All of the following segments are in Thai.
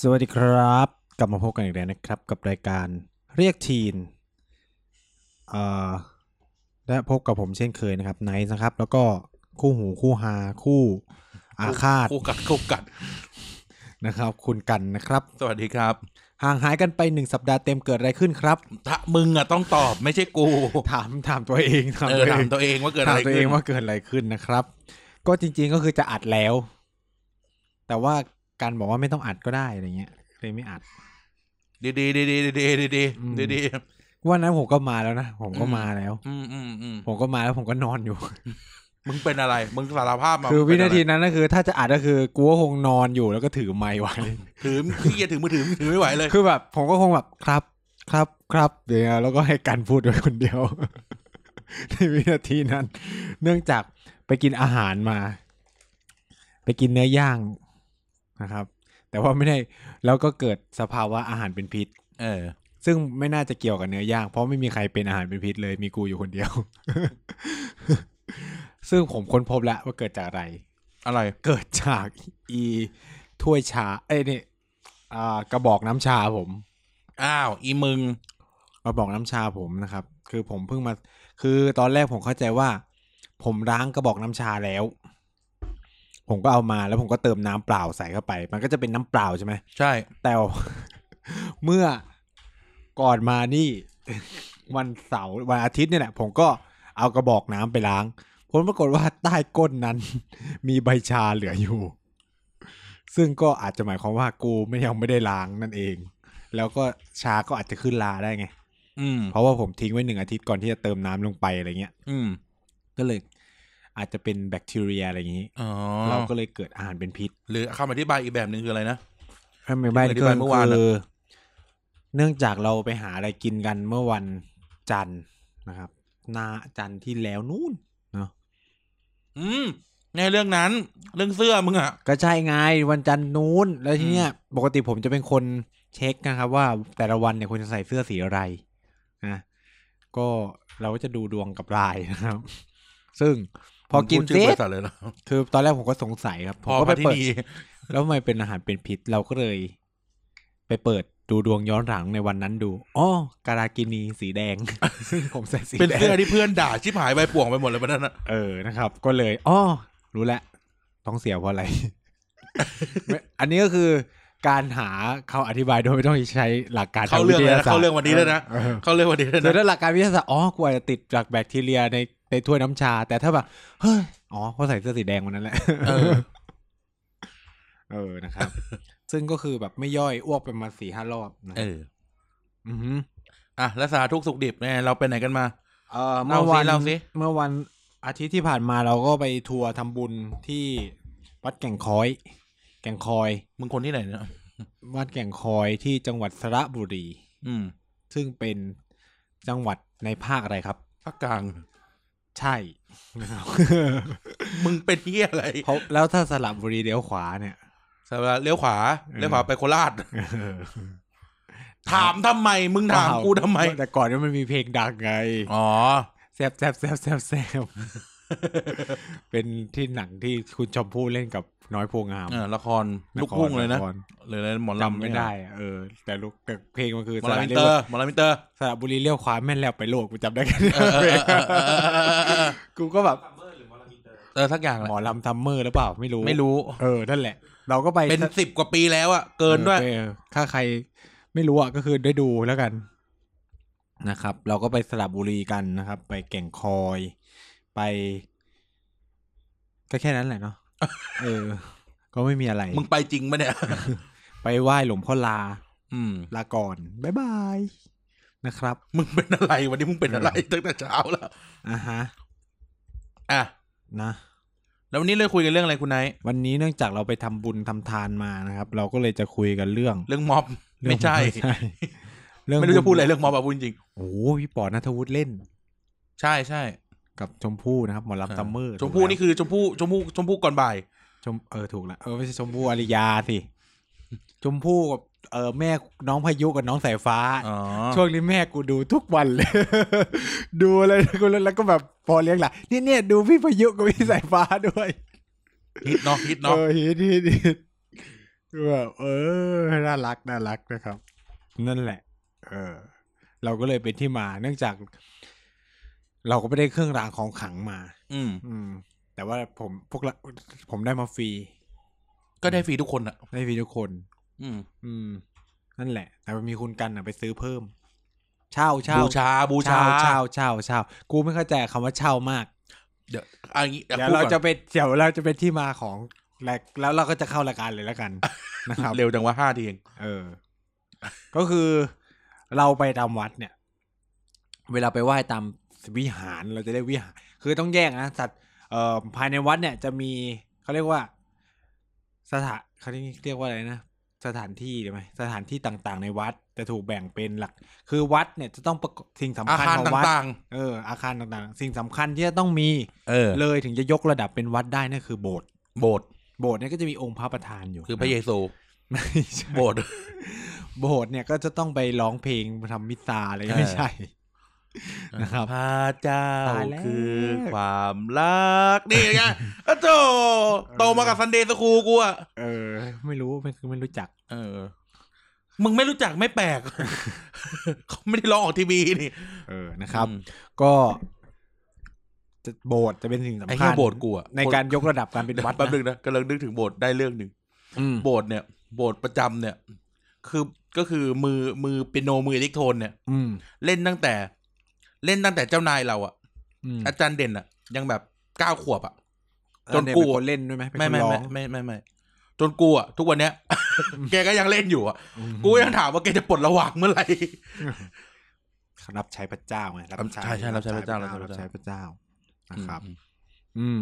สวัสดีครับ กลับมาพบกันอีกแล้วนะครับ กับรายการเรียกทีนเอ่อและพบกับผมเช่นเคยนะครับไนท์นะครับ แล้วก็คู่หูคู่หาคู่อาฆาต คู่กัดคู่กัด นะครับ คุณกันนะครับ สวัสดีครับ ห่างหายกันไปหนึ่งสัปดาห์เต็มเกิดอะไรขึ้นครับ ถ้ามึงอะต้องตอบไม่ใช่กู ถามถามตัวเองถาม เอ ตัวอเอ ถาม ง ตัวเองว่าเกิด ถา อะ ม ไร ตัวเอ ขึ้ ง น ว่าเกิดอะไรขึ้นนะครับ ก็จริง ๆก็คือจะอัดแล้ว แต่ว่าการบอกว่าไม่ต้องอัดก็ได้อะไรเงี้ยเลยไม่อัด ดีดีดีดีดีดีดี อืม ดีดี วันนั้นผมก็มาแล้วนะผมก็มาแล้ว อืมอืมอืม ผมก็มาแล้วผมก็นอนอยู่ มึงเป็นอะไร มึงสารภาพมา คือวินาที มึงเป็อะไ นั้นก็คือถ้าจะอัดก็คือกูก็คงนอนอยู่แล้วก็ถือไมค์ไว้ ร ถือพี่จะถือมือถือถือไม่ไหวเลย คือแบบผมก็คงแบบครับครับครับเดี๋ยวแล้วก็ให้กันพูดไว้คนเดียว ในวินาทีนั้น เนื่องจากไปกินอาหารมา ไปกินเนื้อย่างนะครับ แต่ว่าไม่ได้แล้วก็เกิดสภาวะอาหารเป็นพิษ เออ ซึ่งไม่น่าจะเกี่ยวกับเนื้อย่าง เพราะไม่มีใครเป็นอาหารเป็นพิษเลยมีกูอยู่คนเดียว ซึ่งผมค้นพบแล้วว่าเกิดจากอะไร อะไร เกิดจากอีถ้วยชา เอ้ยนี่อ่ากระบอกน้ำชาผม อ้าวอีมึง กระบอกน้ำชาผมนะครับ คือผมเพิ่งมา คือตอนแรกผมเข้าใจว่า ผมล้างกระบอกน้ำชาแล้ว ผมก็เอามาแล้วผมก็เติมน้ำเปล่าใส่เข้าไป มันก็จะเป็นน้ำเปล่าใช่ไหม ใช่ แต่ว่า เมื่อก่อนมานี่ วันเสาร์วันอาทิตย์เนี่ยแหละผมก็เอากระบอกน้ำไปล้างผลปรากฏว่าใต้ก้น นั้น มีใบชาเหลืออยู่ ซึ่งก็อาจจะหมายความว่ากูไม่ยังไม่ได้ล้างนั่นเอง แล้วก็ชาก็อาจจะขึ้นลาได้ไง อืม เพราะว่าผมทิ้งไว้หนึ่งอาทิตย์ก่อนที่จะเติมน้ำลงไปอะไรเงี้ย อืม ก็เลยอาจจะเป็นแบคทีเรียอะไรอย่างนี้ อ๋อ เราก็เลยเกิดอาหารเป็นพิษ หรือคำอธิบายอีกแบบหนึ่งคืออะไรนะ ให้ไม่บ้าน อธิ ก็ บายเมื่อวานอะ คือเนื่องจากเราไปหาอะไรกินกันเมื่อวันจันทร์นะครับหนาจันทร์ที่แล้วนู่นเนาะ อืมในเรื่องนั้น เรื่องเสื้อมึงอะ ก็ใช่ไงวันจันทร์นู้น แล้วทีเนี้ยปกติผมจะเป็นคนเช็คนะครับ ว่าแต่ละวันเนี่ยควรจะใส่เสื้อสีอะไรนะก็เราก็จะดูดวงกับลายนะครับ ซึ่งพอกิน มึงเสพูดชื่ ร็ อบ จ ริษัทเลยเหรอ คือตอนแรกผมก็สงสัยครับผ พ ม อ ก็ พั ไป ทิ เปิด นี แล้วทำไมเป็นอาหารเป็นพิษเราก็เลย ไปเปิดดูดวงย้อนหลังในวันนั้นดูอ๋อการากินีสีแดง ซึ่งผมใส่สี เป็น แด เสื้อง ที่เพื่อนด่าชิบหายใบป่วงไปหมดเลยวันนั้นอะ เออนะครับ ก็เลยอ๋อรู้แล้วท้องเสียเพราะอะไร ไม่อันนี้ก็คือการหาเขาอธิบายโดยไม่ต้องใช้หลักการท เข้าเรื่อง วิ เล ทยยนะ ศสต เข้าเรื่องวันนี้เลยนะ เออ เขาเรียกว่าดีแล้ว แต่ นะ ถ้าหลักการวิทยาศาสตร์อ๋อกลัวจะติดจากแบคทีเรียในในถ้วยน้ำชา แต่ถ้าแบบเฮ้ยอ๋อเพราะใส่เสื้อสีแดงวันนั้นแหละ เออ เออนะครับ ซึ่งก็คือแบบไม่ย่อยอ้วกไปมาสี่ห้ารอบนะ เออ อือหือ อ่ะแล้วสาทุกข์สุขดิบเนี่ยเราไปไหนกันมา เอ่อ เล่า เมื่อวัสิน เล่าสิ เมื่อวันอาทิตย์ที่ผ่านมาเราก็ไปทัวร์ทำบุญที่วัดแก่งคอย แก่งคอย มึงคนที่ไหนเนี่ย วัดแก่งคอยที่จังหวัดสระบุรี อืม ซึ่งเป็นจังหวัดในภาคอะไรครับ ภาคกลาง ใช่ นะครับ มึงเป็นเฮียอะไร เพราะแล้วถ้าสระบุรีเลี้ยวขวาเนี่ย สาระเลี้ยวขวาเลี้ยวขวาไปโคราช ถามทำไม มึงถาม เปล่ กูทำไม แต่ก่อนเนี่ยมันมีเพลงดังไง อ๋อ แซบแซบแซบแซบแซบ เป็นที่หนังที่คุณชมพู่เล่นกับน้อยโพงาม เออละครลูกพุ่งเลยนะ คร หรืออะไรหมอลำ จำไม่ได้อะเออ แต่ลูกแต่เพลงมันคือ หมอ สระ ลำมิ เรี เต ยวอร์หมอลำมิเตอร์ สระบุรีเลี้ยวขวาแม่นแล้วไปโลกกูจำได้แค่นี้ เออเออเออเออเออเออ กูก็แบบ เออสักอย่างหแหละ มอลำทัมเมอร์หรือเปล่าไม่รู้ ไม่รู้ เออนั่นแหละ เราก็ไป เป็นสิบกว่าปีแล้วอะเกินด้วย ออถ้าใครไม่รู้อ่ะก็คือได้ดูแล้วกันนะครับ เราก็ไปสระบุรีกันนะครับ ไปแก่งคอย ไป ก็แค่นั้นแหละเนาะเออ ก็ไม่มีอะไร มึงไปจริงปะเนี่ย ไปไหว้หลวงพ่อลา อืม ลาก่อนบ๊ายบายนะครับ มึงเป็นอะไรวันนี้มึงเป็นอะไรตั้งแต่เช้าแล้ว อ่ะฮะ อ่ะ นะ แล้ววันนี้เลยคุยกันเรื่องอะไรคุณไนท์ วันนี้เนื่องจากเราไปทำบุญทำทานมานะครับ เราก็เลยจะคุยกันเรื่อง เรื่องม็อบ เรื่อง ไม่ใช่ เรื่อง ไม่รู้จะพูดอะไรเรื่องมอบอะพูดจริง โอ้โหพี่ปอนัทวุฒิเล่น ใช่ใช่ กับชมพู่นะครับหมอลำซัมเมอร์ ชมพู่นี่ ถูกแล้ว คือชมพู่ชมพู่ชมพู่ก่อนบ่าย ชมเออถูกแล้วเออไม่ใช่ชมพู่อาริยาสิ ชมพู่กับเออแม่น้องพายุกับน้องสายฟ้า อ๋อ ช่วงนี้แม่กูดูทุกวันเลย ดูอะไร กูแล้วแล้วก็แบบพอเลี้ยงหลานเนี่ยเนี่ยดูพี่พายุกับพี่สายฟ้าด้วย ฮิตเนาะฮิตเนาะ เออฮิตฮิตฮิต คือแบบเออ น่ารัก น่ารักนะครับ นั่นแหละ เออ เราก็เลยเป็นที่มา เนื่องจาก เราก็ไม่ได้เครื่องรางของขลังมา อืม อืม แต่ว่าผมพวกเราผมได้มาฟรี ก็ได้ฟรีทุกคนอ่ะ ได้ฟรีทุกคน อืม อืม นั่นแหละ แต่มันมีคุณกันอ่ะไปซื้อเพิ่ม เช่าเช่า บูชาบูชา เช่าเช่าเช่าเช่ากูไม่เข้าใจคำว่าเช่ามาก เดี๋ยวเอันนี้ เดี๋ยว พู เรา ก่อน จะเป็นเดี๋ยวเราจะเป็นที่มาของแรกแล้วเราก็จะเข้ารายการเลยแล้วกัน นะครับ เร็วจังว่าห้าทีเอง เออ ก็คือเราไปตามวัดเนี่ย เวลาไปไหว้ตามวิหารเราจะได้วิหาร คือต้องแยกนะสัตว์เอ่อภายในวัดเนี่ยจะมีเขาเรียกว่า สถานเขาเรียกเรียกว่าอะไรนะสถานที่ใช่ไหมสถานที่ต่างๆ ในวัดจะถูกแบ่งเป็นหลัก คือวัดเนี่ยจะต้องประกอบสิ่งสำ อา คัญ คาร ของวัด ต่าง เอออาคารต่างๆ สิ่งสำคัญที่จะต้องมี ๆ เออ เลยถึงจะยกระดับเป็นวัดได้นั่นคือโบสถ์ โบสถ์ โบสถ์เนี่ยก็จะมีองค์พระประธานอยู่ คือพระเยซู ไม่ใช่ โบสถ์ โบสถ์เนี่ยก็จะต้องไปร้องเพลงทำมิตรซาอะไร เออ ไม่ใช่ นะครับ พระเจ้า ตายแล้ว คือความรัก นี่ไงอ้าวโจโตมากับซันเดย์สคูกูอะ เออ ไม่รู้ไม่คือไม่รู้จัก เออ มึงไม่รู้จักไม่แปล ก เขาไม่ได้ร้องออกทีวีนี่ เออนะครับ อืม ก็จะโบสถ์จะเป็นสิ่ง ไอ้ สำคั แค่ ญ โบสถ์กูอะ ในการยกระดับการเป็น เดี๋ยว วัด แป๊บนึงนะกำลังนึกถึงโบสถ์ได้เรื่องหนึ่ง อืม โบสถ์เนี่ย โบสถ์ประจำเนี่ย คือก็คือมือมือเปียโนมืออิเล็กโทรนเนี่ย อืม เล่นตั้งแต่ เล่นตั้งแต่เจ้านายเราอะ อืม อาจารย์เด่นอะยังแบบเก้าขวบอะ จ จ น น กู กูเล่นด้วยไหมเป็น ไม่ คน ไม่ ร้อ ไม่ ง ไม่ไม่ไม่จนกูอะทุกวัน เนี้ย แกก็ยังเล่นอยู่อะ อืม กูยังถามว่าแกจะปลดระหว่างเมื่อไหร่ รับใช้พระเจ้าไงรับ ใช่ใช่รับใช้พระเจ้ารั รั บบ ใช้ ใช้ พ พ ระ ระ เจ้า เจ้านะครับ อืม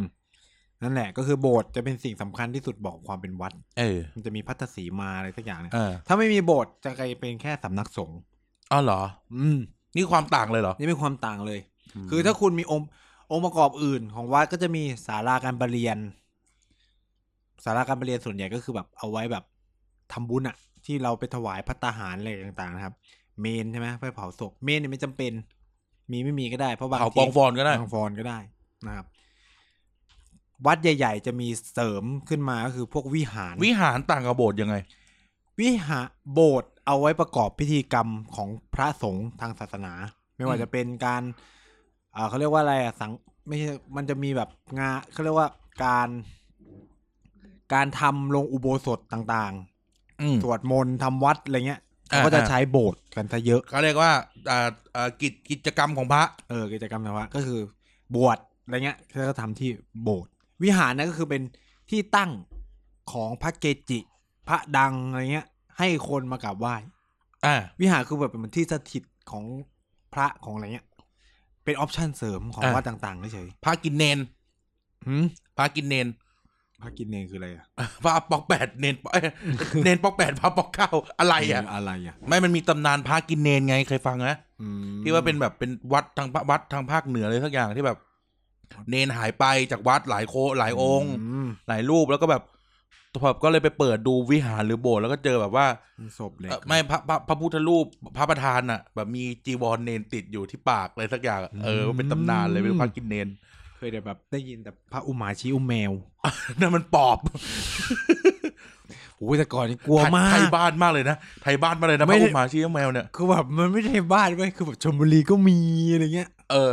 นั่นแหละ ก็คือโบสถ์จะเป็นสิ่งสำคัญที่สุดบอกความเป็นวัด เออ มันจะมีพัตสีมาอะไรสักอย่างเนี่ย เออ ถ้าไม่มีโบสถ์จะกลายเป็นแค่สำนักสงฆ์ อ๋อเหรอ อืม นี่ความต่างเลยเหรอ นี่เป็นความต่างเลย คือถ้าคุณมีองค์องค์ประกอบอื่นของวัดก็จะมีศาลาการประเรียนศาลาการประเรียนส่วนใหญ่ก็คือแบบเอาไว้แบบทำบุญอะที่เราไปถวายพัตตาหารอะไรต่างๆนะครับ เมนใช่ไหมเพื่อเผาศพเมนเนี่ยไม่จำเป็น มีไม่มีก็ได้เพราะบาง เผา ที ปองฟอนก็ได้ ปองฟอนก็ได้นะครับ วัดใหญ่ ๆ จะมีเสริมขึ้นมาก็คือพวกวิหาร วิหารต่างกับโบสถ์ยังไง วิหารโบสถ์เอาไว้ประกอบพิธีกรรมของพระสงฆ์ทางศาสนา ไม่ว่า อืม จะเป็นการเอ่อเขาเรียกว่าอะไรอะสังไม่ใช่มันจะมีแบบงานเขาเรียกว่าการ การทำลงอุโบสถต่าง อืม ๆ สวดมนต์ทำวัดอะไรเงี้ย อ่า เขาก็จะใช้โบสถ์กันซะเยอะ เขาเรียกว่าอ่าอ่ากิจกิจกรรมของพระ เออกิจกรรมทางวัดก็คือบวชอะไรเงี้ยเขาก็ทำที่โบสถ์วิหารนะก็คือเป็นที่ตั้งของพระเกจิ พระดังอะไรเงี้ย ให้คนมากราบไหว้ อ่า วิหารคือแบบเป็นเหมือนที่สถิตของพระของอะไรเงี้ย เป็นออปชันเสริมของ อ่ะ วัดต่างๆเฉย พระกินเนน ๆหืม พระกินเนน พระกินเนรคืออะไรอ่ะ พระปอกแปดเนนปอกเอ้ย เนนปอกแปดพระปอกเก้าอะไรอ่ะ อะไรอ่ะ ไม่มันมีตำนานพระกินเนนไงเคยฟังนะ อืม ที่ว่าเป็นแบบเป็นวัดทางภาวัดทางภาคเหนือเลยสักอย่างที่แบบ เนนหายไปจากวัดหลายโคหลายองค์ ม หลายรูปแล้วก็แบบพอก็เลยไปเปิดดูวิหารหรือโบสถ์แล้วก็เจอแบบว่า เป็นศพเหล็ก เอ่อไม่พระพระพระพุทธรูปพระประธานอ่ะ แบบมีจีวรเนนติดอยู่ที่ปากอะไรสักอย่างอะเออเป็นตำนานเลยเป็นพระกินเนน เคยแต่แบบได้ยินแต่พระอุมาชีอุมแมว นั่นมันปอบ โอ้ยแต่ก่อนนี่กลัวมา ไทย ก บ้านมากเลยนะไทยบ้านมากเลยนะพ ไม่ ระ ได้ อุมาชี้แมวเนี่ย คือแบบมันไม่ใช่บ้านเว้ยคือแบบชลบุรีก็มีอะไรเงี้ย เออ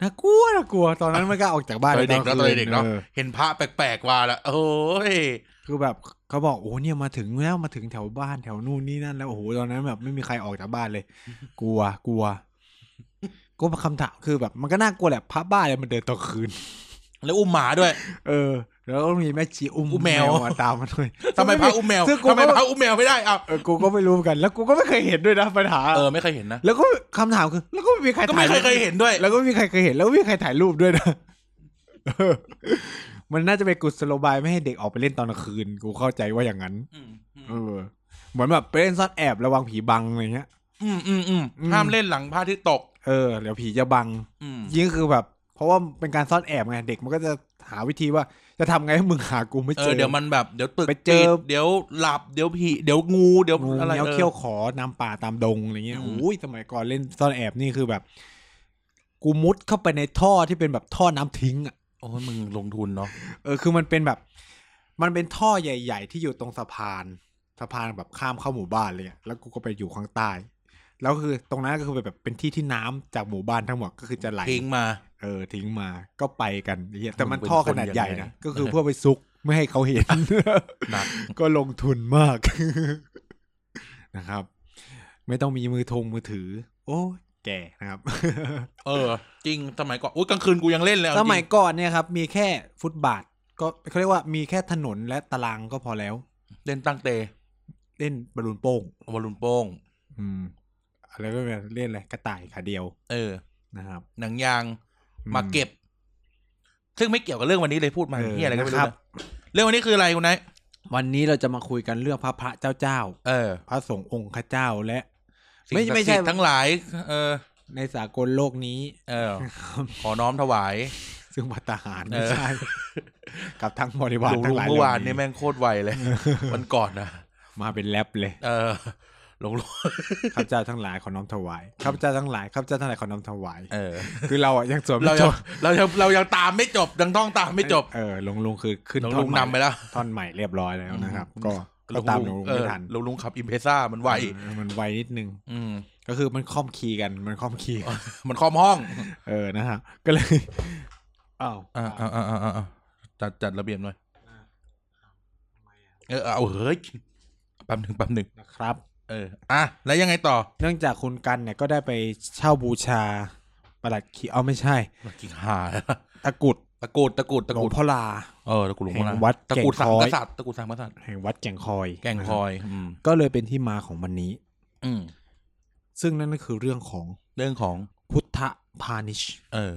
น่ากลัวน่ากลัวตอนนั้นไม่กล้าออกจากบ้าน ตอนเด็ก ล เนาะ ย ตอนอคื เด็กเนาะ ออ เห็นพระแปลกๆมาละโอ้ย คือแบบเขาบอกโอ้เนี่ยมาถึงแล้วมาถึงแถวบ้านแถวนู่นนี่นั่นแล้วโอ้โหตอนนั้นแบบไม่มีใครออกจากบ้าน เลย กลัวกลัวก็คำถามคือแบบมันก็น่ากลัวแหละพระบ้าเลยมันเดินตอนคืน แล้วอุ้มหมา ด้วย เออ แล้วก็มีแม่ชีอุ้ม อุ้มแมว มาตามมาด้วย ทำไมพระอุ้มแมว ซึ่งกู ทำไม ก็ พระอุ้มแมวไม่ได้เอา เออกูก็ไม่รู้เหมือนกัน แล้วกูก็ไม่เคยเห็นด้วยนะปัญหา เออไม่เคยเห็นนะ แล้วก็คำถามคือ แล้วก็ไม่มีใคร ก็ ถ่า ไม่ ย เคยเคยเห็นด้วย แล้วก็ไม่มีใครเคยเห็น แล้วก็ไม่มีใครถ่ายรูปด้วยนะ เออมันน่าจะเป็นกุศโลบายไม่ให้เด็กออกไปเล่นตอนกลางคืน กูเข้าใจว่าอย่างนั้น อืมอืม เออ เหมือนแบบไปเล่นซ่อนแอบระวังผีบังอะไรเงี้ย อืมอืมอืม อืม ห้ามเล่นหลังพระอาที่ตก เออเดี๋ยวผีจะบัง อืม ยิ่งคือแบบ เพราะว่าเป็นการซ่อนแอบไงเด็กมันก็จะหาวิธีว่าจะทำไงให้มึงหากูไม่ เอ เจ อ อ เดี๋ยวมันแบบเดี๋ยวตึก ไปเจอ ปิดเดี๋ยวหลับเดี๋ยวผีเดี๋ยวงูเดี๋ยว งู อะไร เงี้ยว ออ เขี้ยวขอนำป่าตามดงอะไรเงี้ย อืม โอ้ยสมัยก่อนเล่นซ่อนแอบนี่คือแบบ กูมุดเข้าไปในท่อที่เป็นแบบท่อน้ำทิ้งอ่ะ โอ้ยมึงลงทุนเนาะ เออคือมันเป็นแบบ มันเป็นท่อใหญ่ ๆ ที่อยู่ตรงสะพาน สะพานแบบข้ามเข้าหมู่บ้านเลยอะแล้วกูก็ไปอยู่ข้างใต้ แล้วคือตรงนั้นก็คือแบบเป็นที่ที่น้ำจากหมู่บ้านทั้งหมดก็คือจะไหล ทิ้งมา เออทิ้งมาก็ไปกันไอ้เหี้ยแต่มัน มึงเป็น ท่อขนาดใหญ่ คนยังไง นะก็คือเพื่อไปซุกไม่ให้เขาเห็น หนัก ก็ลงทุนมาก นะครับ ไม่ต้องมีมือทงมือถือ โอ้ยแก่นะครับ เออ จริงสมัยก่อนอุ้ยกลางคืนกูยังเล่นเลยเอาจ ส ริง มัยก่อนเนี่ยครับ มีแค่ฟุตบาท ก็เขาเรียกว่ามีแค่ถนนและตารางก็พอแล้ว เล่นตั้งเตะ เล่นบอลลูนโป่ง บอลลูนโป้ง อืมอะไรก็ไม่รู้เล่นอะไรกระต่ายขาเดียว เออ นะครับ หนังยาง อื มาเก็บ ซึ่งไม่เกี่ยวกับเรื่องวันนี้เลยพูดมา เออ เหียอะไรก็ไม่รู้ นะครั นะ บ เรื่องวันนี้คืออะไรคุณนาย วันนี้เราจะมาคุยกันเรื่องพระพระเจ้าเจ้า เออ พระสงฆ์องค์ข้าเจ้าและ สิ่ง ไม่ ศักดิ์ ไม่ใช่ สิทธิ์ทั้งหลาย เออ ในสากลโลกนี้ เอ อ ขอน้อมถวาย ซึ่งพัตตาหาร เอ ไม่ อ ใช่ กับทั้งบริวาร ลุง ทั้งลุง หลาย เมื่อวานเหนี่ล่ แม่งโคตรไว เลย วันก่อนนะ มาเป็นแรปเลย เออหลวงลุง ข้าพเจ้าทั้งหลายขอน้อมถวายข้าพเจ้าทั้งหลายข้าพเจ้าทั้งหลายขอน้อมถวาย เออ คือเราอ่ะยังสวด เรา ไม่จ ยัง บ เรายังเรายังตามไม่จบยังต้องตามไม่จบ เออหลวงลุงคือขึ้น หลวง ท่อ ลุ น ง ใหม่ นำไปแล้ว ท่อนใหม่เรียบร้อยแล้วนะครับ ก็ ห ก็ วง ตามหล ลุ วง ง ลุง เอ ไม่ อ ทัน หลวงลุงขับอิมเพซ่ามันไว เออมันไวนิดนึง อืม ก็คือมันค่อมคีย์กันมันค่อมคีย์กัน มันคอมห้อง เออนะครับก็เลย อ้าว อ่าอ่าอ่าอ่าจัดจัดระเบียบหน่อยเออเอาเฮ้ยแป๊บหนึ่งแป๊บหนึ่ง นะครับ เอออ่ะแล้วยังไงต่อ เนื่องจากคุณกันเนี่ยก็ได้ไปเช่าบูชาประหลัดขีเอาไม่ใช่ กิ่งหาแล้ว ตะกรุด ตะกรุดตะกรุด หล ตะ ว ก ง รุด พ่อลา เออตะกรุดหลวงพ่อนะ แห่งวัด ตะกรุด แก่ สาง ม คอย กษัตริย์ตะกรุดสามกษัตริย์ แห่งวัดแก่งคอย แก่งคอย อืม นะครับก็เลยเป็นที่มาของวันนี้ อืม ซึ่งนั่นก็คือเรื่องของ เรื่องของ พุทธพาณิชย์ เออ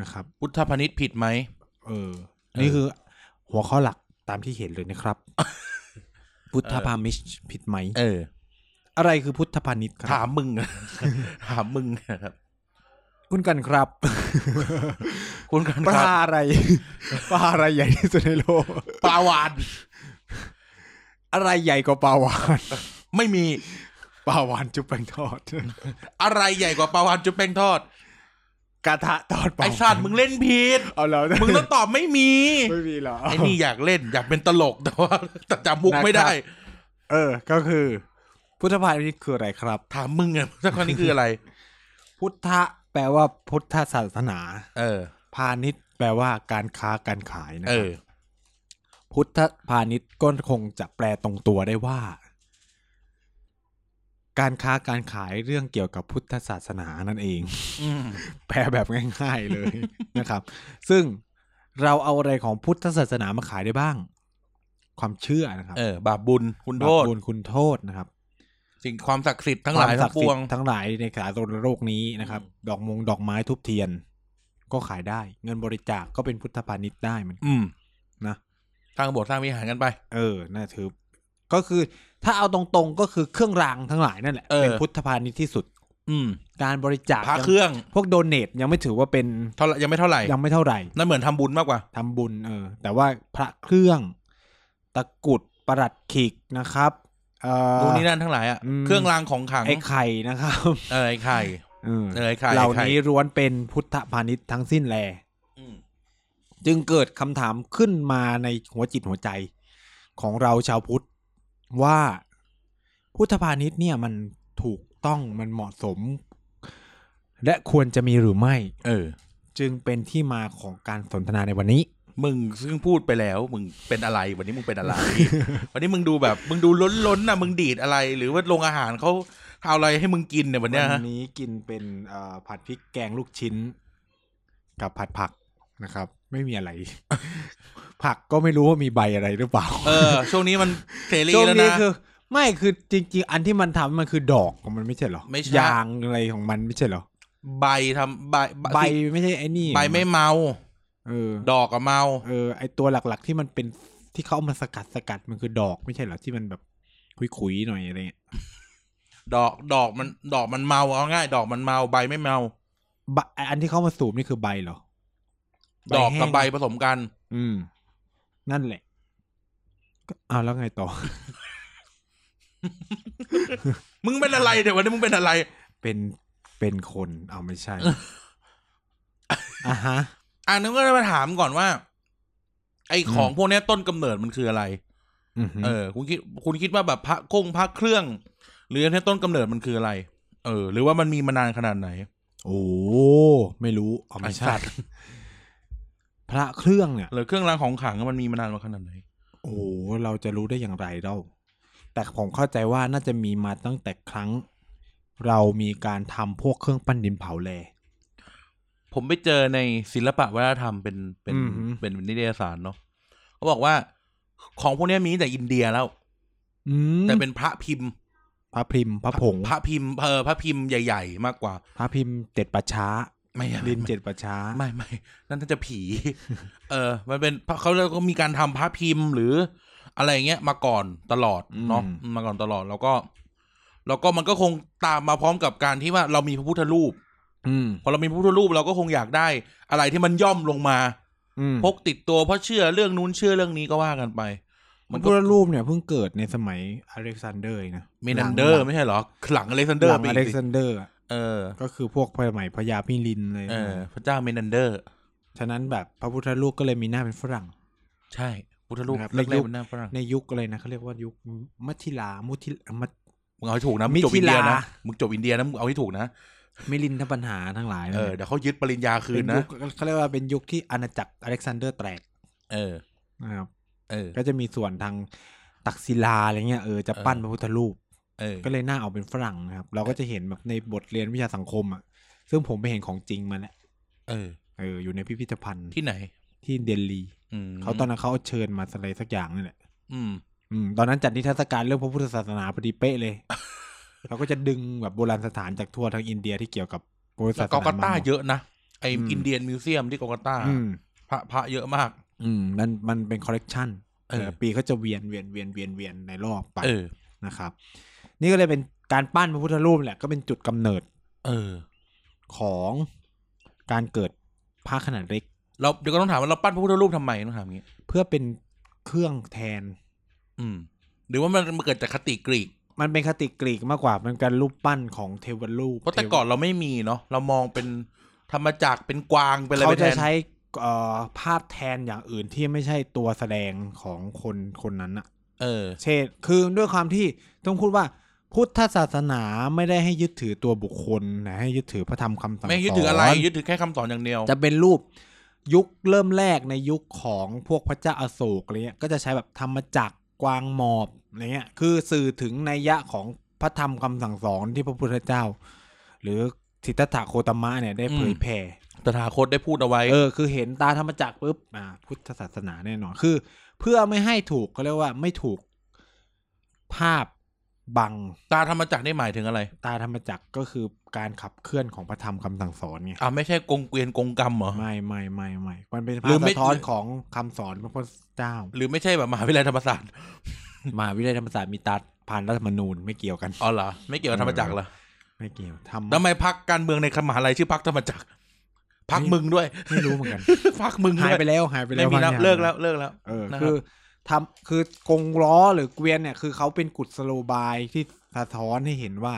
นะครับ พุทธพนิชย์ผิดไหม เออ เออ นี่คือหัวข้อหลักตามที่เห็นเลยนะครับ พุทธ เออ พาณิชย์ผิดไหม เออ อะไรคือพุทธพาณิชย์ค ถา รับ ม มึง ถามมึงนะครับ คุณกันครับ คุณกัน ป ค ลา รับ อะไร ปลาอะไรใหญ่ที่สุดในโลก ปลาวาน อะไรใหญ่กว่าปลาวาน ไม่มี ปลาวานจุ๊บแป้งทอ ด อะไรใหญ่กว่าปลาวานจุ๊บแป้งทอด กระทะทอดปลา ไอสัตว์มึงเล่นผิด เอาแล้ว มึงต้องตอบไม่มี ไม่มีเหรอ ไอ้นี่อยากเล่นอยากเป็นตลก แต่ว่าแต่จำมุกไม่ได้ นะครับ เออ ก็คือ พุทธพาณิชย์คืออะไรครับ ถามมึงไง สักครั้งนี้คืออะไร พุทธะแปลว่าพุทธศาสนา เออ พาณิชย์แปลว่าการค้าการขายนะ เอ ครั อ บพุทธพาณิชย์ก็คงจะแปลตรงตัวได้ว่า การค้าการขายเรื่องเกี่ยวกับพุทธศาสนานั่นเอง อืม แปลแบบง่ายๆเลย นะครับ ซึ่งเราเอาอะไรของพุทธศาสนามาขายได้บ้าง ความเชื่อนะครับ เออบาปบุญคุณโทษ บาปบุญคุณโทษนะครับ สิ่งความศักดิ์สิทธิ์ทั้งหลาย ควมศั ทั้ กดิ์งป สิท วง ธิ์ทั้งหลายในสากลโลกนี้นะครับ ดอกมงดอกไม้ทุบเทียน ก็ขายได้ เงินบริจาคก็เป็นพุทธพาณิชย์ได้เหมัน อืม นะ สร้างโบสถ์สร้างวิหารกันไป เออ น่าถือ ก็คือถ้าเอาตรงๆก็คือเครื่องรางทั้งหลายนั่นแหละ เออ เป็นพุทธพาณิชย์ที่สุด อืม การบริจาค พระ ยัง เครื่อง พวกโดเนทยังไม่ถือว่าเป็น เท่าไหร่ยังไม่เท่าไหร่ ยังไม่เท่าไหร่ นั่นเหมือนทำบุญมากกว่า ทำบุญเออ แต่ว่าพระเครื่อง ตะกรุดประหลัดขิกนะครับ เอ่อ ดูนนี่นั่นทั้งหลายอ่ะ อืม เครื่องรางของขลัง ไอ้ไข่นะครับ เออไอ้ไข่ เออ เออไอ้ไข่ เหล่า ไอ้ไข่ นี้ล้วนเป็นพุทธพาณิชย์ทั้งสิ้นแล อืม จึงเกิดคำถามขึ้นมาในหัวจิตหัวใจ ของเราชาวพุทธ ว่าพุทธพาณิชย์เนี่ยมันถูกต้องมันเหมาะสม และควรจะมีหรือไม่ เออ จึงเป็นที่มาของการสนทนาในวันนี้ มึงซึ่งพูดไปแล้วมึงเป็นอะไร วันนี้มึงเป็นอะไร วันนี้มึงดูแบบ มึงดูล้นล้นๆน่ะมึงดีดอะไร หรือว่าโรงอาหารเขาเอาอะไรให้มึงกินเนี่ยวันเนี้ยฮะ วันนี้กินเป็นเอ่อผัดพริกแกงลูกชิ้น กับผัดผักนะครับ ไม่มีอะไร ผักก็ไม่รู้ว่ามีใบอะไรหรือเปล่า เออ ช่วงนี้มันเสรี ช่วง แล้ว นี้ นะ คือ ไม่คือจริง ๆ อันที่มันทำมันคือดอกของมันไม่ใช่เหรอ ไม่ใช่ ยางอะไรของมันไม่ใช่เหรอ ใบทำใบ ใบไม่ใช่ไอ้นี่ ใบไม่เมา เออ ดอกอะเมา เออไอตัวหลักๆ ที่มันเป็นที่เขาเอามาสกัดสกัดมันคือดอกไม่ใช่เหรอที่มันแบบคุยๆหน่อยอะไรเงี้ย ดอกดอกมันดอกมันเมาเอาง่าย ดอกมันเมาใบไม่เมา บะไอ้อันที่เขามาสูบนี่คือใบเหรอ ดอกกับใบ แห้ง ผสมกัน อืม นั่นแหละก็อ้าวแล้วไงต่อ มึงเป็นอะไรเดี๋ยววันนี้มึงเป็นอะไร เป็นเป็นคนเอาไม่ ใช่ อ่ะฮะ อ่านึกว่าจะมาถามก่อนว่า ไอของพวกเนี้ยต้นกำเนิดมันคืออะไร อือหือ เออคุณคิดคุณคิดว่าแบบพระคงพระเครื่อง หรือในต้นกำเนิดมันคืออะไร เออ หรือว่ามันมีมานานขนาดไหน โอ้ไม่รู้เอาไม่ใช่ ไอ้สัตว์ พระเครื่องเนี่ย หรือเครื่องรางของขลังมันมีมานานมาขนาดไหน โอ้โหเราจะรู้ได้อย่างไรเรา แต่ผมเข้าใจว่าน่าจะมีมาตั้งแต่ครั้ง เรามีการทำพวกเครื่องปั้นดินเผาแล ผมไปเจอในศิลปะวัฒนธรรมเป็นเป็น อือหือ เป็นนิตยสารเนาะเขาบอกว่าของพวกเนี้ยมีตั้งแต่อินเดียแล้ว อืม แต่เป็นพระพิมพ์ พระพิมพ์พระผง พระพิมพ์เออพระพิมพ์ใหญ่ๆ มากกว่า พระพิมพ์เจ็ดประ ช้า ไม่อะ ลินเจ็ดประช้า ไม่ไม่นั่นน่าจะผี เออ มันเป็นเขาเราก็มีการทำพระพิมพ์หรืออะไรเงี้ยมาก่อนตลอดเนาะ อืม มาก่อนตลอดแล้วก็ แล้วก็มันก็คงตามมาพร้อมกับการที่ว่าเรามีพระพุทธรูป อืม พอเรามีพระพุทธรูปเราก็คงอยากได้ อะไรที่มันย่อมลงมา อืม พกติดตัวเพราะเชื่อเรื่องนู้นเชื่อเรื่องนี้ก็ว่ากันไป พ มัน ระ ก็ พุทธรูปเนี่ยเพิ่งเกิดในสมัยอเล็กซานเดอร์เองนะ เมนันเดอร์ไม่ใช่เหรอหลังอเล็กซานเดอ ห ร์ ลัง ไป อ อี เล็ก กสิ ซานเดอร์อะ เออ ก็คือพวกสมัยพระยาพิรินเลย เออ พระเจ้าเมนันเดอร์ ฉะนั้นแบบพระพุทธรูปก็เลยมีหน้าเป็นฝรั่ง ใช่พุทธรูป นะครับ แรก ในยุ ๆ ค มันหน้าฝรั่ง ในยุคอะไรนะเขาเรียกว่ายุคมัทธิลามุทิมัท มึงเอาให้ถูกนะมึ มิ งจบอินเดีย ถิลา นะมึงจบอินเดียนะมึงเอาให้ถูกนะ มิลินทปัญหาทั้งหลายนั่น เอ แหละ อเดี๋ยวเขายึดปริญญาคืน เป็ นะ ยุคเขาเรียกว่าเป็นยุคที่อาณาจักรอเล็กซานเดอร์แตก เออ นะครับ เออ ก็จะมีส่วนทางตักศิลาอะไรเงี้ยเออจะปั้นพระพุทธรูป เออ ก็เลยหน้าเอาเป็นฝรั่งนะครับ เราก็จะเห็นแบบในบทเรียนวิชาสังคมอ่ะซึ่งผมไปเห็นของจริงมาแล้ว เออ เอออยู่ในพิพิธภัณฑ์ ที่ไหน ที่เดลี อืม เขาตอนนั้นเขาเอาเชิญมาอะไรสักอย่างนี่แหละ อืม อืมตอนนั้นจัดนิทรรศการเรื่องพระพุทธศาสนาพอดีเป๊ะเลย เขาก็จะดึงแบบโบราณสถานจากทั่วทั้งอินเดียที่เกี่ยวกับพระพุทธ แล้ ศาว ส กา นา ลาตา มาหมด เยอะนะ ไอ อืม อินเดียนมิวเซียมที่กาลาตา อืม พระพระเยอะมาก อืมมันมันเป็นคอลเลกชัน เออ แต่ละปีก็จะเวียนเวียนเวียนเวียนเวียนในรอบไป เออ นะครับ นี่ก็เลยเป็นการปั้นพระพุทธรูปแหละ ก็เป็นจุดกำเนิด เออ ของการเกิดพระขนาดเล็ก เราเดี๋ยวก็ต้องถามว่าเราปั้นพระพุทธรูปทำไมต้องถามอย่างงี้ เพื่อเป็นเครื่องแทน อืม หรือว่ามันมันเกิดจากคติกรีก มันเป็นคติกรีกมากกว่ามันการรูปปั้นของเทวรูป เพราะแต่ก่อน เทว เราไม่มีเนาะ เรามองเป็นธรรมจักรเป็นกวางเป็นอะไร เขา ไปแท จะ น ใช้เอ่อภาพแทนอย่างอื่นที่ไม่ใช่ตัวแสดงของคนคนนั้นอะ เออ เช่นคือด้วยความที่ต้องพูดว่าพุทธศาสนาไม่ได้ให้ยึดถือตัวบุคคลนะให้ยึดถือพระธรรมคำสั่งสอน ไม่ยึดถืออะไร ยึดถือแค่คำสอนอย่างเดียว จะเป็นรูปยุคเริ่มแรกในยุคของพวกพระเจ้าอโศกอะไรเงี้ยก็จะใช้แบบธรรมจักรกวางหมอบอะไรเงี้ยคือสื่อถึงนัยยะของพระธรรมคำสั่งสอนที่พระพุทธเจ้า หรือสิทธัตถะโคตมะเนี่ยได้เผยแผ่ ตถาคตได้พูดเอาไว้ เออคือเห็นตาธรรมจักรปุ๊บอ่าพุทธศาสนาแน่นอนคือ เพื่อไม่ให้ถูกเขาเรียกว่าไม่ถูกภาพบัง ตาธรรมจักรได้หมายถึงอะไร ตาธรรมจักรก็คือการขับเคลื่อนของพระธรรมคำสั่งสอนไง อ่าไม่ใช่กงเกวียนกงกรรมเหรอ ไม่ไม่ไม่ไม่มันเป็น หรื ภาพ อไม่ สะท้อนของคำสอนพระพุทธเจ้า หรือไม่ใช่แบบมหาวิทยาลัยธรรมศาสตร์ มหาวิทยาลัยธรรมศาสตร์มีตัดผ่านรัฐธรรมนูญไม่เกี่ยวกัน อ๋อเหรอไม่เกี่ยวกับธรรมจักรเหรอ ไม่เกี่ยวทำ ทำไมพักการเมืองในมหาลัยชื่อพักธรรมจักรพัก ไม่ มึงด้วย ไม่รู้เหมือนกัน พักมึงด้ หา วย ไปแล้วหายไปแล้ ไม่ ว มี บาง แล้ว อย่าง เลิกแล้วเลิกแล้ว เออ นะครับ คือทำคือกงล้อหรือเกวียนเนี่ย คือเขาเป็นกุศโลบายที่สะท้อนให้เห็นว่า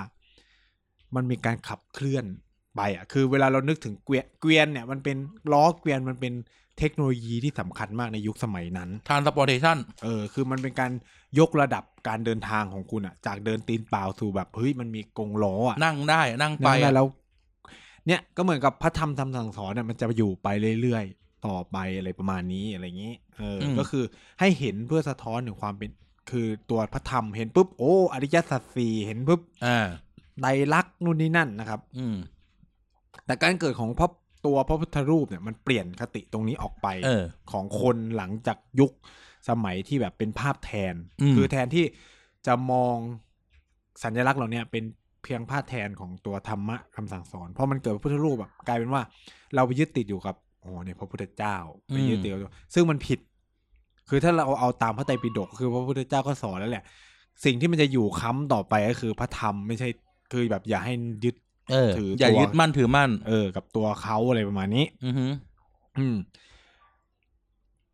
มันมีการขับเคลื่อนไปอ่ะคือเวลาเรานึกถึงเกวียนเกวียนเนี่ยมันเป็นล้อเกวียนมันเป็นเทคโนโลยีที่สำคัญมากในยุคสมัยนั้น ทานสปอร์เทชัน เออ คือมันเป็นการยกระดับการเดินทางของคุณอ่ะ จากเดินตีนเปล่าสู่แบบเฮ้ยมันมีกงล้ออ่ะ นั่งได้นั่งไป นั่นแหละแล้ว เนี่ยก็เหมือนกับพระธรรมคำสั่งสอนเนี่ยมันจะอยู่ไปเรื่อยๆ ต่อไปอะไรประมาณนี้อะไรอย่างนี้เอออก็คือให้เห็นเพื่อสะท้อนถึงความเป็น คือตัวพระธรรมเห็นปุ๊บโอ้อริยสัจสี่เห็นปุ๊บ อ่า ไตรลักษณ์นู่นนี่นั่นนะครับ อืม แต่การเกิดของพระตัวพระพุทธรูปเนี่ยมันเปลี่ยนคติตรงนี้ออกไป เออ ของคนหลังจากยุคสมัยที่แบบเป็นภาพแทน อืม คือแทนที่จะมองสัญลักษณ์เหล่าเนี้เป็นเพียงภาพแทนของตัวธรรมะคำสั่งสอน เพราะมันเกิดพระพุทธรูปแบบกลายเป็นว่า เราไปยึดติดอยู่กับโอ้เนี่ยพระพุทธเจ้าไปยึดติดกับซึ่งมันผิด คือถ้าเราเอาตามพระไตรปิฎกคือพระพุทธเจ้าก็สอนแล้วแหละ สิ่งที่มันจะอยู่ค้ำต่อไปก็คือพระธรรมไม่ใช่คือแบบอย่าให้ยึด เออ ถืออ อย่า ตัว ยึดมั่นถือมั่น เออ กับตัวเขาอะไรประมาณนี้ อือหือ อืม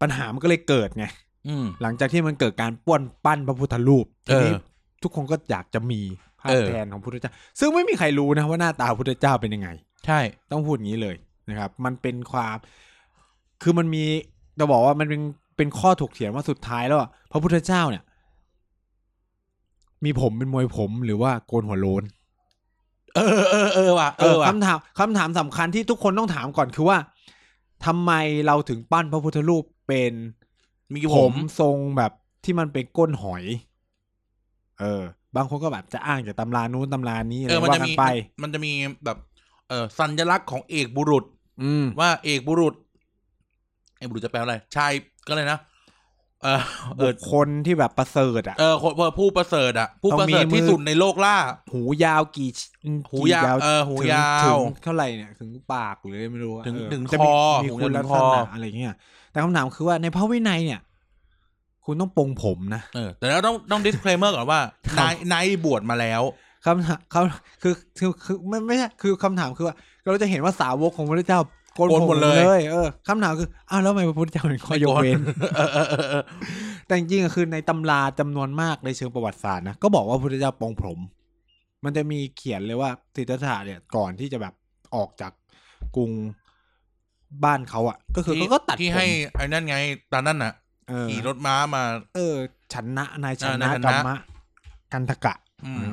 ปัญหามันก็เลยเกิดไง อืม หลังจากที่มันเกิดการป้วนปั้นพระพุทธรูปทีนี้ เออ ทุกคนก็อยากจะมีภา เอ พ อ แทนของพุทธเจ้า ซึ่งไม่มีใครรู้นะว่าหน้าตาพุทธเจ้าเป็นยังไง ใช่ ต้องพูดอย่างนี้เลยนะครับ มันเป็นความ คือมันมีจะบอกว่ามันเป็นเป็นข้อถกเถียงว่าสุดท้ายแล้วอะพระพุทธเจ้าเนี่ย มีผมเป็นมวยผมหรือว่าโกนหัวโลน เออเออเออว่ะเออว่ะ คำถามคำถามสำคัญที่ทุกคนต้องถามก่อนคือว่าทำไมเราถึงปั้นพระพุทธรูปเป็น มี ผ ผม ม ทรงแบบที่มันเป็นก้นหอย เออ บางคนก็แบบจะอ้างจากตำรานู้นตำรานี้อะไร เออมัน ว่า จะ กัน มี ไป มันจะมีแบบเออสัญลักษณ์ของเอกบุรุษ อืม ว่าเอกบุรุษเอกบุรุษจะแปลว่าอะไรชายก็เลยนะ เออเอ บุ อ คคลที่แบบประเสริฐอ่ะ เออคนผู้ประเสริฐอ่ะ ผู้ประเสริฐ ต้องมีมือ ที่สุดในโลกล่า หูยาวกี่ชอืม หู กี่ ยาวเออหู ถึง ยาว ถึงเท่าไหร่เนี่ยถึงปากหรืออะไรไม่รู้อะ ถึง เ ถึง จะ ค มี อ มี หู คุณ ถึ ลัก ง ษ คอ ณะอะไรเงี้ย แต่คำถามคือว่าในพระวินัยเนี่ย คุณต้องปรงผมนะ เออแต่เราต้องต้อง disclaimer ก่อนว่านายนายบวชมาแล้ว คำถามเขาคือคือคือไม่ไม่ใช่คือคำถามคือว่า เราจะเห็นว่าสาวกของพระพุทธเจ้าโกน โกน ผม หมดเลย เลย เออคำถามคืออ้าวแล้วทำไมพระพุทธเจ้าถึงข้อยกเว้น เออเออเออเออ แต่จริงๆอะคือในตำราจำนวนมากในเชิงประวัติศาสตร์นะก็บอกว่าพระพุทธเจ้าปรงผม มันจะมีเขียนเลยว่าสิทธัตถะเนี่ยก่อนที่จะแบบออกจากกรุงบ้านเขาอะก็คือเขาก็ตัดผที่ม ให้ไอ้นั่นไงตอนนั้นน่ะ เออ ขี่รถม้ามา เออชนะนายชนะ นายชกนะรรมะกันทกะ อืม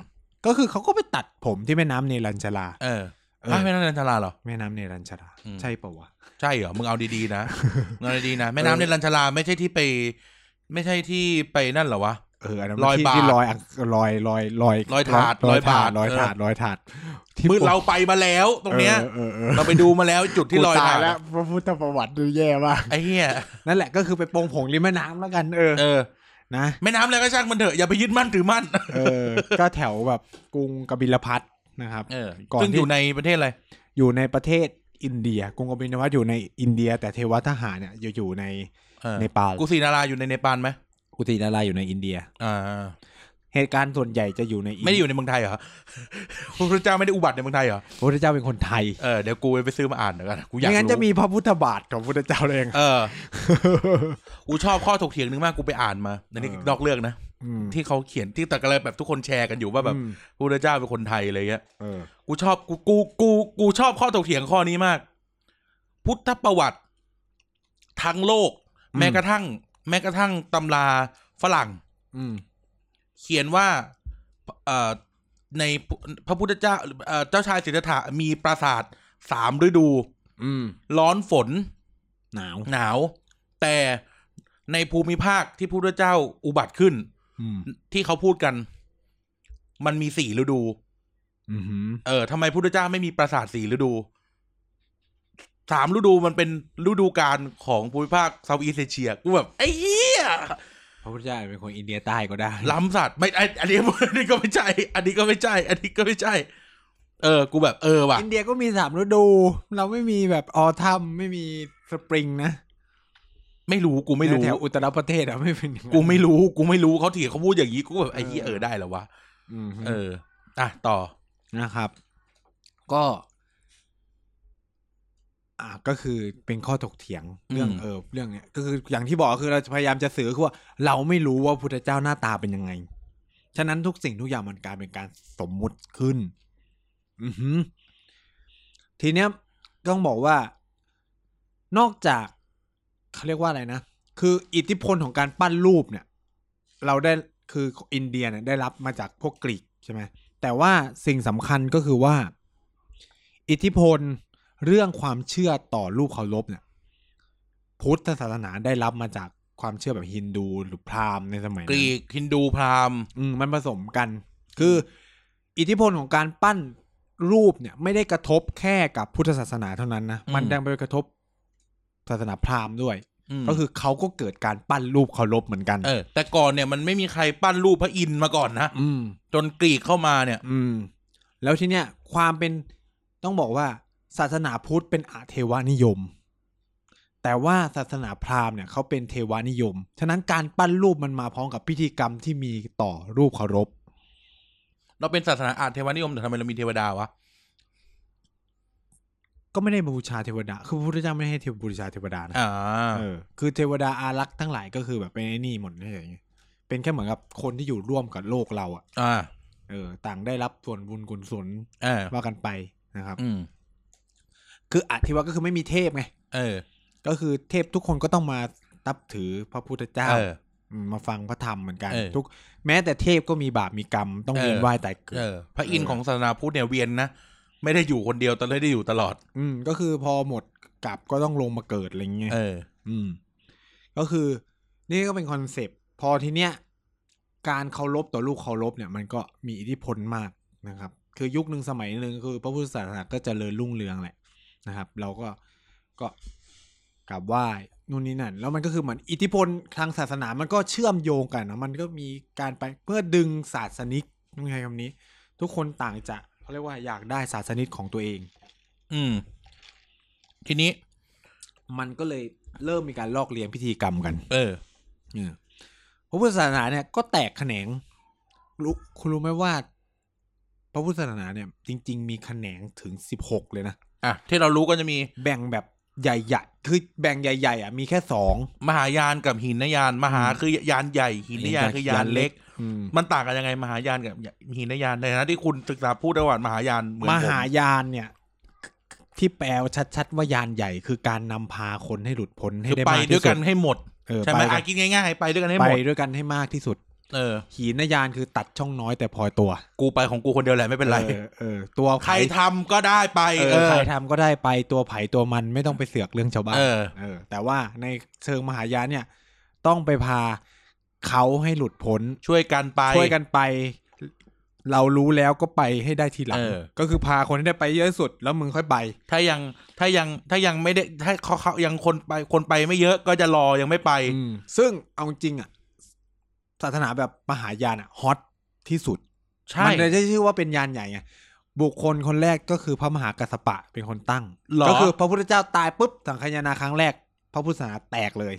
ก็คือเขาก็ไปตัดผมที่แม่น้ำเนรัญชรา เออ เออ ไม่ไม่นั่นนันทราเหรอ แม่น้ำเนรัญชรา อืม ใช่ปะวะ ใช่เหรอ มึงเอาดี ๆนะ มึงเอาดีๆนะ แม่ เอ น้ำ อ ในลันชลาไม่ใช่ที่ไป ไม่ใช่ที่ไปนั่นเหรอวะ เอออันนั้น รอย ที่ บาท ที่ลอยอังลอยลอยลอย ลอยถาด ลอยถาด ล ล อ อย ย บา ถา ท ดลอยถาด มืดเราไปมาแล้วตรงเนี้ย ออออออ เราไปดูมาแล้วจุดที่ลอย กูตา ถ่าย น แล้วพระพุทธประวัติดูแย่มาก ไอ้เหี้ย นั่นแหละก็คือไปโปรงผงริมแม่น้ำแล้วกัน เออ เออ นะ แม่น้ำอะไรก็ช่างมันเถอะ อย่าไปยึดมั่นถือมั่น เออ ก็แถวแบบกรุงกบิลพัทนะครับ เออ ก่อน ซึ่ง ที่ อยู่ในประเทศอะไร อยู่ในประเทศอินเดีย กรุงกบิลพัทอยู่ในอินเดีย แต่เทวทหารเนี่ยอยู่อยู่ใน เออ เนปาล กูสีนาราอยู่ในเนปาลไหม กุตินาราอยู่ในอินเดีย อ่า เหตุการณ์ส่วนใหญ่จะอยู่ในน ไม่ได้อยู่ในเมืองไทยเหรอ พระพุทธเจ้าไม่ได้อุบัติในเมืองไทยเหรอ พระพุทธเจ้าเป็นคนไทย เออ เดี๋ยวกูไปซื้อมาอ่านเดี๋ยวกัน กูอยาก ไม่งั้นจะ รู้ มีพระพุทธบาทของพระพุทธเจ้าเลยเอง เอ อ กูชอบข้อถกเถียงนึงมาก กูไปอ่านมาอันนี้ เออ นอกเรื่องนะ อืม ที่เขาเขียนที่แต่ก็เลยแบบทุกคนแชร์กันอยู่ว่าแบบ อืม พระพุทธเจ้าเป็นคนไทยอะไรเงี้ย เออ กูชอบกูกูกูกูชอบข้อถกเถียงข้อนี้มาก พุทธประวัติทั้งโลก อืม แม้กระทั่ง แม้กระทั่งตำราฝรั่ง อืม เขียนว่าเอ่อในพุพระพุทธเจ้าเอ่อเจ้าชายสิทธัตถะมีปราสาทสามฤดู อืม ร้อนฝน หนาว หนาว แต่ในภูมิภาคที่พระพุทธเจ้าอุบัติขึ้น อืม ที่เขาพูดกัน มันมีสี่ฤดู อือหือ เออทำไมพุทธเจ้าไม่มีปราสาทสี่ฤดู สามฤดูมันเป็นฤดูการของภูมิภาคเซาท์อีสเอเชีย กูแบบ ไอ้เหี้ย พระพุทธเจ้าเป็นคนอินเดียใต้ก็ได้ ล้ำสัตว์ไม่ไอ้อันนี้ อันนี้ก็ไม่ใช่ อันนี้ก็ไม่ใช่ อันนี้ก็ไม่ใช่ เออ กูแบบเออว่ะ อินเดียก็มีสามฤดู เราไม่มีแบบออทัมไม่มีสปริงนะ ไม่รู้ กูไม่รู้ แถวอุตรประเทศอะไม่เป็นอย่างนั้น กูไม่รู้ กูไม่รู้เขาถีเขาพูดอย่างนี้ กูแบบไอ้เหี้ยเออได้เหรอวะ อืม เออ อ่ะ ต่อ นะครับ ก็ อ่ะก็คือเป็นข้อถกเถียงเรื่อง อืม เออเรื่องเนี้ยก็คืออย่างที่บอกคือเราพยายามจะสื่อคือว่าเราไม่รู้ว่าพุทธเจ้าหน้าตาเป็นยังไง ฉะนั้นทุกสิ่งทุกอย่างมันกลายเป็นการสมมุติขึ้น อือหือ ทีเนี้ยต้องบอกว่า นอกจากเขาเรียกว่าอะไรนะ คืออิทธิพลของการปั้นรูปเนี่ย เราได้คืออินเดียเนี่ยได้รับมาจากพวกกรีกใช่ไหมแต่ว่าสิ่งสำคัญก็คือว่า อิทธิพลเรื่องความเชื่อต่อรูปเคารพเนี่ย พุทธศาสนาได้รับมาจากความเชื่อแบบฮินดูหรือพราหมณ์ในสมัยนั้น กรีกฮินดูพราหมณ์ อืมมันผสมกัน คือ อิทธิพลของการปั้นรูปเนี่ย ไม่ได้กระทบแค่กับพุทธศาสนาเท่านั้นนะ มันยังไปกระทบศาสนาพราหมณ์ด้วย ม ก็คือเขาก็เกิดการปั้นรูปเคารพเหมือนกัน เออ แต่ก่อนเนี่ยมันไม่มีใครปั้นรูปพระอินทร์มาก่อนนะ อืม จนกรีกเข้ามาเนี่ย อืม แล้วทีเนี้ยความเป็นต้องบอกว่า ศาสนาพุทธเป็นอาเทวานิยม แต่ว่าศาสนาพราหมณ์เนี่ยเขาเป็นเทวานิยม ฉะนั้นการปั้นรูปมันมาพร้อมกับพิธีกรรมที่มีต่อรูปเคารพ เราเป็นศาสนาอาจเทวานิยมแต่ทำไมเรามีเทวดาวะ ก็ไม่ได้บูชาเทวดา คือพระพุทธเจ้าไม่ได้ให้เทวบูชาเทวดานะ อ่า เออ คือเทวดาอารักษ์ทั้งหลายก็คือแบบเป็นไอ้นี่หมดเลยอย่างเงี้ยเป็นแค่เหมือนกับคนที่อยู่ร่วมกับโลกเราอะ อ่า เออ ต่างได้รับส่วนบุญกุศล เออ ว่ากันไปนะครับ อืม คืออธิวะก็คือไม่มีเทพไง เออ ก็คือเทพทุกคนก็ต้องมานับถือพระพุทธเจ้า เออ อืมมาฟังพระธรรมเหมือนกัน เออ ทุกแม้แต่เทพก็มีบาปมีกรรม ต้องเวียนว่ายตายเกิด เออพระอินทร์ของศาสนาพุทธเนี่ยเวียนนะ ไม่ได้อยู่คนเดียวแต่เลยได้อยู่ตลอด อืมก็คือพอหมดกลับก็ต้องลงมาเกิดอะไรเงี้ย เออ อืม ก็คือ นี่ก็เป็นคอนเซปต์พอทีเนี้ยการเคารพต่อลูกเคารพเนี่ย มันก็มีอิทธิพลมากนะครับ คือยุคหนึ่งสมัยหนึ่งคือพระพุทธศาสนาก็เจริญรุ่งเรืองแหละนะครับ เราก็ก็กราบไหว้นู่นนี่นั่น แล้วมันก็คือเหมือนอิทธิพลทางศาสนามันก็เชื่อมโยงกันนะมันก็มีการไปเพื่อดึงศาสนิกต้องใช้คำนี้ ทุกคนต่างจะเขาเรียกว่าอยากได้ศาสนิกของตัวเอง อืม ทีนี้ มันก็เลยเริ่มมีการลอกเลียนพิธีกรรมกัน เออ เนี่ยพระพุทธศาสนาเนี่ยก็แตกแขนงรู้คุณรู้ไหมว่า พระพุทธศาสนาเนี่ย จริง ๆ มีแขนงถึงสิบหกเลยนะ อ่ะ ที่เรารู้ก็จะมี แบ่งแบบใหญ่ๆ คือแบ่งใหญ่ๆอ่ะมีแค่สอง มหายานกับหินนยาน มหาคือยานใหญ่ หินนยานคือยานเล็ก อืม มันต่างกันยังไง มหายานกับหินนยานในฐานะที่คุณศึกษาพูดระหว่างมหายานเหมือนผม ม หายานเนี่ย ที่แปลชัดๆว่ายานใหญ่ คือการนำพาคนให้หลุดพ้นให้ คือ ได้ ไป มาก ด้ว ที่ ย สุ กั ด นให้หมด เออ ใช่ไห ไป ม ด้ว อาย กินง่ายๆ ไปด้วยกันให้ ไป หมด ด้วยกันให้มากที่สุด เออ หีนยานคือตัดช่องน้อยแต่พอตัว กูไปของกูคนเดียวแหละไม่เป็นไร เออเออตัว ใคร ไผ่ ทำก็ได้ไป เอ เอ อ อ ใครทำก็ได้ไปตัวไผ่ตัวมันไม่ต้องไปเสือกเรื่องชาวบ้าน เออ เออ แต่ว่าในเชิงมหายานเนี่ย ต้องไปพาเขาให้หลุดพ้น ช่วยกันไป ช่วยกันไป เรารู้แล้วก็ไปให้ได้ทีหลัง เออ ก็คือพาคนที่ได้ไปเยอะที่สุด แล้วมึงค่อยไป ถ้ายังถ้ายังถ้ายังไม่ได้ถ้าเขาเขายังคนไปคนไปไม่เยอะก็จะรอยังไม่ไป อืมซึ่งเอาจริงอ่ะศาสนาแบบมหายานอ่ะฮอตที่สุด ใช่ มัเลยได้ชื่อว่าเป็นยานใหญ่ไงบุคคลคนแรกก็คือพระมหากัสสปะเป็นคนตั้ง หรอ ก็คือพระพุทธเจ้าตายปุ๊บสังคายนาครั้งแรก พระพุทธศาสนาแตกเลย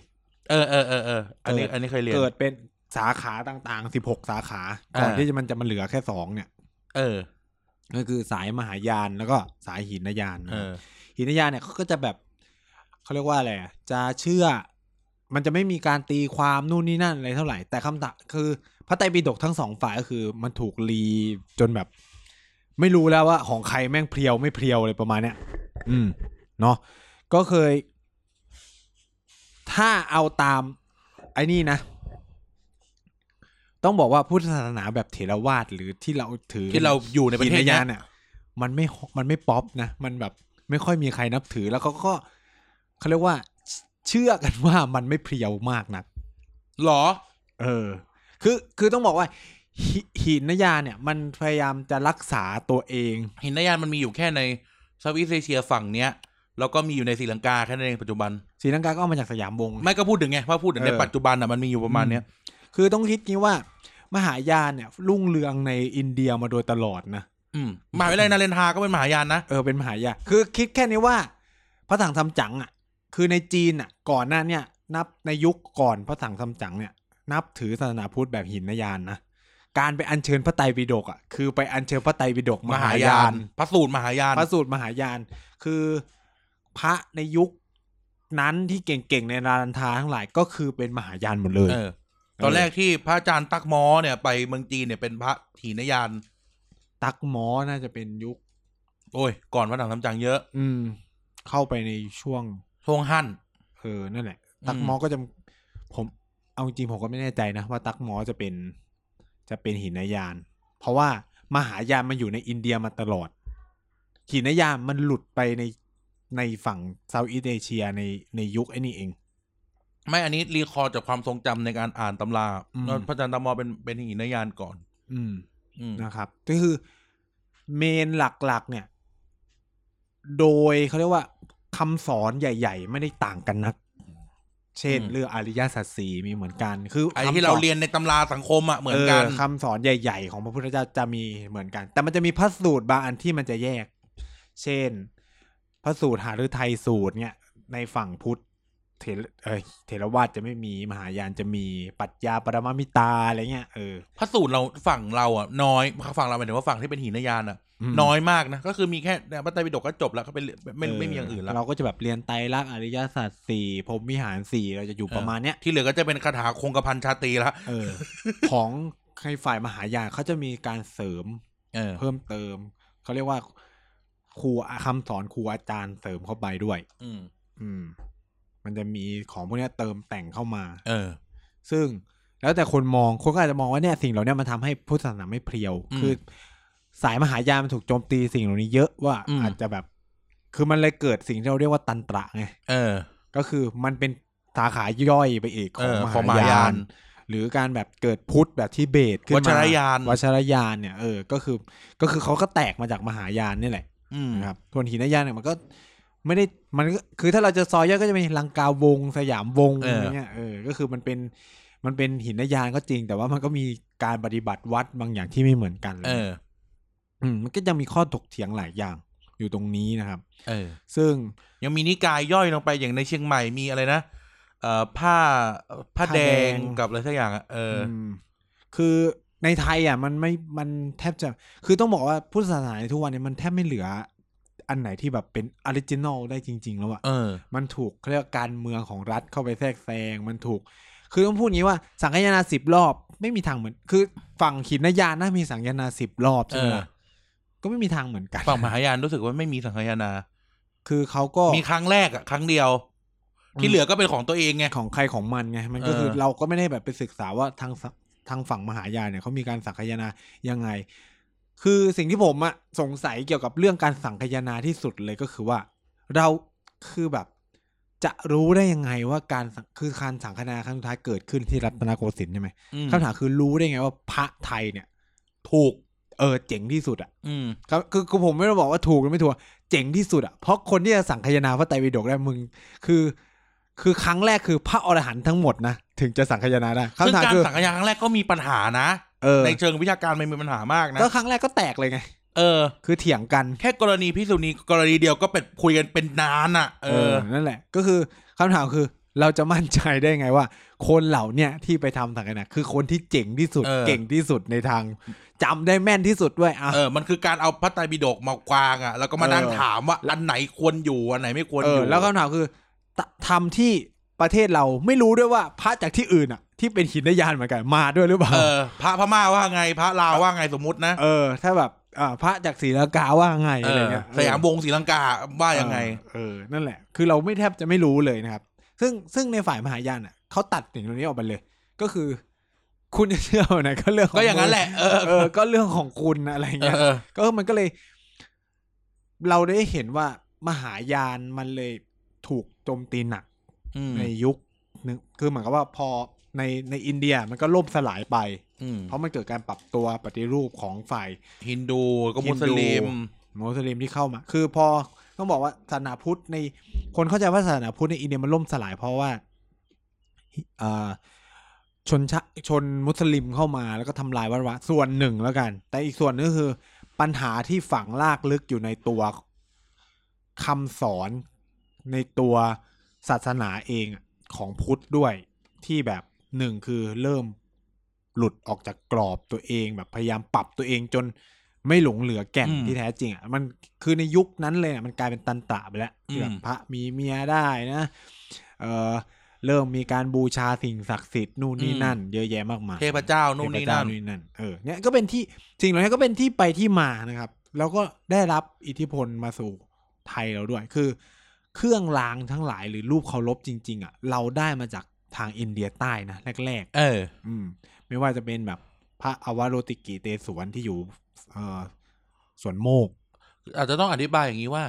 เออเออเออเอออันนี้ เกิด อันนี้เคยเรียน เกิดเป็นสาขาต่างๆ 16 สาขา อ่า ก่อนที่จะมันจะมาเหลือแค่สองเนี่ย เออ ก็คือสายมหายานแล้วก็สายหินยานนะ เออ หินยานเนี่ยเขาก็จะแบบเขาเรียกว่าอะไรอะจะเชื่อ มันจะไม่มีการตีความนู่นนี่นั่นอะไรเท่าไหร่ แต่คำตะคือพระไตรปิฎกทั้งสองฝ่ายก็คือ มันถูกรีจนแบบ ไม่รู้แล้วว่าของใครแม่งเพรียวไม่เพรียวอะไรประมาณเนี้ย อืม เนาะก็เคย ถ้าเอาตาม ไอ้นี่นะ ต้องบอกว่าพุทธศาสนาแบบเถรวาทหรือที่เราถือ ที่เราอยู่ในประเทศ หิยา เนี้ นเนี่ยมันไม่มันไม่ป๊อปนะ มันแบบไม่ค่อยมีใครนับถือแล้วเขาก็เขาเรียกว่าเชื่อกันว่ามันไม่เพรียวมากนัก หรอ เออ คือคือต้องบอกว่าหิหินนยานเนี่ย มันพยายามจะรักษาตัวเอง หินนยานมันมีอยู่แค่ในเซาท์อีสเอเชียฝั่งเนี้ยแล้วก็มีอยู่ในศรีลังกาแค่นั้นเองปัจจุบัน สีลังกาก็เอามาจากสยามวงศ์ ไม่ก็พูดถึงไงว่าพูดถึงใน เออ ปัจจุบันอ่ะมันมีอยู่ประมาณเนี้ย คือต้องคิดงี้ว่ามหายานเนี่ย รุ่งเรืองในอินเดียมาโดยตลอดนะ อืมมหาวิทยาลัยนาเรนทราก็เป็นมหายานนะ เออเป็นมหายาคือคิดแค่นี้ว่า พระสังซัมจั๋งอ่ะ คือในจีนอ่ะ ก่อนหน้าเนี่ยนับในยุคก่อนพระสังซัมจั๋งเนี่ย นับถือศาสนาพุทธแบบหินนยานนะ การไปอัญเชิญพระไตรปิฎกอ่ะ คือไปอัญเชิญพระไตรปิฎกม มหายหาาย าน น พระสูตรมหายาน พระสูตรมหายาน คือพระในยุคนั้นที่เก่งๆในราลันทาทั้งหลายก็คือเป็นมหายานหมดเลย เออ ตอนแรกที่พระอาจารย์ตักมอเนี่ยไปเมืองจีนเนี่ยเป็นพระถีนยาน ตักหมอน่าจะเป็นยุค โอ้ย ก่อนพระถังทำจังเยอะ อืม เข้าไปในช่วง ทงหั่น เออ นั่นแหละ ตัก อืม หมอก็จะ ผม เอาจริงๆผมก็ไม่แน่ใจนะ ว่าตักหมอจะเป็น จะเป็นหินยาน เพราะว่ามหายานมันอยู่ในอินเดียมาตลอด หินยานมันหลุดไปในในฝั่งเซาท์อีสเอเชียในในยุคไอ้นี่เอง ไม่อันนี้รีคอร์ดจากความทรงจำในการอ่านตำรา อืม แล้วพระอาจารย์ตักมอเป็นเป็นหินยานก่อน อืม อืม นะครับ ก็คือเมนหลักๆ เนี่ย โดยเขาเรียกว่าคำสอนใหญ่ ๆ ไม่ได้ต่างกันนัก เช่น เรื่องอริยสัจสีมีเหมือนกัน คือ ไอ้ คำ ที่เรา สอน เรียนในตำราสังคมอ่ะเหมือนกัน คำสอนใหญ่ ๆ ของพระพุทธเจ้าจะมีเหมือนกัน แต่มันจะมีพระสูตรบางอันที่มันจะแยก เช่น พระสูตรหาฤทัยสูตรเนี่ย ในฝั่งพุทธเถรเอยเถรวาทจะไม่มีมหายานจะมีปรัจญาปรมามิตาอะไรเงี้ยเออ พระสูตรเราฝั่งเราอ่ะน้อยฝั่งเราหมายถึงว่าฝั่งที่เป็นหินยานอ่ะ ม น้อยมากนะ ก็คือมีแค่พระไตรปิฎกก็จบแล้วก็เป็นไม่ไม่มีอย่างอื่นแล้ว เราก็จะแบบเรียนไตรลักษณ์อริยสัจสี่พรหมวิหารสี่เราจะอยู่ประมาณเนี้ย ที่เหลือก็จะเป็นคาถาคงกระพันชาตรีละ เออ ของใครฝ่ายมหายานเขาจะมีการเสริม เออ เพิ่มเติมเขาเรียกว่าครูคำสอนครูอาจารย์เสริมเข้าไปด้วย อืม อืม มันจะมีของพวกเนี้ยเติมแต่งเข้ามา เออ ซึ่ง แล้วแต่คนมองคนก็อาจจะมองว่าเนี่ยสิ่งเหล่าเนี้มันทำให้พุทธศาสนาไม่เพรียว อืม คือ สายมหายานมันถูกโจมตีสิ่งเหล่านี้เยอะว่า อืม อาจจะแบบ คือมันเลยเกิดสิ่งที่เราเรียกว่าตันตระไง เออ ก็คือมันเป็นสาขาย่อยไปอีก เอ ของ อ ม ของมหายหาาย าน น หรือการแบบเกิดพุทธแบบทิเบตขึ้นมา วัชรยาน วัชรยานเนี่ยเออก็คือก็คือเขาก็แตกมาจากมหายานนี่แหละ อืม นะครับทวนหินยานเนี่ยมันก็ไม่ได้มันก็คือถ้าเราจะซอยย่อยก็จะมีลังกาวงสยามวง เอ อะ ออ ไรเงี้ยเออก็คือมันเป็นมันเป็นหินยานก็จริง แต่ว่ามันก็มีการปฏิบัติวัดบางอย่างที่ไม่เหมือนกันเล เอย อ มมันก็ยังมีข้อถกเถียงหลายอย่างอยู่ตรงนี้นะครับ เออ ซึ่ง ยังมีนิกายย่อยลงไปอย่างในเชียงใหม่มีอะไรนะเอ่อผ้าผ้า ผ้า แด แด ง ง กับอะไรสักอย่างอะเอออ มคือในไทยอ่ะมันไม่มันแทบจะคือต้องบอกว่าพุทธศาสนาในทุกวันเนี้มันแทบไม่เหลืออันไหนที่แบบเป็นออริจินอลได้จริง ๆ แล้วอะ เออ มันถูกเขาเรียกว่าการเมืองของรัฐเข้าไปแทรกแซง มันถูก คือต้องพูดอย่างนี้ว่าสังคายนาสิบรอบไม่มีทางเหมือน คือฝั่งหินยานน่ามีสังคายนาสิบรอบใช่ไหม เออ ล่ะก็ไม่มีทางเหมือนกัน ฝั่งมหายานรู้สึกว่าไม่มีสังคายนา คือเขาก็ มีครั้งแรกอะครั้งเดียว อื ที่ ม เหลือก็เป็นของตัวเองไง ของใครของมันไง มันก็ เออ คือเราก็ไม่ได้แบบไปศึกษาว่าทางสทางฝั่งมหายานเนี่ยเขามีการสังคายนายังไง คือสิ่งที่ผมอะสงสัยเกี่ยวกับเรื่องการสังคายนาที่สุดเลยก็คือว่า เราคือแบบ จะรู้ได้ยังไงว่าการสังคือการสังคายนาครั้งสุดท้ายเกิดขึ้นที่รัตนโกสินทร์ใช่ไหม อืม คำถามคือรู้ได้ไงว่าพระไทยเนี่ย ถูกเออเจ๋งที่สุดอ่ะ อืม ครับคือคือผมไม่ได้บอกว่าถูกหรือไม่ถูกเจ๋งที่สุดอ่ะเพราะคนที่จะสังคายนาพระไตรปิฎกได้มึง คือ คือครั้งแรกคือพระอรหันต์ทั้งหมดนะถึงจะสังคายนาได้ ซึ่ง คำถาม การ คือ สังคายาครั้งแรกก็มีปัญหานะ เออ ในเชิงวิชาการมันมีปัญหามากนะ ก็ครั้งแรกก็แตกเลยไง เออ คือเถียงกัน แค่กรณีพิสูจนีกรณีเดียวก็เป็นคุยกันเป็นนานอ่ะ เออ นั่นแหละ ก็คือคำถามคือเราจะมั่นใจได้ไงว่า คนเหล่าเนี่ยที่ไปทำสังคายนาคือคนที่เจ๋งที่สุด เออ เก่งที่สุดในทางจำได้แม่นที่สุดด้วยอ่ะ เออ มันคือการเอาพระไตรบิดกมากวางอ่ะ แล้วก็มานั่ง เออ ถามว่าอันไหนควรอยู่อันไหนไม่ควร เอ อ อยู่ แล้วคำถามคือตทำที่ประเทศเราไม่รู้ด้วยว่าพระจากที่อื่นอ่ะ ที่เป็นหินยานเหมือนกันมาด้วยหรือเปล่า เออ พระพม่าว่าไง พระลาวว่าไงสมมตินะ เออ ถ้าแบบอ่าพระจากศรีลังกาว่าไง เอ อะไร อ เงี้ย สยามวงศ์ศรีลังกาว่ายังไง เออเออนั่นแหละ คือเราไม่แทบจะไม่รู้เลยนะครับ ซึ่งซึ่งในฝ่ายมหายานอ่ะเขาตัดสิ่งเหล่านี้ออกไปเลย ก็คือ คุณจะเชื่อไหนก็เรื่องข ก็อย่างนั้นแหละ เออ เออ ก็เรื่องของคุณอะไร เอ เงี้ย อ ก็มันก็เลย เราได้เห็นว่ามหายานมันเลยถูกโจมตีหนัก อืม ในยุคหนึงคือเหมือนกับว่าพอในในอินเดียมันก็ล่มสลายไป อืม เพราะมันเกิดการปรับตัวปฏิรูปของฝ่าย ฮินดูก็มุสลิฮิมนดู มุสลิมที่เข้ามา คือพอต้องบอกว่าศาสนาพุทธในคนเข้าใจว่าศาสนาพุทธในอินเดียมันล่มสลายเพราะว่าเอ่อชนชาชนมุสลิมเข้ามาแล้วก็ทำลายวัดวะส่วนหนึ่งแล้วกัน แต่อีกส่วนนึงคือ ปัญหาที่ฝังลากลึกอยู่ในตัวคำสอนในตัวศาสนาเองอะของพุทธด้วยที่แบบหนึ่งคือเริ่มหลุดออกจากกรอบตัวเอง แบบพยายามปรับตัวเองจนไม่หลงเหลือแก่น อืม ที่แท้จริงอ่ะมันคือในยุคนั้นเลยอะมันกลายเป็นตันตระไปแล้วที่แบ อื บ ม พระมีเมียได้นะเออเริ่มมีการบูชาสิ่งศักดิ์สิทธิ์นู่นนี่นั่น เยอะแยะมากมาย เทพเจ้านู่นนี่เทพนั่นเจ้านี่นั่น เออ เนี่ยก็เป็นที่สิ่งเหล่านี้ก็เป็นที่ไปที่มานะครับ แล้วก็ได้รับอิทธิพลมาสู่ไทยเราด้วย คือ เครื่องรางทั้งหลายหรือรูปเคารพจริง ๆ อ่ะ เราได้มาจากทางอินเดียใต้นะแรก เออ ๆ อืม ไม่ว่าจะเป็นแบบพระอวโรติกิเตสวนที่อยู่ เอ่อสวนโมก อาจจะต้องอธิบายอย่างนี้ว่า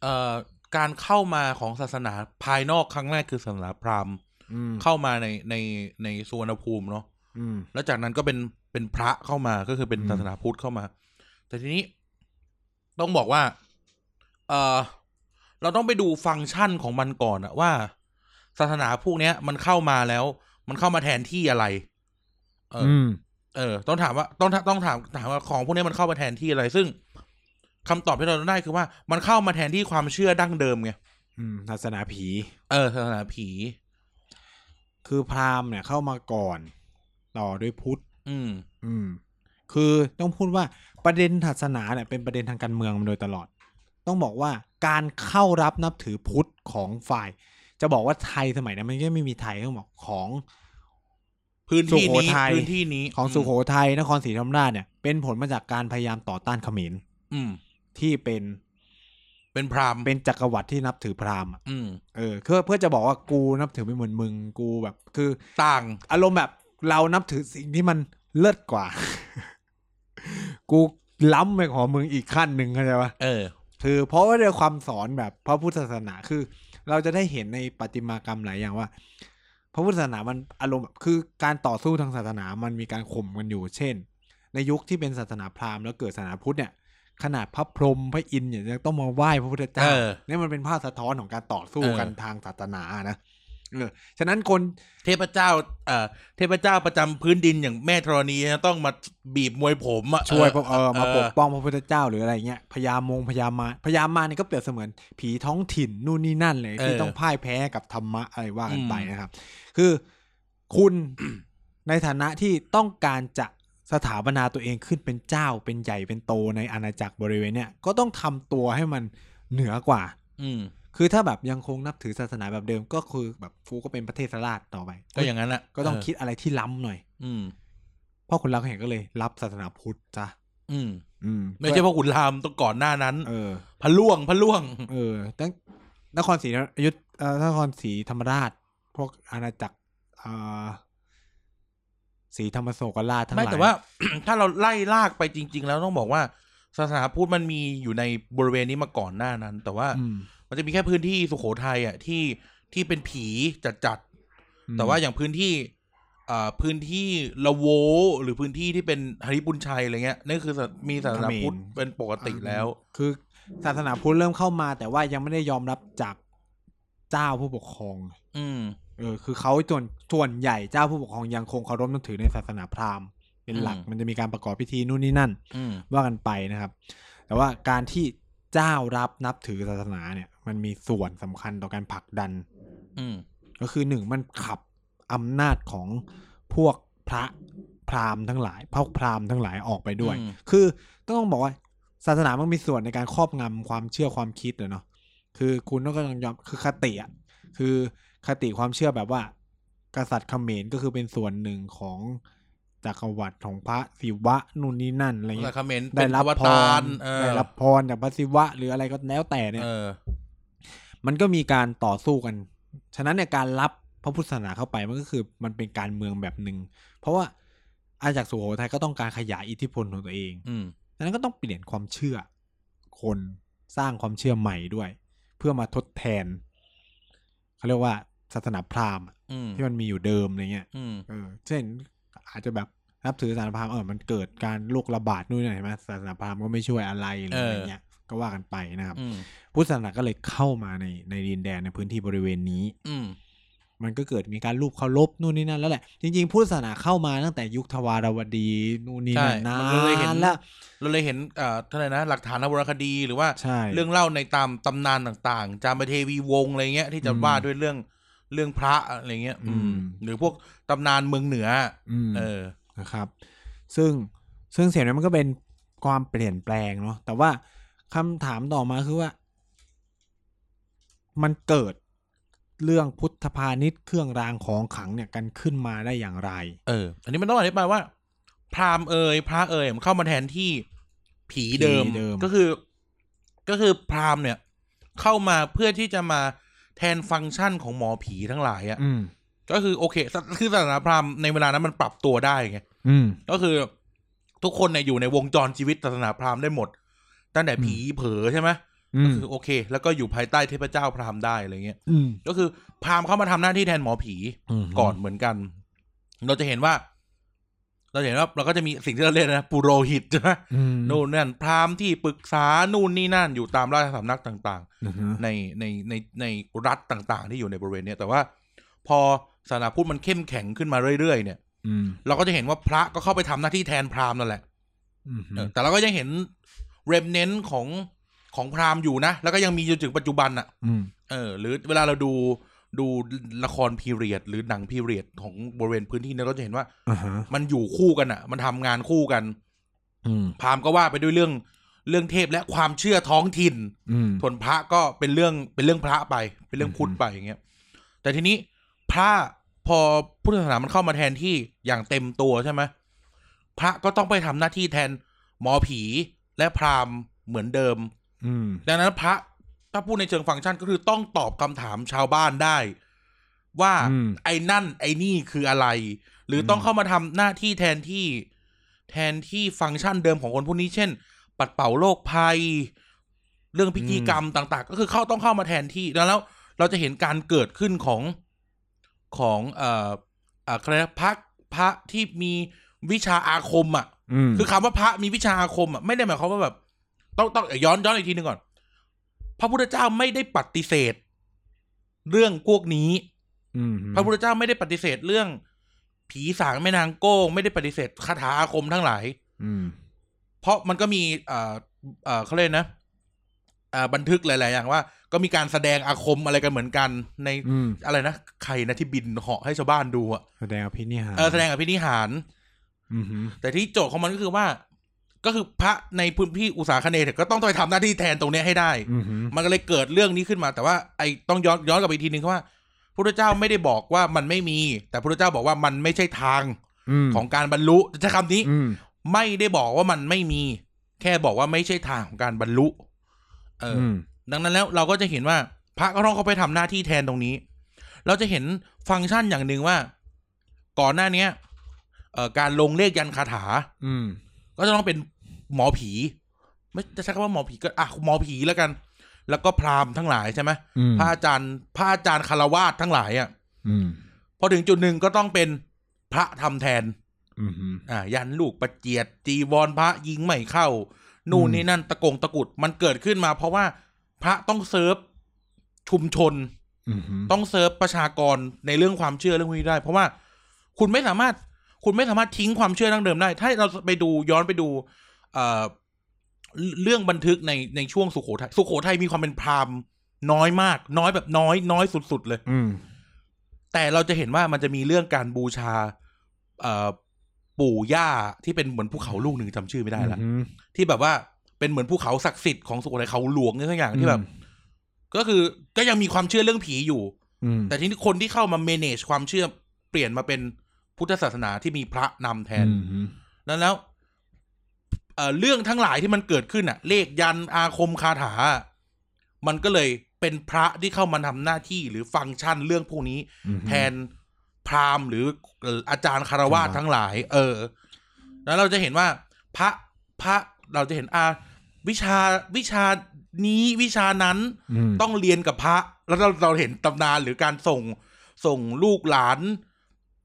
เอ่อ การเข้ามาของศาสนาภายนอกครั้งแรกคือศาสนาพราหมณ์ อืม เข้ามาในในในสุวรรณภูมิเนาะ อืม แล้วจากนั้นก็เป็นเป็นพระเข้ามาก็คือเป็น อืม ศาสนาพุทธเข้ามา แต่ทีนี้ต้องบอกว่า เออเราต้องไปดูฟังก์ชันของมันก่อนอะว่า ศาสนาพวกเนี้ย มันเข้ามาแล้ว มันเข้ามาแทนที่อะไร เอออ อืม เออต้องถามว่าต้องต้องถามถามว่าของพวกนี้มันเข้ามาแทนที่อะไร ซึ่งคำตอบที่เราได้คือว่า มันเข้ามาแทนที่ความเชื่อดั้งเดิมไง อืมศาสนาผี เออศาสนาผี คือพราหมณ์เนี่ยเข้ามาก่อน ต่อด้วยพุทธ อืม อืม คือต้องพูดว่าประเด็นศาสนาเนี่ยเป็นประเด็นทางการเมืองมาโดยตลอด ต้องบอกว่าการเข้ารับนับถือพุทธของฝ่าย จะบอกว่าไทยสมัยนั้นมันก็ไม่มีไทยต้องบอกของ พื้นที่ สุ นี้ โขทัย พื้นที่นี้ ของสุโขทัยนครศรีธรรมราชเนี่ยเป็นผลมาจากการพยายามต่อต้านเขมร อืม ที่เป็น เป็นพราหมณ์ เป็นจักรวรรดิที่นับถือพราหมณ์อะ อืม เออเพื่อเพื่อจะบอกว่ากูนับถือไม่เหมือนมึงกูแบบ คือ ต่าง อารมณ์แบบ เรานับถือสิ่งที่มันเลิศกว่า กูล้ำไปของมึงอีกขั้นหนึ่งเข้าใจปะ เออ คือเพราะว่าด้วยความสอนแบบพระพุทธศาสนาคือ เราจะได้เห็นในปฏิมากรรมหลายอย่างว่า พระพุทธศาสนามันอารมณ์แบบคือการต่อสู้ทางศาสนามันมีการข่มกันอยู่ เช่น ในยุคที่เป็นศาสนาพราหมณ์แล้วเกิดศาสนาพุทธเนี่ย ขนาดพระพรหมพระอินทร์เนี่ยยังต้องมาไหว้พระพุทธเจ้า เออ เนี่ยมันเป็นภาพสะท้อนของการต่อสู้ เออ กันทางศาสนานะเออฉะนั้นคน เทพเจ้าเอ่อเทพเจ้าประจำพื้นดินอย่างแม่ธรณีนะต้องมาบีบมวยผมอะ ช่วย เออ เออมา เ ปกป้องพระพุทธเจ้าหรืออะไรเงี้ยพญามงพญามารพญามารเนี่ยก็เปรียบเสมือนผีท้องถิ่นนู่นนี่นั่นเลยที่ เออ ต้องพ่ายแพ้กับธรรมะอะไรว่ากัน อืม ไปนะครับ คือคุณ ในฐานะที่ต้องการจะสถาปนาตัวเองขึ้นเป็นเจ้าเป็นใหญ่เป็นโตในอาณาจักรบริเวณเนี่ยก็ต้องทำตัวให้มันเหนือกว่า อืม คือถ้าแบบยังคงนับถือศาสนาแบบเดิมก็คือแบบฟูก็เป็นประเทศราชต่อไป ก็อย่างนั้นแหละ ก็ต้อง เ คิดอะไรที่ล้ำหน่อย อืม พ่อคุณรักแห่งก็เลยรับศาสนาพุทธจ้ะ อืม อืม ไม่ใช่เพราะขุนรามต้องก่อนหน้านั้น เออ พระล่วงพระล่วง เออตั้งนครศรีอยุธเอ่อนครศรีธรรมราช พวกอาณาจักรอ่าศรีธรรมโศกราชทั้งห ไม่ ลาย แต่ว่า ถ้าเราไล่ลากไปจริง ๆ แล้วต้องบอกว่าศาสนาพุทธมันมีอยู่ในบริเวณนี้มาก่อนหน้านั้น แต่ว่า อืม มันจะมีแค่พื้นที่สุโขทัยอ่ะที่ที่เป็นผีจัด อืม ๆแต่ว่าอย่างพื้นที่อ่าพื้นที่ละโว หรือพื้นที่ที่เป็นฮริบุญชัยอะไรเงี้ยนั่นคือศาสมีศาสนาพุทธเป็นปกติแล้ว คือศาสนาพุทธเริ่มเข้ามา แต่ว่ายังไม่ได้ยอมรับจากเจ้าผู้ปกครอง อืม เออคือเขาส่วนส่วนใหญ่เจ้าผู้ปกครองยังคงเคารพนับถือในศาสนาพราหมณ์เป็นหลัก อืม มันจะมีการประกอบพิธีนู่นนี่นั่น อืม ว่ากันไปนะครับ แต่ว่าการที่เจ้ารับนับถือศาสนาเนี่ย มันมีส่วนสำคัญต่อการผลักดัน อืม ก็คือหนึ่งมันขับอำนาจของพวกพระพราหมณ์ทั้งหลายพวกพราหมณ์ทั้งหลายออกไปด้วย อืม คือต้องบอกว่าศาสนามันมีส่วนในการครอบงำความเชื่อความคิดเลยเนาะคือคุณต้องก็ต้องยอมคือคติอ่ะคือคติความเชื่อแบบว่า กษัตริย์เขมรก็คือเป็นส่วนหนึ่งของจักรวรรดิของพระศิวะนู่นนี่นั่นอะไร แต่ เงี้ย คอมเมนต์ ได้ เป็น รับ อว พ ตาร รเออ ได้รับพรจากพระศิวะ หรืออะไรก็แล้วแต่เนี่ย เออ มันก็มีการต่อสู้กัน ฉะนั้นเนี่ยการรับพระพุทธศาสนาเข้าไปมันก็คือมันเป็นการเมืองแบบหนึ่ง เพราะว่าอาณาจักรสุโขทัยก็ต้องการขยายอิทธิพลของตัวเอง อืม ฉะนั้นก็ต้องเปลี่ยนความเชื่อ คนสร้างความเชื่อใหม่ด้วย เพื่อมาทดแทนเขาเรียกว่าศาสนาพราหมณ์อะ อืม ที่มันมีอยู่เดิมอะไรเงี้ย อืม เออเช่นอาจจะแบบนับถือศาสนาพราหมณ์เออมันเกิดการโรคระบาดนู่นนี่เห็นไหมศาสนาพราหมณ์ก็ไม่ช่วยอะไรหรืออะไรเงี้ย ก็ว่ากันไปนะครับ อืม พุทธศาสนาก็เลยเข้ามาในในดินแดนในพื้นที่บริเวณนี้ อืม มันก็เกิดมีการรูปเคารพนู่นนี่นั่นแล้วแหละจริงๆพุทธศาสนาเข้ามาตั้งแต่ยุคทวารวดีนู่นนี่นั่น ใช่ นา มันก็เลยเห็น นแล้ว เราเลยเห็นเอ่อเท่าไหร่นะ หลักฐานทางวรรณคดีหรือว่า ใช่ เรื่องเล่าในตามตำนานต่างๆ จามเทวีวงศ์อะไรเงี้ย ที่จะ อืม ว่าด้วยเรื่องเรื่องพระอะไรเงี้ย อื อื ม ม หรือพวกตำนานเมืองเหนือ อืม เออ นะครับ ซึ่งซึ่งเสียงนั้นมันก็เป็นความเปลี่ยนแปลงเนาะแต่ว่าคำถามต่อมาคือว่า มันเกิดเรื่องพุทธพาณิชย์เครื่องรางของขลังเนี่ยกันขึ้นมาได้อย่างไร เออ อันนี้มันต้องอธิบายว่า พราหมณ์เอ่ยพระเอ่ยมันเข้ามาแทนที่ผีเดิม ผีเดิม ก็คือ ก็คือพราหมณ์เนี่ย เข้ามาเพื่อที่จะมาแทนฟังก์ชันของหมอผีทั้งหลายอะ่ะ อืม ก็คือโอเคศาสคือศาสนาพราหมณ์ในเวลานั้นมันปรับตัวได้ไง อืม ก็คือทุกคนเนี่ยอยู่ในวงจรชีวิตศาสนาพราหมณ์ได้หมด ตั้งแต่ผีเผลอใช่ไหม อื ก็ ม คือโอเค แล้วก็อยู่ภายใต้เทพเจ้าพราหมณ์ได้อะไรเงี้ย อืม ก็คือพราหมณ์เข้ามาทำหน้าที่แทนหมอผี ก่อนเหมือนกัน เราจะเห็นว่า เราจะเห็นว่าเราก็จะมีสิ่งที่เราเรียกนะปุโรหิตใช่ไหม อืม นู่นนั่นพราหมณ์ที่ปรึกษานู่นนี่นั่นอยู่ตามราชสำนักต่าง อือฮึ ๆ ในในในในรัฐต่าง ๆ ที่อยู่ในบริเวณเนี้ยแต่ว่า พอศาสนาพุทธมันเข้มแข็งขึ้นมาเรื่อยๆเนี่ย อืม เราก็จะเห็นว่าพระก็เข้าไปทำหน้าที่แทนพราหมณ์นั่นแหละ อืม เออแต่เราก็ยังเห็นเรมเนนของของพราหมณ์อยู่นะ แล้วก็ยังมีจนถึงปัจจุบันอะ อืม เออ หรือเวลาเราดูดูละครพีเรียด หรือหนังพีเรียดของบริเวณพื้นที่เนี่ยเราจะเห็นว่า อ่าฮะ มันอยู่คู่กันอะมันทำงานคู่กัน อืม พราหมณ์ก็ว่าไปด้วยเรื่องเรื่องเทพและความเชื่อท้องถิ่น อืม ส่วนพระก็เป็นเรื่องเป็นเรื่องพระไป เป็นเรื่อง อือฮึ พุทธไปอย่างเงี้ย แต่ทีนี้พระพอพุทธศาสนามันเข้ามาแทนที่อย่างเต็มตัวใช่ไหมพระก็ต้องไปทำหน้าที่แทนหมอผีและพราหมณ์เหมือนเดิม อืม ดังนั้นพระถ้าพูดในเชิงฟังก์ชันก็คือต้องตอบคำถามชาวบ้านได้ ว่า อืม ไอ้นั่น ไอ้นี่คืออะไร หรือต้องเข้ามาทำหน้าที่แทนที่ แทนที่ฟังก์ชันเดิมของคนพวกนี้เช่น ปัดเป่าโรคภัย เรื่องพิธีกรรมต่าง ๆ ก็คือเข้าต้องเข้ามาแทนที่แล้วแล้วเราจะเห็นการเกิดขึ้นของของเอ่อเอ่อใครนะพระพระที่มีวิชาอาคมอ่ะ อืม คือคำว่าพระมีวิชาอาคมอ่ะไม่ได้หมายความว่าแบบ ต้องต้องย้อนย้อนอีกทีหนึ่งก่อน พระพุทธเจ้าไม่ได้ปฏิเสธ เรื่องพวกนี้ ม พระพุทธเจ้าไม่ได้ปฏิเสธเรื่อง ผีสางแม่นางโก้งไม่ได้ปฏิเสธคาถาอาคมทั้งหลาย อืม เพราะมันก็มีเอ่อเอ่อเขาเรียกนะเอ่อบันทึกหลาย ๆ อย่างว่า ก็มีการแสดงอาคมอะไรกันเหมือนกัน ใน อืม อะไรนะใครนะที่บินเหาะให้ชาวบ้านดูอ่ะ แสดงอภินิหาร เออแสดงอภินิหาร อืมฮึ แต่ที่โจทย์ของมันก็คือว่า ก็คือพระในพื้นที่อุตสาคเนเนี่ยก็ต้องไปทำหน้าที่แทนตรงเนี้ยให้ได้ อืมฮึ มันก็เลยเกิดเรื่องนี้ขึ้นมา แต่ว่าไอ้ต้องย้อนย้อนกลับไปอีกทีนึงว่าพระเจ้าไม่ได้บอกว่ามันไม่มี แต่พระเจ้าบอกว่ามันไม่ใช่ทาง ม ของการบรรลุจะใช้คำนี้ อืม ไม่ได้บอกว่ามันไม่มี แค่บอกว่าไม่ใช่ทางของการบรรลุ เอออ อืม ดังนั้นแล้วเราก็จะเห็นว่า พระก็ต้องเข้าไปทำหน้าที่แทนตรงนี้ เราจะเห็นฟังก์ชันอย่างหนึ่งว่า ก่อนหน้าเนี้ยเอ่อการลงเลขยันต์คาถา อืม ก็จะต้องเป็นหมอผี ไม่จะใช้คำว่าหมอผีก็อ่ะหมอผีแล้วกัน แล้วก็พราหมณ์ทั้งหลายใช่ไหม อืม พระอาจารย์พระอาจารย์คารวาสทั้งหลายอ่ะ อืม พอถึงจุดหนึ่งก็ต้องเป็นพระทำแทน อืมฮึ อ่ายันลูกประเจียดจีวรพระยิงไม่เข้า นู่น อืม นี่นั่นตะกงตะกุดมันเกิดขึ้นมา เพราะว่าพระต้องเซิร์ฟชุมชน อืมฮึ ต้องเซิร์ฟประชากรในเรื่องความเชื่อเรื่องพวกนี้ได้ เพราะว่าคุณไม่สามารถคุณไม่สามารถทิ้งความเชื่อดั้งเดิมได้ ถ้าเราไปดูย้อนไปดู เอ่อเรื่องเรื่องบันทึกในในช่วงสุโขทัยสุโขทัยมีความเป็นพราหมณ์น้อยมาก น้อยแบบน้อยน้อยสุด ๆ เลย อืม แต่เราจะเห็นว่ามันจะมีเรื่องการบูชา เอ่อปู่ย่าที่เป็นเหมือนภูเขาลูกหนึ่งจำชื่อไม่ได้ละ อืมฮึ ที่แบบว่าเป็นเหมือนภูเขาศักดิ์สิทธิ์ของสุโขทัยเขาหลวงเนี่ยสักอย่างที่แบบ ก็คือก็ยังมีความเชื่อเรื่องผีอยู่ อืม แต่ทีนี้คนที่เข้ามา manage ความเชื่อเปลี่ยนมาเป็นพุทธศาสนาที่มีพระนำแทน อืมฮึ แล้วแล้วเอ่อเรื่องทั้งหลายที่มันเกิดขึ้นอ่ะ เลขยันต์อาคมคาถา มันก็เลยเป็นพระที่เข้ามาทำหน้าที่หรือฟังก์ชันเรื่องพวกนี้ อืมฮึ แทนพราหมณ์หรือเอ่ออาจารย์คารวาคสรับ ทั้งหลาย เออ แล้วเราจะเห็นว่า พระพระเราจะเห็นอาวิชาวิชานี้วิชานั้น อืม ต้องเรียนกับพระ แล้วเราเราเห็นตำนานหรือการส่งส่งลูกหลาน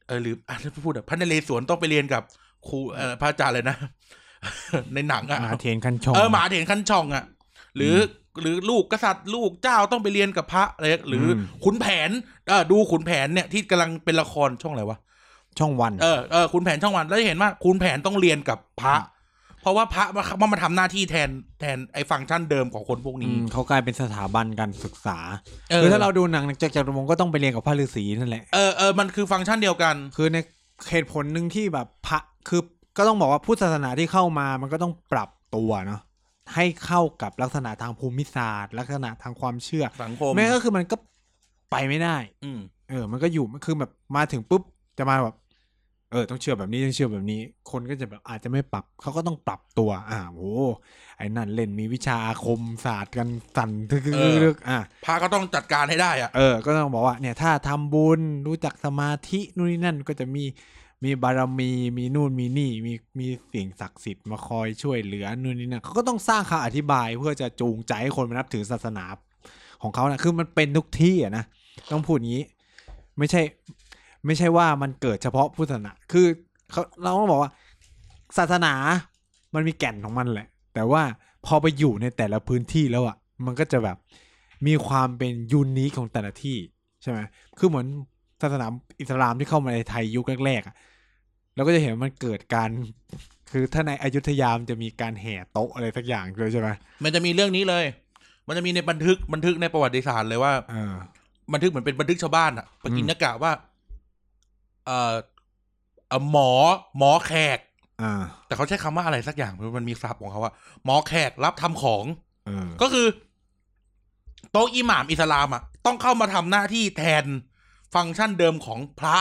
เออหรืออ่ะพูดอะพระนเรศวรต้องไปเรียนกับครูเอ่อพระอาจารย์เลยนะ ในหนังอะ มาเทียนคันชอง เออหมาเห็นคันช่องอะ่ะ หรือหรือลูกกษัตริย์ลูกเจ้าต้องไปเรียนกับพระอะไรหรืออขุนแผนเออดูขุนแผนเนี่ยที่กำลังเป็นละครช่องอะไรวะ ช่องวัน เออเออขุนแผนช่องวันแล้วจะเห็นว่าขุนแผนต้องเรียนกับพระ เพราะว่าพระมามามาทำหน้าที่แทนแทนไอ้ฟังก์ชันเดิมของคนพวก อื นี้ มเขากลายเป็นสถาบันการศึกษา เอ คือ อ ถ้าเราดูหนังจากจักรวงศ์ก็ต้องไปเรียนกับพระฤาษีนั่นแหละ เออเออมันคือฟังก์ชันเดียวกัน คือในเหตุผลหนึ่งที่แบบพระคือก็ต้องบอกว่าพุทธศาสนาที่เข้ามามันก็ต้องปรับตัวเนาะให้เข้ากับลักษณะทางภูมิศาสตร์ ลักษณะทางความเชื่อ สังคม แม้ก็คือมันก็ไปไม่ได้ อืม เออ มันก็อยู่มันคือแบบมาถึงปุ๊บจะมาแบบ เออ ต้องเชื่อแบบนี้ต้องเชื่อแบบนี้ คนก็จะแบบอาจจะไม่ปรับเขาก็ต้องปรับตัว อ่าโอ้ไอ้นั่นเล่นมีวิชาอาคมศาสตร์กันสั่นทึกๆๆๆอ่ะ พระก็ต้องจัดการให้ได้อ่ะ เออ ก็ต้องบอกว่าเนี่ยถ้าทำบุญรู้จักสมาธินู่นนี่นั่นก็จะมีมีบารมีมีนู่นมีนี่มีมีสิ่งศักดิ์สิทธิ์มาคอยช่วยเหลือนู่นนี่นั่นเขาก็ต้องสร้างคำอธิบายเพื่อจะจูงใจให้คนมานับถือศาสนาของเขานะคือมันเป็นทุกที่อะนะต้องพูดอย่างนี้ ไม่ใช่ ไม่ใช่ว่ามันเกิดเฉพาะพุทธศาสนาคือเขาเราต้องบอกว่า ศาสนามันมีแก่นของมันแหละ แต่ว่าพอไปอยู่ในแต่ละพื้นที่แล้วอะ่ะ มันก็จะแบบมีความเป็นยูนิคของแต่ละที่ใช่ไหมคือเหมือนศาสนาอิสลามที่เข้ามาในไทยยุคแรกๆอะเราก็จะเห็นว่ามันเกิดการ คือถ้าในอยุธยามนจะมีการแห่โต๊ะอะไรสักอย่างเลยใช่ไหม มันจะมีเรื่องนี้เลย มันจะมีในบันทึกบันทึกในประวัติศาสตร์เลยว่า เออ บันทึกเหมือนเป็นบันทึกชาวบ้านอะปกิน อืม นากะว่า เอ่อเอ่อหมอ หมอแขก อ่า แต่เขาใช้คำว่าอะไรสักอย่างมันมีศัพท์ของเขาว่าหมอแขกรับทำของ เออ ก็คือ โต๊ะอิหม่ามอิสลามอะต้องเข้ามาทำหน้าที่แทนฟังก์ชันเดิมของพระ